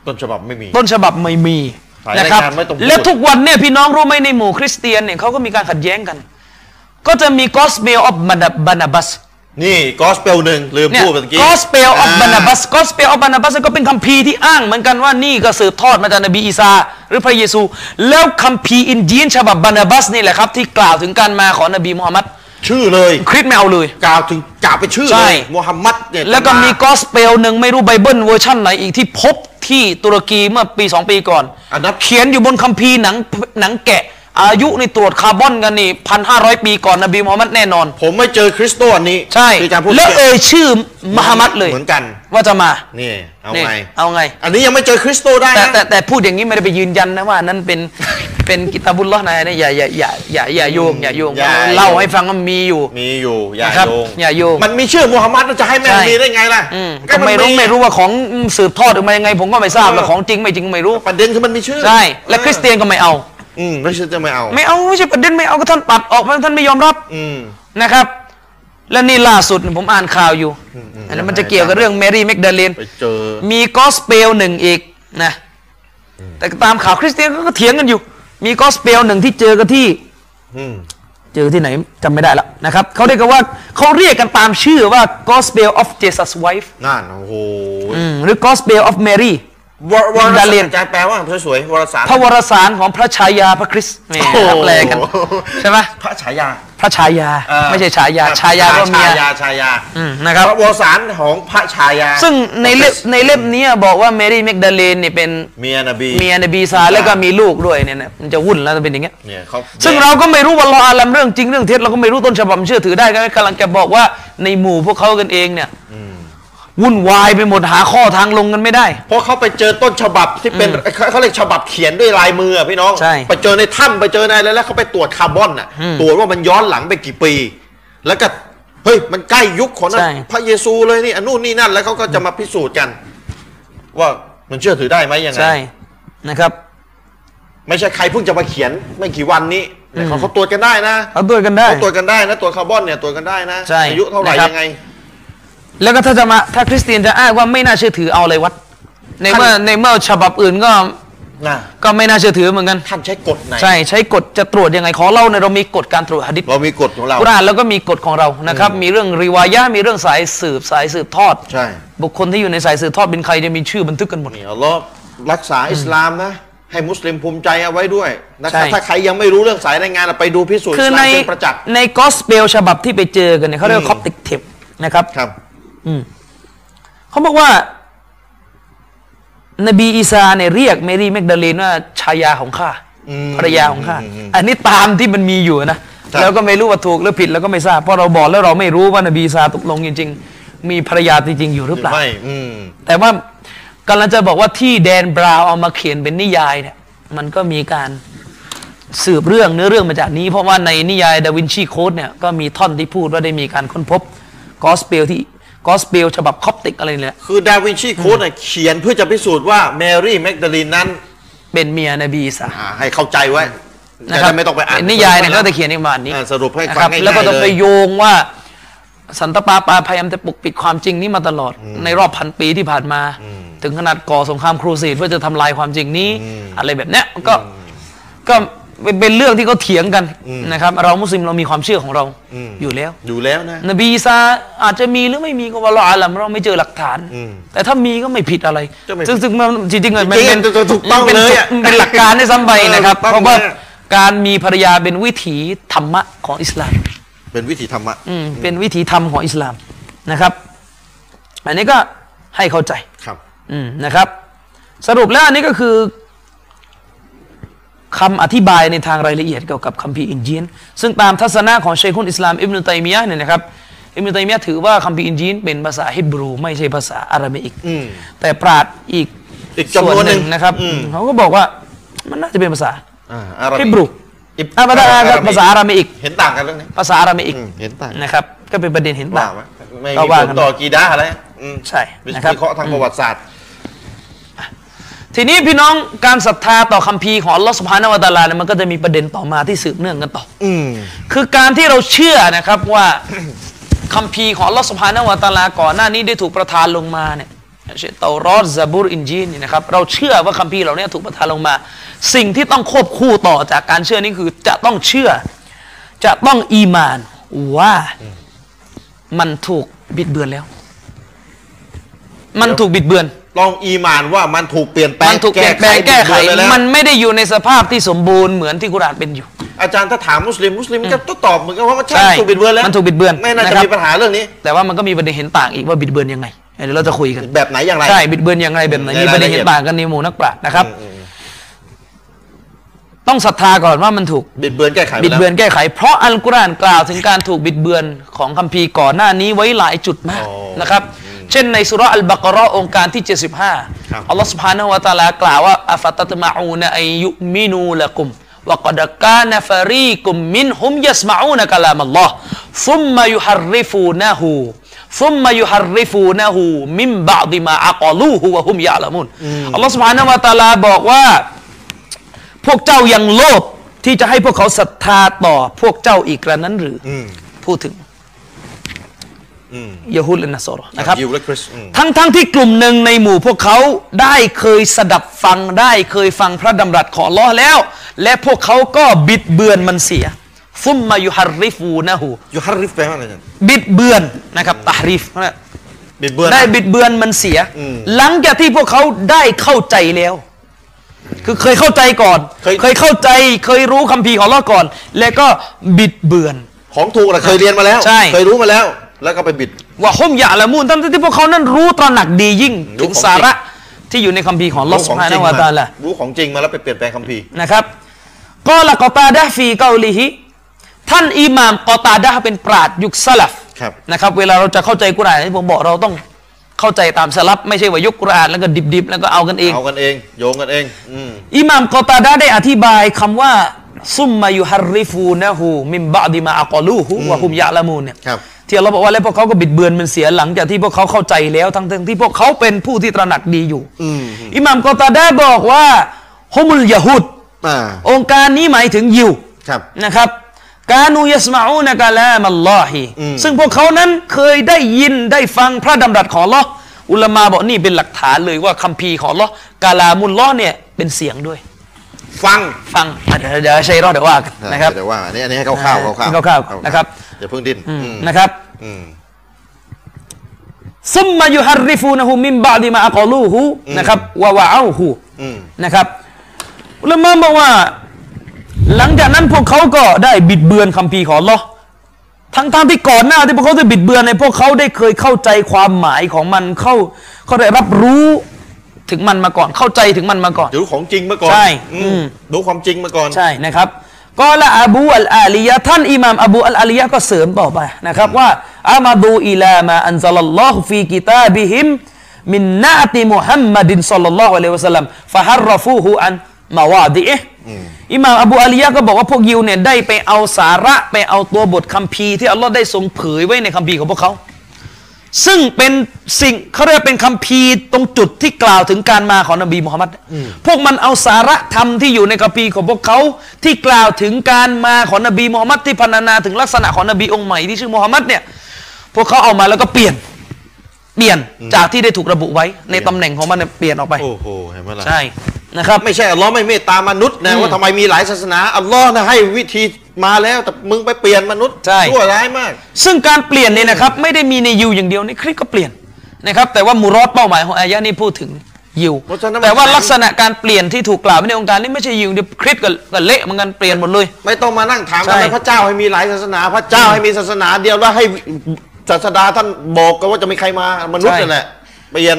S1: ต้นฉบับไม่มี
S2: ต้นฉบับไม่มี
S1: สาย
S2: นะ
S1: ราย
S2: ค
S1: งา
S2: รั
S1: น
S2: บ
S1: ไม่ตรงจุด
S2: และทุกวันเนี่ยพี่น้องรู้ไหมในหมู่คริสเตียนเนี่ยเขาก็มีการขัดแย้งกัน ก็จะมีกอสเปลออฟบานาบัส
S1: นี่กอสเปลหนึ่งลืม
S2: เนี่ย
S1: พูดเมื่อกี้
S2: กอสเปลออฟบานาบั
S1: า
S2: สกอสเปลออฟบานาบัสก็เป็นคัมภีร์ที่อ้างเหมือนกันว่านี่ก็สืบทอดมาจากนบีอีสาหรือพระเยซู แล้วคัมภีร์อินเดียนฉบับบานาบัสนี่แหละครับที่กล่าวถึงการมาของนบีมูฮัมมัด
S1: ชื่อเลย
S2: คริสต์ไม่เอาเลย
S1: กล่าวถึงกล่าวไปชื่อ
S2: ใช่
S1: เลยมูฮัมมัดเนี่ย
S2: แล้วก็มี
S1: จะา
S2: กอสเปลหนึ่งไม่รู้ไบเบิลเวอร์ชันไหนอีกที่พบที่ตุรกีเมื่อปี 2 ปีก่อน
S1: อันนั้น
S2: เขียนอยู่บนคัมภีร์หนังหนังแกะ อายุในตรวจคาร์บอนกันนี่พันห้าร้อยปีก่อนนบีมูฮัมมัดแน่นอน
S1: ผมไม่เจอคริสโตอันนี้
S2: ใช่
S1: ที่อาจารย์พูด
S2: แล้ว
S1: เอ
S2: เอ่ยชื่อมหามัดเลย
S1: เหมือนกัน
S2: ว่าจะมา
S1: นี่เอา
S2: นี่
S1: ไง
S2: เอาไง
S1: อันนี้ยังไม่เจอคริสโตได้
S2: แต่
S1: นะ
S2: แต่แต่พูดอย่างนี้ไม่ได้ไปยืนยันนะว่านั้นเป็น เป็นกิตาบุลลอฮ์นายนะอย่าอย่าอย่าอย่าอย่าโยงอย่าโยง
S1: อย่า
S2: เล่าให้ฟังว่ามีอยู่
S1: มีอยู่อย่า
S2: นะครับ
S1: โยง
S2: อย่าโยง
S1: มันมีชื่อมูฮัมมัดแล้วจะให้แม่งมีได้ไงล่ะ
S2: อืม
S1: ก็
S2: ก็ไม่รู้
S1: น
S2: ไม่รู้ว่าของสืบทอดออกมายังไง ผมก็ไม่ทราบ
S1: เออ
S2: ว่าของจริงไม่จริงไม่รู้
S1: ประเด็นคือมันมีชื่อ
S2: ใช่ และคริสเตียนก็ไม่เอา
S1: อืมแล้วฉันจะไม่เอา
S2: ไม่เอาไม่ใช่ประเด็นไม่เอาก็ท่านปัดออกมาท่านไม่ยอมรับ
S1: อืม
S2: นะครับ และนี่ล่าสุดผมอ่านข่าวอยู่
S1: อืมอืม
S2: อันนั้นมันจะเกี่ยวกับเรื่องแมรี่แมกดาเลน
S1: ไปเจอ
S2: มีกอสเปลหนึ่งอีกนะแต่ตามข่าวคริสเตียนก็เถียงกันอยู่ มีกอสเปลหนึ่งที่เจอกันที่
S1: อืม
S2: เจอที่ไหนจำไม่ได้แล้วนะครับเขาเรียกกันว่าเขาเรียกกันตามชื่อว่า Gospel of Jesus Wife
S1: นั่นโอ้โห
S2: อืมหรือ Gospel of Mary
S1: วรวร
S2: ดาเลียน
S1: อาจารย์แปลว่าสวยๆวรสาร
S2: พระวรสารของพระชายาพระคริสต์นี่
S1: โอ้โห
S2: แปลกันใช่ไหม
S1: พระฉายา
S2: พระชายา
S1: เอ่อ
S2: ไม่ใช่ฉายา
S1: พระ
S2: ชายาก็เมีย
S1: ฉายาฉายา
S2: อืมนะครับ
S1: พระวรสารของพระฉายา
S2: ซึ่งในเล่มในเล่มเนี้ยบอกว่าเมรี่แมกดาเลนเนี่ยเป็น
S1: เมียนบี
S2: เมียนบีซาแล้วก็มีลูกด้วยเนี่ยนะมันจะวุ่นแล้วจะเป็นอย่างเงี้ย
S1: เนี่ยเขา
S2: ซึ่งเราก็ไม่รู้ว่าเราอาลัมเรื่องจริงเรื่องเท็จเราก็ไม่รู้ต้นฉบับเชื่อถือได้ก็กำลังจะบอกว่าในหมู่พวกเขากันเองเนี่ยวุ่นวายไปหมดหาข้อทางลงกันไม่ได้
S1: เพราะเขาไปเจอต้นฉบับที่เป็นเขาเขาเรียกฉบับเขียนด้วยลายมืออะพี่น้อง
S2: ใช่
S1: ไปเจอในถ้ำไปเจอในอะไรแล้วเขาไปตรวจคาร์บอนน่ะตรวจว่ามันย้อนหลังไปกี่ปี แล้วก็เฮ้ยมันใกล้ยุคของ
S2: ใช่
S1: พระเยซูเลยนี่อันนู่นนี่นั่นแล้วเขาก็จะมาพิสูจน์กัน ว่ามันเชื่อถือได้ไหมยังไง
S2: ใช่นะครับ
S1: ไม่ใช่ใครเพิ่งจะมาเขียนไม่กี่วันนี้เนี่ยเขาเขาตรวจกันได้นะ
S2: เอาด้วยกันได้
S1: เขาตรวจกันได้นะตรวจคาร์บอนเนี่ยตรวจกันได้นะ
S2: ใช่
S1: อายุเท่าไหร่
S2: นะครับ
S1: ยังไง
S2: แล้วก็ถ้าจะมาถ้าคริสเตียนจะอ้างว่าไม่น่าเชื่อถือเอาเลยวัด ในเมื่อ
S1: ท่าน
S2: ในเมื่อฉบับอื่นก็
S1: นะ
S2: ก็ไม่น่าเชื่อถือเหมือนกัน
S1: ท่านใช้กฎไหน
S2: ใช่ใช้กฎจะตรวจยังไงขอเล่าในอยเรามีกฎการตรวจหะดิษ
S1: เรามีกฎของเรา
S2: กุรอานแล้วก็มีกฎของเรานะครับมีเรื่องริวายะห์มีเรื่องสายสืบสายสืบทอด
S1: ใช่
S2: บุคคลที่อยู่ในสายสืบทอดเป็นใครจะมีชื่อบันทึกกันหมด
S1: นี่อัลลอฮ์รักษาอิสลามนะ ให้มุสลิมภูมิใจเอาไว้ด้วยนะครับ
S2: ใช่
S1: ถ้าใครยังไม่รู้เรื่องสายรายงานอะไปดูพิสูจน์
S2: คือ
S1: อิสลา
S2: ใน
S1: มเป็นประจักษ์
S2: ในกอสเปลฉบับที่ไปเจอกันเนี่ยเขาเรียก
S1: อืม
S2: คอปติกเทปนะครับ
S1: ครับ
S2: เขาบอกว่า นบีอีซาเนี่ยเรียกเมรี่แมกดาเลนว่าชายาของข้า
S1: อืม
S2: ภรรยาของข้า
S1: อืมอืม
S2: อันนี้ตามที่มันมีอยู่นะ
S1: ครับ
S2: แล้วก็ไม่รู้ว่าถูกหรือผิดแล้วก็ไม่ทราบ เพราะเราบอกแล้วเราไม่รู้ว่านบีอีซาตกลงจริง ๆ มีภรรยาจริง ๆ อยู่หรือเปล่า
S1: ไม่อืม
S2: แต่ว่ากำลังจะบอกว่าที่แดนบราวน์เอามาเขียนเป็นนิยายเนี่ยมันก็มีการสืบเรื่องเนื้อเรื่องมาจากนี้ เพราะว่าในนิยายดาวินชีโค้ดเนี่ยก็มีท่อนที่พูดว่าได้มีการค้นพบกอสเปลที่กอสเปลฉบับคอปติกอะไรเนี่ย
S1: คือดาวินชีโค้ดน่ะเขียนเพื่อจะพิสูจน์ว่าแมรี่แมกดาลินนั้น
S2: เป็นเมียนบีอีสา
S1: อ่าให้เข้าใจไว้
S2: นะ
S1: จะ
S2: ครับ
S1: ได้ไม่ต้องไปอ่าน
S2: นิยายเนี่ยก็จะเขียนในประมาณนี้
S1: อ่าสรุปให้
S2: นะ
S1: ฟัง
S2: ครับ
S1: ง่ายๆ
S2: แล้วก็จะ
S1: เล
S2: ไป
S1: ย
S2: โยงว่าสันตปาปาพยายามจะปกปิดความจริงนี้มาตลอด ในรอบพันปีที่ผ่านมา ถึงขนาดก่อสงครามครูเสดเพื่อจะทำลายความจริงนี้ อะไรแบบเนี้ยก็ ก็เป็นเป็นเรื่องที่เขาเถียงกันนะครับ เรามุสลิมเรามีความเชื่อของเราอยู่แล้ว
S1: อยู่แล้วนะ
S2: นบีอีซาอาจจะมีหรือไม่มีก็ว่าเราอาลัมเราไม่เจอหลักฐาน แต่ถ้ามีก็ไม่ผิดอะไร
S1: ก็ไม่ผิด
S2: ซึ่งซึ่งมันจริงๆอะมัน
S1: จริงๆ
S2: เป็น
S1: ถูกต้อง
S2: มันป็น
S1: เลยอะ
S2: มันเป็นหลักการในซ้ำไป
S1: เออ
S2: นะครับ
S1: ถูกต้อง
S2: เพราะว่า
S1: เลยอะ
S2: การมีภรรยาเป็นวิถีธรรมะของอิสลาม
S1: เป็นวิถีธรรมะ
S2: อืมเป็นวิถีธรรมของอิสลามนะครับ อันนี้ก็ให้เข้าใจ
S1: ครับ
S2: อืมนะครับ สรุปแล้วอันนี้ก็คือคำอธิบายในทางรายละเอียดเกี่ยวกับคัมภีร์อินจีนซึ่งตามทัศนะของเชคุนอิสลามอิบนุตัยมียะห์เนี่ยนะครับอิบนุตัยมียะห์ถือว่าคัมภีร์อินจีนเป็นภาษาฮิบรู ไม่ใช่ภาษาอาหรับิก
S1: อืม
S2: แต่ปราดอีก
S1: อีกจำนวน
S2: ส่
S1: หนึ่ง
S2: นะครับ
S1: อืม
S2: เขาก็บอกว่ามันน่าจะเป็นภาษา
S1: อ่าอาหรั
S2: ฮิบรู
S1: อิบ
S2: อ่ะภาษาอาหรับ
S1: อิบ
S2: ภาษาอาหรับิก
S1: เห็นต่างกันเรื่องนี้
S2: ภาษาอาหรับิก
S1: อืมเห็นต่าง
S2: นะครับ ก็เป็นประเด็นเห็น
S1: ว่า
S2: ต่าง
S1: ไหมไม่
S2: ก็
S1: มี
S2: ว่า
S1: ผล
S2: กัน
S1: ต่อกีดาอะไรอืม
S2: ใช่นะครับ
S1: วิเคราะห์ทางประวัติศาสตร์
S2: ทีนี้พี่น้องการศรัทธาต่อคัมภีร์ของอัลลอฮ์สุบฮานาวะตะอาลาเนี่ยมันก็จะมีประเด็นต่อมาที่สืบเนื่องกันต่ออคือการที่เราเชื่อนะครับว่า คัมภีร์ของอัลลอฮ์สุบฮานาวะตะอาลาก่อนหน้านี้ได้ถูกประทานลงมาเนี่ยเช่นเตารอดซาบูรอินจีนเนี่ยนะครับเราเชื่อว่าคัมภีร์เหล่านี้ถูกประทานลงมา สิ่งที่ต้องควบคู่ต่อจากการเชื่อนี่คือจะต้องเชื่อ จะต้องอีหมานว่ามันถูกบิดเบือนแล้ว มันถูกบิดเบือน
S1: ลองอีหมานว่ามันถูกเปลี่ยนแปลง
S2: มันถูกเปลี่ยนแปลงแก้ไข
S1: เปลี่ยนแปลงแล้ว
S2: มันไม่ได้อยู่ในสภาพที่สมบูรณ์เหมือนที่กุรอานเป็นอยู่
S1: อาจารย์ถ้าถามมุสลิมมุสลิมก็ต้องตอบเหมือนกันว่า
S2: ใช่
S1: ใช่ถูกบิดเบือนแล้ว
S2: มันถูกบิดเบือน
S1: ไม่น่า
S2: นะ
S1: จะ
S2: ครับ
S1: มีปัญหาเรื่องนี้
S2: แต่ว่ามันก็มีประเด็นเห็นต่างอีกว่าบิดเบือนยังไงเดี๋ยวเราจะคุยกัน
S1: แบบไหนอย่างไร
S2: ใช่ บิดเบือนอย่างไรแบบไหน
S1: ใน
S2: มีประเด็น
S1: รายละเอี
S2: เห็
S1: ยด
S2: นต่างกันในหมู่นักปราชญ์นะครับ ต้องศรัทธาก่อนว่ามันถูก
S1: บิดเบือนแก้ไขไป
S2: บิด
S1: แล้ว
S2: เบือนแก้ไข เพราะอัลกุรอานกล่าวถึงการถูกบิดเบือนของคัมภีร์ก่อนหน้านี้ไว้หลายจุดมากนะครับ เช่นในสุราะห์อัลบากาเราะห์องค์การที่ 75 อัลลอฮ์สุบฮานะฮูวะตะอาลากล่าวว่าอัฟตัตมาอูนะอายุมินูละกุมวะกดกานะฟารีกุมมินฮุมยัสมาอูนะกะลามัลลอฮ์ซุมมายุฮัรริฟูนะฮูซุมมายุฮัรริฟูนะฮูมิมบะอดิมาอักอลูฮูวะฮุมยะละมุนอัลลอฮ์สุบฮานะฮูวะตะอาลาบอกว่า พวกเจ้ายังโลภที่จะให้พวกเขาศรัทธาต่อพวกเจ้าอีกกระนั้นหรืออพูดถึงยะฮูดและนัสรอนะครับ
S1: ยิวและคริสต์อืม
S2: ทั้งๆที่กลุ่มหนึ่งในหมู่พวกเขาได้เคยสดับฟังได้เคยฟังพระดำรัสของอัลลอฮ์แล้ว และพวกเขาก็บิดเบือนมันเสียฟุมมายุฮัรริฟูนะฮู
S1: ยูฮัรริฟแปลว่าอะไรอาจารย์
S2: บิดเบือนนะครับตาฮริฟ
S1: บิดเบือน
S2: ได้บิดเบือนมันเสีย
S1: อืม
S2: หลังจากที่พวกเขาได้เข้าใจแล้ว คือเคยเข้าใจก่อน
S1: เคย
S2: เคยเข้าใจเคยรู้คัมภีร์ของอัลลอฮ์ก่อน แล้วก็บิดเบือน
S1: ของถูกนะเคยเรียนมาแล้ว
S2: ใช่
S1: เคยรู้มาแล้ว แล้วก็ไปบิด
S2: ว่าฮุมยะละมูนทั้งที่พวกเขานั้นรู้ตระหนักดียิ่ง
S1: รู้
S2: ถึง
S1: ของจริง
S2: สาระที่อยู่ในคัมภีร์ของอัลลอฮ์
S1: รู้ข
S2: สุ
S1: อง
S2: ภา
S1: จริง
S2: นะฮูวะ
S1: มา
S2: ตะอาลา
S1: รู้ของจริงมาแล้วไปเปลี่ยนแปลงคัมภีร์
S2: นะครับกอละกอตาดะฮ์ฟีเกาลิฮิท่านอิหม่ามกอตาดะฮ์เป็นปราชญ์ยุคสลับ
S1: ครับ
S2: นะครับเวลาเราจะเข้าใจกุรอานที่ผมบอกเราต้องเข้าใจตามสลับ ไม่ใช่ว่ายกกุรอานแล้วก็ดิบๆ แล้วก็เอากันเอง
S1: เอากันเอง โยงกันเอง อืม
S2: อิหม่ามกอตาดะฮ์ได้อธิบายคำว่าซุมมายุฮัรริฟูนะฮูมิมบะดิมาอักอลูฮูวะฮุมยะละมูนเนี่ย
S1: ครับ
S2: ที่เราบอกว่าแล้วพวกเขาก็บิดเบือนมันเสียหลังจากที่พวกเขาเข้าใจแล้วทั้งๆที่พวกเขาเป็นผู้ที่ตระหนักดีอยู่
S1: อืม
S2: อิหม่ามกอตาดะฮ์บอกว่าฮุมุลยะฮูด
S1: อ่า
S2: องค์การนี้หมายถึงยิว
S1: ครับ
S2: นะครับ การูยัสมาอูนกาลามัลลอฮี
S1: อืม
S2: ซึ่งพวกเขานั้นเคยได้ยินได้ฟังพระดำรัสของลออุลามาบอกนี่เป็นหลักฐานเลยว่าคัมภีร์ของลอกาลามุลลอเนี่ยเป็นเสียงด้วย
S1: ฟัง
S2: ฟังอ่ะเดี๋ยวเดี๋ยวใชัยรอดเดี๋ยวว่ากันนะครับ
S1: เดี๋ยวว่า อันนี้อันนี้ให้คร่าวๆคร่าวๆ
S2: คร่าวๆนะครับ
S1: อย่าเพิ่งดิ้น
S2: อืม
S1: อืม
S2: นะครับ
S1: อืม
S2: ซุมมายุฮัรริฟูนะฮูมิมบาดิมาอักอลูฮูนะครับวะวะเอาฮู
S1: อืม
S2: นะครับอุลามะบอกว่า หลังจากนั้นพวกเขาก็ได้บิดเบือนคัมภีร์ของอัลลอฮ์ทั้งๆที่ก่อนหน้าที่พวกเขาจะบิดเบือนในยพวกเขาได้เคยเข้าใจความหมายของมันเข้าเขาได้รับรู้ถึงมันมาก่อนเข้าใจถึงมันมาก่อน
S1: เดี๋ยวรู้ของจริงมาก่อน
S2: ใช่
S1: อื
S2: อื
S1: ม
S2: ม
S1: รู้ความจริงมาก่อน
S2: ใช่นะครับกอละอบูอัลอาลียะห์ท่านอิหม่ามอบูอัลอาลียะห์ก็เสริมต่อไปนะครับว่าอามาดูอิลามาอันซัลลัลลอฮุฟีกิตาบิฮิมมินนาติมุฮัมมัดินซัลลัลลอฮุอะลัยฮิวะสัลลัมฟะฮัรรฟูฮูอันมาวาดิเอะห์อิหม่ามอบูอาลียะห์ก็บอกว่าพวกยิวเนี่ยได้ไปเอาสาระไปเอาตัวบทคัมภีร์ที่อัลลอฮ์ได้ทรงเผยไว้ในคัมภีร์ของพวกเขา ซึ่งเป็นสิ่งเขาเรียกเป็นคัมภีร์ตรงจุดที่กล่าวถึงการมาของนบีมุฮัมมัดพวกมันเอาสาระธรรมที่อยู่ในคัมภีร์ของพวกเขา ที่กล่าวถึงการมาของนบีมุฮัมมัดที่พรรณนาถึงลักษณะของนบีองค์ใหม่ที่ชื่อมุฮัมมัดเนี่ยพวกเขาเอามาแล้วก็เปลี่ยนเปลี่ยนจากที่ได้ถูกระบุไว้ ในตำแหน่งของมันเนี่ยเปลี่ยนออกไป
S1: โอ้โห เห็นไหมล่ะ
S2: ใช่นะครับ
S1: ไม่ใช่อัลลอฮ์ไม่เมตตามนุษย์นะว่าทำไมมีหลายศาสนาอัลลอฮ์นะให้วิธีมาแล้วแต่มึงไปเปลี่ยนมนุษย์
S2: ใช่
S1: ชั่วร้ายมาก
S2: ซึ่งการเปลี่ยนเนี่ยนะครับไม่ได้มีในยิวอย่างเดียวในคริสต์ก็เปลี่ยนนะครับแต่ว่ามูรอดเป้าหมายของอายะนี้พูดถึงยิว
S1: เพราะฉะนั้นมัน
S2: แต่ว่าลักษณะการเปลี่ยนที่ถูกกล่าวไว้ในองค์การนี่ไม่ใช่ยิวเดียวคริสต์ก็ก็เละเหมือนกันเปลี่ยนหมดเลย
S1: ไม่ต้องมานั่งถาม
S2: ใช่
S1: ทำไมพระเจ้าให้มีหลายศาสนา พระเจ้าให้มีศาสนาเดียวแล้วให้ศาสดาท่านบอกกันว่าจะมีใครมามนุษย์นั่นแหละเปลี่ยน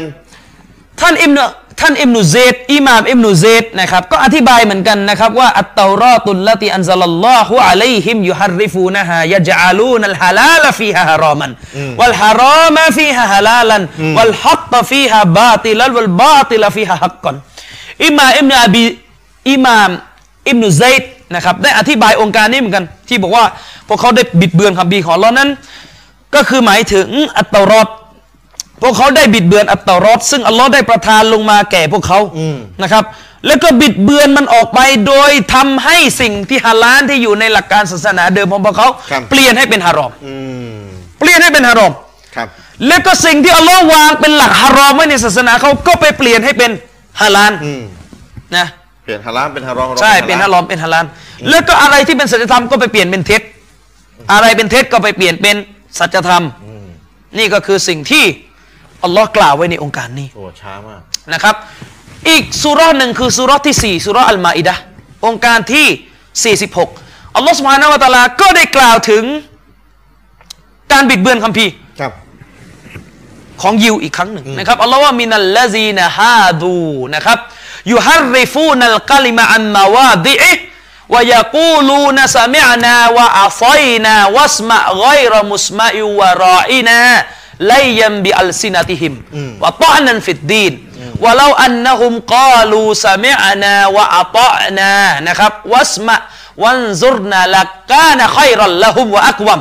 S2: ท่านอิมนุท่านอิมนุเซดอิหม่ามอิมนุเซดนะครับก็อธิบายเหมือนกันนะครับว่าอัตเตารอตุลละติอันซัลลัลลอฮุอะลัยฮิมยุฮัรริฟูนะฮายะจัลูนัลฮะลาลฟีฮะฮารอมันวัลฮารอมะฟีฮะฮะลาลันวัลฮักตะฟีฮะบาติลันวัลบาติลฟีฮะฮักกันอิหม่ามอิมนุอบีอิหม่ามอิมนุเซดนะครับได้อธิบายองค์การนี้เหมือนกัน ที่บอกว่าพวกเขาได้บิดเบือนคำบีร์ของเรานั้น ก็คือหมายถึงอัตเตารอต พวกเขาได้บิดเบือนอัตตารอดซึ่งอัลลอฮ์ได้ประทานลงมาแก่พวกเขานะครับ แล้วก็บิดเบือนมันออกไปโดยทำให้สิ่งที่ฮาลาลที่อยู่ในหลักการศาสนาเดิมของพวกเขา
S1: ครับ
S2: เปลี่ยนให้เป็นฮารอม
S1: อืม
S2: เปลี่ยนให้เป็นฮารอม
S1: ครับ
S2: แล้วก็สิ่งที่อัลลอฮ์วางเป็นหลักฮารอมไว้ในศาสนาเขาก็ไปเปลี่ยนให้เป็นฮาลาล
S1: อืม
S2: นะ
S1: เปลี่ยนฮารามเป็นฮารอมฮารอม
S2: ใช่เป็นฮารอมเป็นฮาลาลแล้วก็อะไรที่เป็นสัจธรรมก็ไปเปลี่ยนเป็นเท็จ อะไรเป็นเท็จก็ไปเปลี่ยนเป็นสัจธรรม นี่ก็คือสิ่งที่อัลลอฮ์กล่าวไว้ในองค์การนี้
S1: โอ้ช้ามาก
S2: นะครับ อีกสุราะห์หนึ่งคือสุราะห์ที่ 4 สุราะห์อัลมาอิดะห์องค์การที่ 46 อัลลอฮ์สุบฮานะฮูวะตะอาลาก็ได้กล่าวถึงการบิดเบือนคัมภีร์
S1: ครับ
S2: ของยิวอีกครั้งหนึ่งนะครับอัลลอฮ์ว่ามินัลละซีนะฮาดูนะครับยูฮัรริฟูนัลกะลิมะอันมาวาดิอิฮ์วยากูลูนสมิอนาวะอัศอยนาวัสมะไกรมุสมะอิวะรออินาไลยัมบิอัลซินะติฮิมวะตอนันฟิดดีน ولو أنهم قالوا سمعنا وأطعنا นะครับวัสมะวันซุรนาลักกานะคอยรัลละหุมวะอักวัม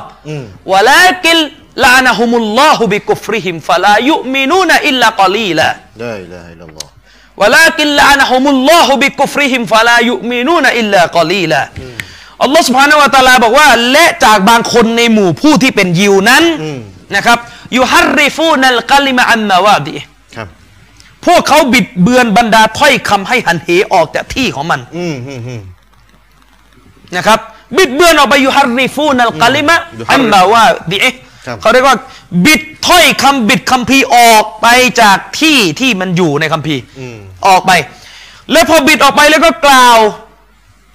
S2: วะลากิลลานะฮุมุลลอฮุบิกุฟริฮิมฟะลายุมินูนอิลลากอลีลา
S1: ได้ได้ละลอ
S2: ولكن لعنهم الله بكفرهم فلا يؤمنون إلا قليلا อัลลอฮ์ سبحانه และ تعالى บอกว่า และจากบางคนในหมู่ผู้ที่เป็นยิวนั้นนะครับยูฮัรริฟูนัลกะลิมะอันมาวาดี
S1: ครับ
S2: พวกเขาบิดเบือนบรรดาถ้อยคำให้หันเหออกจากที่ของมัน
S1: อืมอืมอืม
S2: นะครับ บิดเบือนออกไปยูฮัรริฟูนัลกะลิมะ
S1: อืม
S2: อันมาวาดิเอะห์
S1: ครับ
S2: เขาเรียกว่า บิด ถ้อยคำบิดคัมภีร์ออกไปจากที่ที่มันอยู่ในคัมภีร์
S1: อืม
S2: ออกไป แล้วพอบิดออกไปแล้วก็กล่าว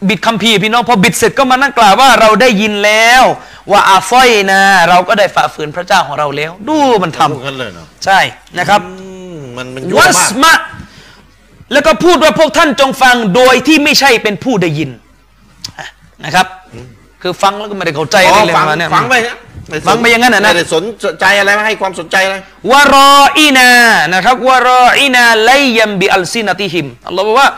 S2: บิดคัมภีร์พี่น้องพอบิดเสร็จก็มานั่งกล่าวว่าเราได้ยินแล้ว ว่าอาฟอยนะ เราก็ได้ฝ่าฝืนพระเจ้าของเราแล้ว ดูมัน
S1: พ
S2: ทำ
S1: วกนั้นเลยเนาะ
S2: ใช่นะครับ
S1: อืมมันมันยั่ว
S2: วัส
S1: มาก
S2: มะ แล้วก็พูดว่าพวกท่านจงฟังโดยที่ไม่ใช่เป็นผู้ได้ยินอ่ะนะครับ คือฟังแล้วก็ไม่ได้เข้าใจอะไรเลย
S1: ฟั
S2: ประมาณเนี่ย
S1: ฟังไปนะม่ส
S2: ฟังไปอย่างนั้นน่ะนะ
S1: ไม่ได้สนใจอะไรไม่ให้ความสนใจอะไร
S2: วารออีนานะครับวารออีนาไลยัมบิอัลซินาติฮิมอัลลอฮ์บอกว่า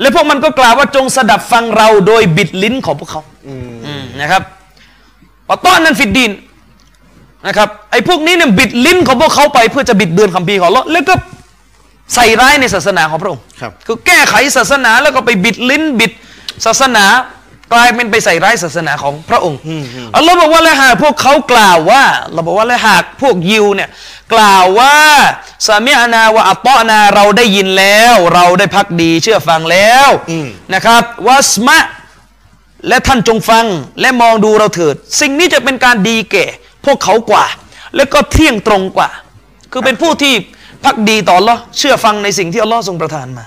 S2: แล้วพวกมันก็กล่าวว่าจงสดับฟังเราโดยบิดลิ้นของพวกเขาอืมนะครับปะต้อนนั้นฟิดดินนะครับไอ้พวกนี้เนี่ยบิดลิ้นของพวกเขาไปเพื่อจะบิดเบือนคำพีร์ของอัลลอฮ์แล้วก็ใส่ร้ายในศาสนาของพระองค์
S1: ครับ
S2: คือแก้ไขศาสนาแล้วก็ไปบิดลิ้นบิดศาสนากลายเป็นไปใส่ร้ายศาสนาของพระองค์อัลลอฮ์บอกว่าและหากพวกเขากล่าวว่าเราบอกว่าและหากพวกยิวเนี่ยกล่าวว่าสามีอานาวะอัตตอนาเราได้ยินแล้ว เราได้พักดีเชื่อฟังแล้ว
S1: อืม
S2: นะครับวัสมะ และท่านจงฟังและมองดูเราเถิด สิ่งนี้จะเป็นการดีแก่ พวกเขากว่า และก็เที่ยงตรงกว่า คือเป็นผู้ที่พักดีต่ออัลลอฮ์เชื่อฟังในสิ่งที่อัลลอฮ์ทรงประทานมา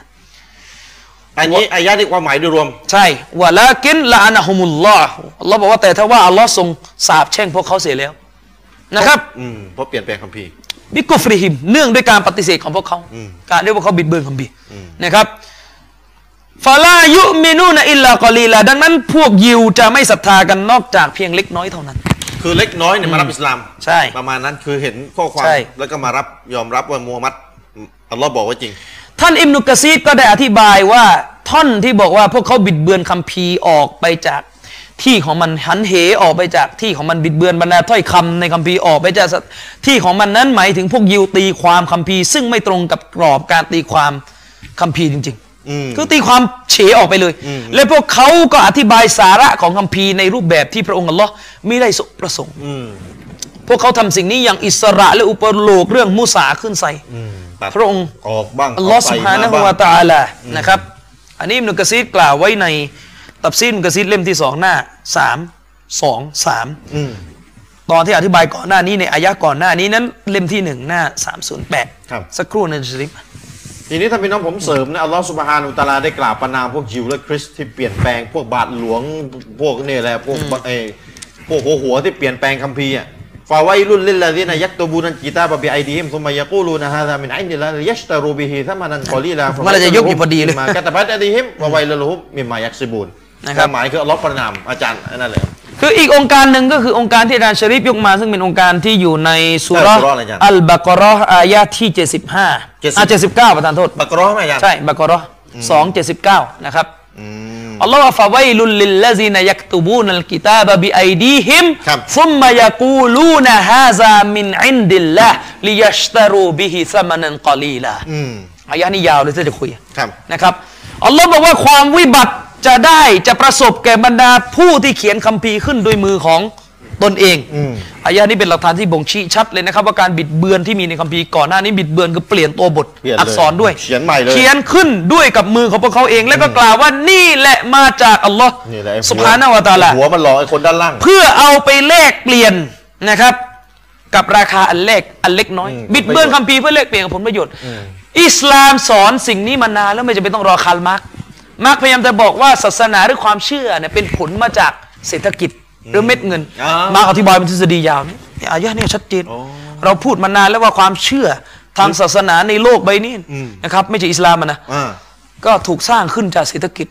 S1: อันนี้อายะที่ความหมายโดยรวม
S2: ใช่วะลากินละอานะฮุมุลลอฮ์อัลลอฮ์บอกว่าแต่ถ้าว่าอัลลอฮ์ทรงสาปแช่งพวกเขาเสียแล้วนะครับ
S1: อืมเพราะเปลี่ยนแปลงคัมภีร์
S2: บิกุฟริฮิมเนื่องด้วยการปฏิเสธของพวกเขา
S1: อืม
S2: การที่พวกเขาบิดเบือนคำบีร์นะครับฟาลายุมินูนะอิลลากอลีลาดังนั้นพวกยิวจะไม่ศรัทธากันนอกจากเพียงเล็กน้อยเท่านั้น
S1: คือเล็กน้อยเนี่ยมารับอิสลาม
S2: ใช่
S1: ประมาณนั้นคือเห็นข้อความ
S2: ใช่
S1: แล้วก็มารับยอมรับว่ามูฮัมหมัดอัลลอฮ์บอกว่าจริง
S2: ท่านอิมนุกะซีดก็ได้อธิบายว่าท่อนที่บอกว่าพวกเขาบิดเบือนคัมภีร์ออกไปจากที่ของมันหันเหออกไปจากที่ของมันบิดเบือนบรรดาถ้อยคำในคัมภีร์ออกไปจากสถที่ของมันนั้นหมายถึงพวกยิวตีความคัมภีร์ ซึ่งไม่ตรงกับกรอบการตีความคัมภีร์จริง
S1: อืม
S2: ๆ คือตีความเฉออกไปเลย
S1: อืม
S2: และพวกเขาก็อธิบายสาระของคัมภีร์ในรูปแบบที่พระองค์อัลลอฮ์ไม่ได้ทรงประสงค์
S1: อืม
S2: พวกเขาทำสิ่งนี้อย่างอิสระและอุปโลกเรื่องมุสาขึ้นใส่
S1: อืมตัด
S2: พระองค์
S1: ออกบ้าง
S2: อัลลอฮ์
S1: เไป
S2: สุบฮานะฮู
S1: บ้ง
S2: วาตะอาลานะครับ อันนี้อิมนุกะซีดกล่าวไว้ในตับซีดอิมนุกะซีดเล่มที่สองหน้าสามสองสาม
S1: อืม
S2: ตอนที่อธิบายก่อนหน้านี้ในอายะก่อนหน้านี้นั้นเล่มที่หนึ่งหน้าสามศูนย์แปด
S1: ครับ
S2: สักครู่นะชริฟ
S1: ทีนี้ถ้าพี่น้องผมเสริมนะอัลลอฮ์สุบฮานุตะอาลาได้กล่าวประนามพวกยิวและคริสต์ที่เปลี่ยนแปลงพวกบาทหลวงพวกนี่แหละพวกเออพวกหัวหัวที่เปลี่ยนแปลงคัมภีร์อ่ะฟาไวลุนลิลลาดีนายักตบูนันกีตาบะบิไอดีฮิมซุมมายะกูลูนะฮาซามินอินดิลลายัชตารูบิฮิซัมานันกอลีลา
S2: มันจะยกอยู่พอดีเลย
S1: มากัตตะบัดอะดีฮิ มวะไวลุลุฮุมมิมมายักซิบูน
S2: นะครับ
S1: วามหมายคืออัลลอฮ์ประนามอาจารย์อันนั่นแหละ
S2: คืออีกองค์การหนึ่งก็คือองค์การที่อาจารย์ชริฟยกมา ซึ่งเป็นองค์การที่อยู่ในสุราะห์
S1: เออสุราะห์อะไรอาจารย์
S2: อัลบากรอฮ์อายะที่ 75อ่ะ79 ประทานโทษ
S1: บักรอไหมอาจารย์
S2: ใช่บากรอสองเจ็ดสิบเก้านะครับอัลลอฮ์ว่าฟาไวลุลลิลลาซีนยักตุบูนัลกิตาบะบิไอดีฮิม
S1: ครับ
S2: ซุมมายากูลูนฮาซามินอินดิลลาห์ลิยัชตารูบิฮิซามันันกอลีลา
S1: อืม
S2: อายะนี้ยาวเลยที่จะคุย
S1: ครับ
S2: นะครับอัลลอฮ์บอกว่าความวิบัติจะได้จะประสบแก่บรรดาผู้ที่เขียนคัมภีร์ขึ้นด้วยมือของตนเอง
S1: อืม
S2: อายะนี้เป็นหลักฐานที่บ่งชี้ชัดเลยนะครับ ว่าการบิดเบือนที่มีในคัมภีร์ก่อนหน้านี้บิดเบือนคือเปลี่ยนตัวบท
S1: เปลี่ยนเลย
S2: อักษรด้วย
S1: เขียนใหม่เลย
S2: เขียนขึ้นด้วยกับมือของพวกเขาเอง แล้วก็กล่าวว่านี่แหละมาจากอัลลอฮ์
S1: นี่แหละไอ้หัว
S2: สุภาณาวตาลา
S1: หัวมันหลอกไอ้คนด้านล่าง
S2: เพื่อเอาไปแลกเปลี่ยนนะครับ กับราคาอันเลกอันเล็กน้อย
S1: อืม
S2: บิดเบือนคัมภีร์เพื่อแลกเปลี่ยนกับผลประโยชน์ อิสลามสอนสิ่งนี้มานานแล้วไม่จำเป็นต้องรอคาร์มาร์กซ์มาร์กซ์พยายามจะบอกว่าศาสนาหรือความเชื่อเนี่ยเป็นผลมาจากเศรษฐกิจหรือเม็ดเงิน
S1: อ่าม
S2: มาร์กซ์อธิบายเป็นทฤษฎียาวนี่เนี่ยอายะเนี่ยชัดเจนเราพูดมานานแล้วว่าความเชื่อทางศาสนาในโลกใบนี้นะครับไม่ใช่อิสลามอะนะ
S1: อ่า
S2: ก็ถูกสร้างขึ้นจากเศรษฐกิจ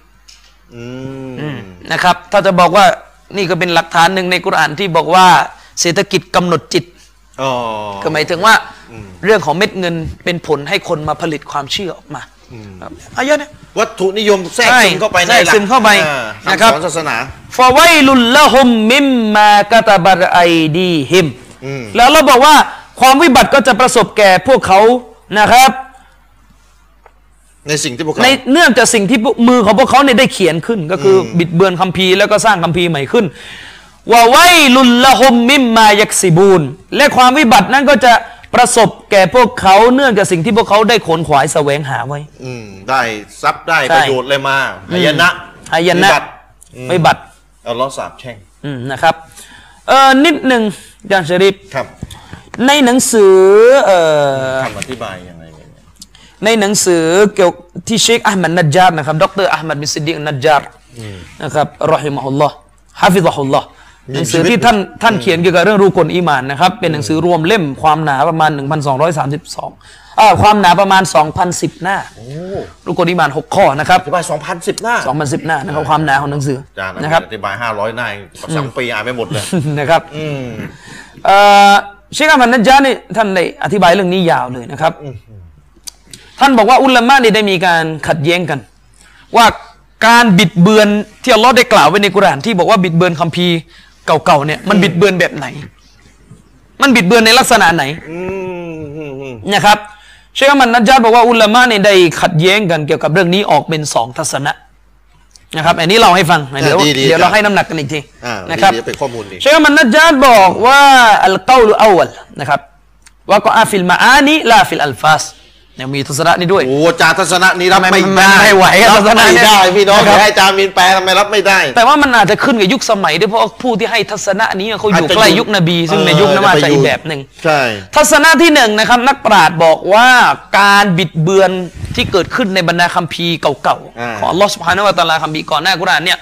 S1: อืม
S2: นะครับถ้าจะบอกว่านี่ก็เป็นหลักฐานหนึ่งในกุรอานที่บอกว่าเศรษฐกิจกำหนดจิต
S1: อ๋อ
S2: ก็หมายถึงว่าเรื่องของเม็ดเงินเป็นผลให้คนมาผลิตความเชื่อออกมาอายะเนี่ย
S1: วัตถุนิยมแทรก
S2: ใช่
S1: ซึมเข้าไปใน
S2: แทรก
S1: หลั
S2: ซึมเข้าไป
S1: อ่
S2: นะ
S1: คำ
S2: ครับ
S1: สอนศาสนา
S2: ฟาไวลุลละฮุมมิมมากะตะบัรไอดีฮิม
S1: อืม
S2: แล้วเราบอกว่าความวิบัติก็จะประสบแก่พวกเขานะครับ
S1: ในสิ่งที่พวกเขา
S2: ในเนื่องจากสิ่งที่พวกมือของพวกเขาเนี่ยได้เขียนขึ้น ก็คืออบิดเบือนคัมภีร์แล้วก็สร้างคัมภีร์ใหม่ขึ้นว่าไวลุลละหมมิมมายักซิบูนและความวิบัตินั้นก็จะประสบแก่พวกเขาเนื่องจากสิ่งที่พวกเขาได้ขนขวายแสวงหาไว้
S1: อืม ได้ทรัพย์ได้
S2: ใช่
S1: ประโยชน์เลยมาหายนะ
S2: อายนะ
S1: วิบัติ
S2: วิบัติ
S1: อัลลอฮ์สาบแช่ง
S2: อืมนะครับเออนิดหนึ่งอาจารย์ชริฟ
S1: ครับ
S2: ในหนังสือเอ่อ
S1: คำอธิบายยังไงเนี่ย
S2: ในหนังสือเกี่ยวที่เชคอัลมัดนัจญาร์นะครับดรอัลมัดบินซิดดีกนัจญาร์นะครับรอฮิมะฮุลลอฮ์ฮาฟิซะฮุลลอฮ์หนังสือที่ท่านท่านเขียนเกี่ยวกับเรื่องรูกลอีหมานนะครับเป็นหนังสือรวมเล่มความหนาประมาณ 1,232อ่าความหนาประมาณ 2,010 หน้ารูกลอีหมาน 6 ข้อนะครับ
S1: อธิบาย2010 หน้า
S2: 2,010 หน้านะครับความหนาของหนังสือ
S1: จาน
S2: นะครับ
S1: อธิบาย 500 หน้าสามปีอ่านไม่หมดเลย
S2: นะครับเอ่อเชคอามันนัจญาเนี่ยท่านได้อธิบายเรื่องนี้ยาวเลยนะครับ ท่านบอกว่าอุลามะเนี่ยได้มีการขัดแย้งกัน ว่าการบิดเบือนที่อัลลอฮ์ได้กล่าวไว้ในกุรอานที่บอกว่าบิดเบือนคัมภีร์เก่าๆเนี่ยมันบิดเบือนแบบไหน มันบิดเบือนในลักษณะไหน นะครับเชคอามันนัจญาบอกว่าอุลามะเนี่ยได้ขัดแย้งกันเกี่ยวกับเรื่องนี้ออกเป็นสองทัศนะนะครับ อันนี้เราให้ฟังเดี๋ยว
S1: ดีดี
S2: เดี๋ยว
S1: ค
S2: เรา
S1: รับ
S2: ให้น้ำหนักกันอีกที
S1: อ่านะ
S2: นะครับ
S1: เป็นข้อมูลดี
S2: เชคมันนัจญาดบอกว่าอัลเกาลูอาวลนะครับว่าก็อาฟิลมาอานีลาฟิลอัลฟาสเนี่ยมีทัศนะนี้ด้วย
S1: โอ้อาจารย์ทัศนะนี้รับไม่
S2: ทำไม
S1: ได้
S2: ไม่ไหวอะ
S1: รับ
S2: ทัศนะ
S1: ไม่
S2: เนี่ย
S1: ได้พี่น้อง
S2: นะค
S1: เดี๋
S2: รับ
S1: ยวให้อาจารย์มีนแปลทำไมรับไม่ได้
S2: แต่ว่ามันอาจจะขึ้นกับยุคสมัยด้วยเพราะว่าผู้ที่ให้ทัศนะนี้เขาอยู่
S1: อาจจะอยู่
S2: ใกล้ยุคนบี ซึ่งใน
S1: เออ
S2: ยุคนั้นมันอาจ
S1: จะ
S2: จะ
S1: ไปอยู่
S2: อีกแบบหนึ่ง
S1: ใช่
S2: ทัศนะที่หนึ่งนะครับ นักปราชญ์บอกว่าการบิดเบือนที่เกิดขึ้นในบรรดาคัมภีร์เก่า
S1: อ่า
S2: ๆของอัลลอฮ์สุบฮานะฮูวะตะอาลาคัมภีร์ก่อนหน้ากุรอานเนี่ย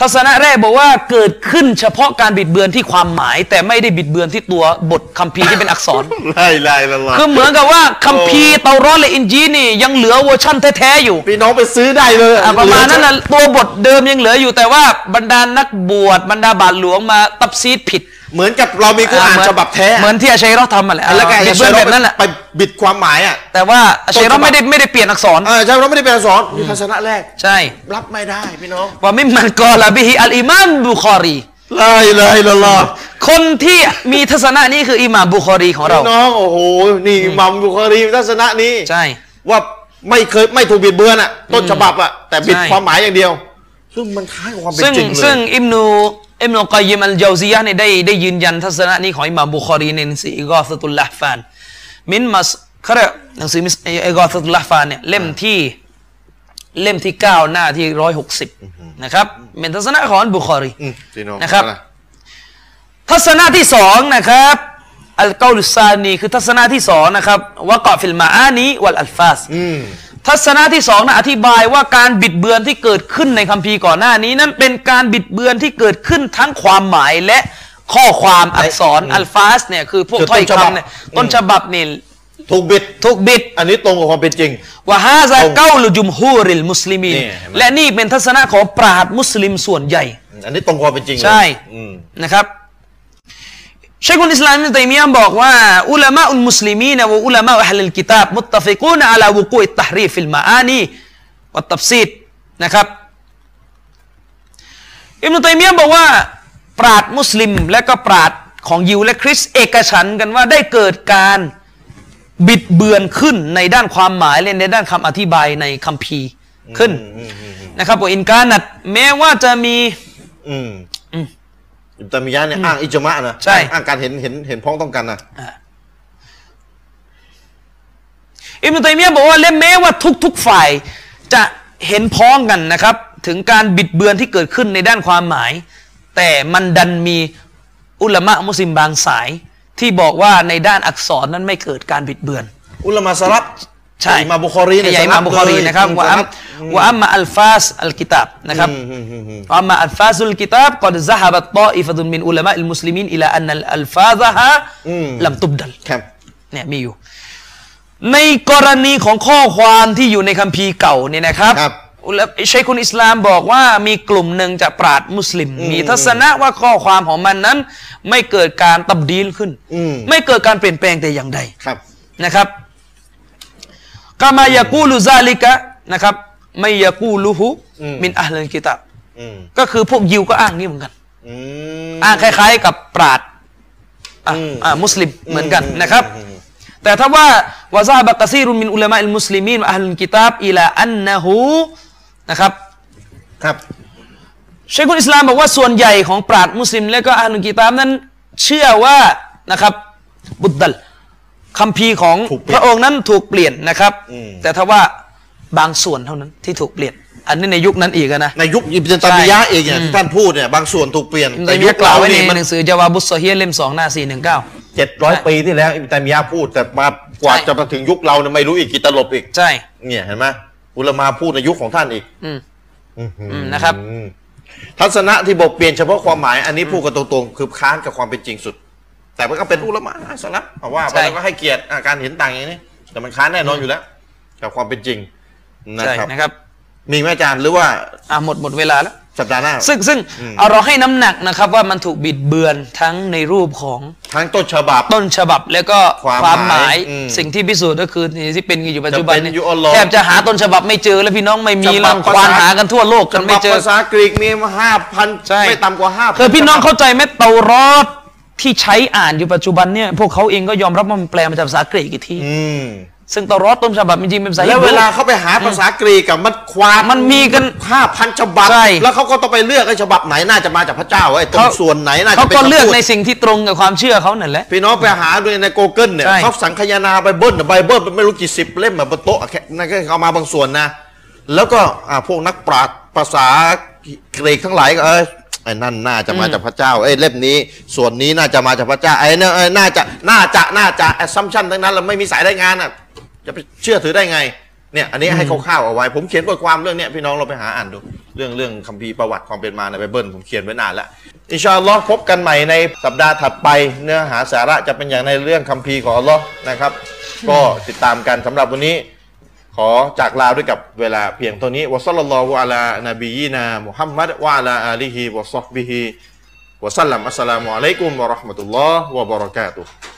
S2: ทัศนะแรกบอกว่าเกิดขึ้นเฉพาะการบิดเบือนที่ความหมาย แต่ไม่ได้บิดเบือนที่ตัวบทคัมภีร์ที่เป็นอักษ ร
S1: ไล่ไล่ละลาย
S2: คือเหมือนกับว่าคัมภีร์เตารอนและอินจีนี่ยังเหลือเวอร์ชั่นแท้ๆอยู่
S1: พี่น้องไปซื้อได้เลย
S2: อ่ะประมาณนั้นนะตัวบทเดิมยังเหลืออยู่แต่ว่าบรรดานักบวชบรรดาบาทหลวงมาตับซีดผิด
S1: เหมือนกับเรามีกุรอาน
S2: เหมื
S1: ฉบับแท้
S2: เหมือนที่อาชัยเรอทำมาแหละ
S1: แล้วก็
S2: บิดเบือนแบบนั้นแหละ
S1: ไปบิดความหมายอ่ะ
S2: แต่ว่าอาชัยเร
S1: ต้
S2: อ
S1: ฉ
S2: น
S1: บับ
S2: ไม่ได้ไม่ได้เปลี่ยนอักษร
S1: เอออาจารย์เราไม่ได้แปลสอนมีทัศนะแรก
S2: ใช่
S1: รับไม่ได้พี่น้อง
S2: ว่ามิมมันกอลาบิฮิอัลอิมามบุคอรี
S1: ไล่ไล่ละลาย
S2: คนที่มีทัศนะนี้คืออิหม่ามบุคอรีของเรา
S1: พี่น้องโอ้โหนี่อิหมัมบุคารีมีทัศนะนี้
S2: ใช่
S1: ว่าไม่เคยไม่ถูกบิดเบือนอ่ะ ต้นฉบับอ่ะ แต่บิด
S2: ใช่
S1: ความหมายอย่างเดียว ซึ่งมันคล้ายกับความเป็น
S2: ซึ่ง
S1: จริงเลย
S2: ซึ่งอิมนูอิมนูกอยยิมอัลเจาวซียะห์เนี่ยได้ได้ยืนยันทัศนะนี้ของอิหม่ามบุคอรีในหนังสืออิกอสตุลลาฟานมินมัสเขาเรียกหนังสือมิสอิกอสตุลลาฟานเนี่ยเล่มที่เล่มที่เก้าหน้าที่ร้อยหกสิบนะครับเป็นทัศนะของอัลบุคอรี
S1: อืมพี่น้อง
S2: นะครับ ทัศนะที่สองนะครับอัลเกาลุสซานีคือทัศนะที่สองนะครับวะกอฟิลมาอานีวัลอัลฟาส
S1: อืม
S2: ทัศนะที่สองนะอธิบายว่าการบิดเบือนที่เกิดขึ้นในคัมภีร์ก่อนหน้านี้นั้นเป็นการบิดเบือนที่เกิดขึ้นทั้งความหมายและข้อความอักษรอัลฟาสเนี่ยคือพวก
S1: คือต้
S2: ถ้
S1: น
S2: อย
S1: ฉบับ
S2: คำเนี่ยต้นฉบับเนี่ย
S1: ถูกบิด
S2: ถูกบิด
S1: อันนี้ตรงกับความเป็นจริง
S2: ว่าฮาซาเก้าลุจุมฮูริลมุสลิมีน
S1: นี่เห็นไหม
S2: และนี่เป็นทัศนะของปราดมุสลิมส่วนใหญ่
S1: อันนี้ตรงกับความเป็นจริงเลย
S2: ใช่
S1: อืม
S2: นะครับเชคุลอิสลามอิบนตัยมียะห์บอกว่าอุลามะอุลมุสลิมีนะวะอุลามะอัลลกิตาบมุตตะฟิกูนอะลาวุกุอิตตะฮรีฟิลมาอานีวัตตัฟซีดนะครับอิบนุตัยมียะห์บอกว่า ปราดมุสลิมและก็ปราดของยิวและคริสต์เอกฉันท์กันว่าได้เกิดการบิดเบือนขึ้นในด้านความหมายและในด้านคำอธิบายในคัมภีร์ขึ้นนะครับว่าอินการนัดแม้ว่าจะมี
S1: อืมอิบตามิยะห์เนี่ยอ้างอิจมะนะ
S2: ใช่
S1: อ้างการเห็นเห็นเห็นพ้องต้องกันนะ
S2: อิมนุตัยมียะห์บอกว่าและแม้ว่าทุกๆฝ่ายจะเห็นพ้องกันนะครับ ถึงการบิดเบือนที่เกิดขึ้นในด้านความหมาย แต่มันดันมีอุลามะมุสลิมบางสาย ที่บอกว่าในด้านอักษรนั้นไม่เกิดการบิดเบือน
S1: อุลามะสลับ
S2: ใช่
S1: อิมาบุคอรีเนี่ย
S2: ใหญ่
S1: ส
S2: มา
S1: บ
S2: บุคอรี
S1: เลย
S2: นะครับ
S1: อืม
S2: ว่าอั
S1: ส
S2: ม
S1: ลับ
S2: ว่าอัมมาอัลฟาสอัลกิตาบนะครับว่าอัมมาอัลฟาซุลกิตาบกอดซะฮะบัตตออิฟะตุนมินอุลามะอิลมุสลิมินอิลาอันนัลอัลฟาซะฮะลัมตุบดัล
S1: ครับ
S2: เนี่ยมีอยู่ ในกรณีของข้อความที่อยู่ในคัมภีร์เก่าเนี่ยนะครับ
S1: ครับ
S2: และใช้คุณอิสลามบอกว่ามีกลุ่มหนึ่งจากปราดมุสลิม มีทัศนะว่าข้อความของมันนั้น ไม่เกิดการตับดีลขึ้น ไม่เกิดการเปลี่ยนแปลงแต่อย่างใด
S1: ครับ
S2: นะครับกามายากูลุซาลิกะนะครับไม่ยากูลุฮุมินอัลลกิตาบ
S1: อืม
S2: ก็คือพวกยิวก็อ้างนี้เหมือนกัน
S1: อืม
S2: อ้างคล้ายๆกับปราดอ่ะอ่ามุสลิมเหมือนกันนะครับ แต่ถ้าว่าวาซาบะกะซีรุนมินอุลามะอิลมุสลิมีนวะอัลกิตาบอิลาอันนะฮูนะครับ
S1: ครับ
S2: เชคุลอิสลามบอกว่าส่วนใหญ่ของปราดมุสลิม และก็อัลกิตาบนั้นเชื่อว่านะครับบุดดัลคัมภีร์ของ
S1: ถูกเปลี่ย
S2: พ
S1: น
S2: ระองค์นั้นถูกเปลี่ยนนะครับ
S1: อืม
S2: แต่ถ้าว่าบางส่วนเท่านั้นที่ถูกเปลี่ยน อันนี้ในยุคนั้นอีกอะนะ
S1: ในยุคอิบตามิยะห์เองเนี่ยที่ท่านพูดเนี่ยบางส่วนถูกเปลี่ยน
S2: แต่ยุค
S1: เรา
S2: เราไว้ใน
S1: นี่มัน
S2: หนังสือจาวาบุสโซเฮียเล่มสองหน้าสี่หนึ่งเก้า
S1: เจ็ดร้อยปีที่แล้วอิบนตัยมียะห์พูด แต่มากว่า
S2: ใช่
S1: จะมาถึงยุคเราเนี่ยไม่รู้อีกกี่ตลบอีก
S2: ใช่
S1: เนี่ยเห็นไหมอุลามาพูดในยุคของท่านอีก
S2: อืม
S1: อื้อหือ
S2: อืมนะครับ
S1: ทัศนะที่บอกเปลี่ยนเฉพาะความหมาย อันนี้พูดกันตรงๆคือค้านกับความเป็นจริงสุด แต่มันก็เป็นอุลามาสลับเอาว่าไป
S2: ใช่
S1: แล้วก็ให้เกียรติอ่ะการเห็นต่างอย่างนี้ แต่มันค้านแน่นอนอยู่แล้วกับความเป็นจริงนะ
S2: ใช่
S1: ครับ
S2: นะครับ
S1: มีไหมอาจารย์หรือว่า
S2: อ่ะหมดหมดเวลาแล้ว
S1: สัปดาห์หน้า
S2: ซึ่งซึ่ง
S1: อืม
S2: เอาเราให้น้ำหนักนะครับว่ามันถูกบิดเบือนทั้งในรูปของ
S1: ทั้งต้นฉบับ
S2: ต้นฉบับ แล้วก็
S1: ความ
S2: หมาย
S1: หมายอืม
S2: สิ่งที่พิสูจน์ก็คือนี่ที่เป็นกันอยู่ปัจจุบัน
S1: จะ
S2: เนี่ย
S1: เป็นอยู่อัลลอฮ์
S2: แทบจะหาต้นฉบับไม่เจอแล้วพี่น้องไม่มี
S1: ฉบั
S2: ลั
S1: บ
S2: งควาน
S1: ภาษา
S2: หากันทั่วโลกกันไม่เจ
S1: ฉ
S2: อ
S1: บับภาษากรีกมีมาห้าพัน
S2: ใช่
S1: ไม่ต่ำกว่าห้า
S2: คือพี่น้องเข้าใจไหมเตารอดที่ใช้อ่านอยู่ปัจจุบันเนี่ยพวกเขาเองก็ยอมรับว่ามันแปลมาจากภาษากรีกอีกที
S1: อืม
S2: ซึ่งเตารอดต้นฉบับจริงๆเป็นภาษา
S1: แล้ว
S2: ฮิบรู
S1: เวลาเขาไปหาภาษากรีกกับมันควาน
S2: มันมีกัน
S1: ห้าพันฉบับ
S2: ใช่
S1: แล้วเขาก็ต้องไปเลือกไอ้ฉบับไหนน่าจะมาจากพระเจ้าไอ้ตรงส่วนไหนน่า
S2: เขา
S1: จะเป็น
S2: ก็เลือก
S1: คำพูด
S2: ในสิ่งที่ตรงกับความเชื่อเขานั่นแหละ
S1: พี่น้องไปหาดูใน Google เนี่ย
S2: ใช่
S1: เขาสังคายนาไบเบิลไบเบิลไม่รู้กี่สิบเล่มอะบนโต๊ะอะแค่นั่นก็เอามาบางส่วนนะ แล้วก็อ่าพวกนักปราชญ์ภาษากรีกทั้งหลายก็เออไอ้นั่นน่าจะมาจากพระเจ้าไอ้ยเล่มนี้ ส่วนนี้น่าจะมาจากพระเจ้าไอ้เนี่ยเอ้ยน่าจะน่าจะน่าจะแอสซัมชันทั้งนั้นเราไม่มีสายรายงานอ่ะจะไปเชื่อถือได้ไงเนี่ยอันนี้ให้คร่าวๆเอาไว้ ผมเขียนบทความเรื่องเนี้ยพี่น้องเราไปหาอ่านดู เรื่องเรื่องคัมภีร์ประวัติความเป็นมาในไบเบิลผมเขียนไว้นานแล้วอินชาอัลลอฮ์พบกันใหม่ในสัปดาห์ถัดไป เนื้อหาสาระจะเป็นอย่างในเรื่องคัมภีร์ของอัลลอฮ์นะครับ ก็ติดตามกันสำหรับวันนี้ ขอจากลาด้วยกับเวลาเพียงเท่านี้วะซัลลัลลอฮุอะลานบียีนามุฮัมมัดวะอะลาอาลีฮิวะซอฮบิฮิวะสัลลัมอัสสลามุอะลัยกุมวะเราะห์มะตุลลอฮ์วะบะเราะกาตุฮ์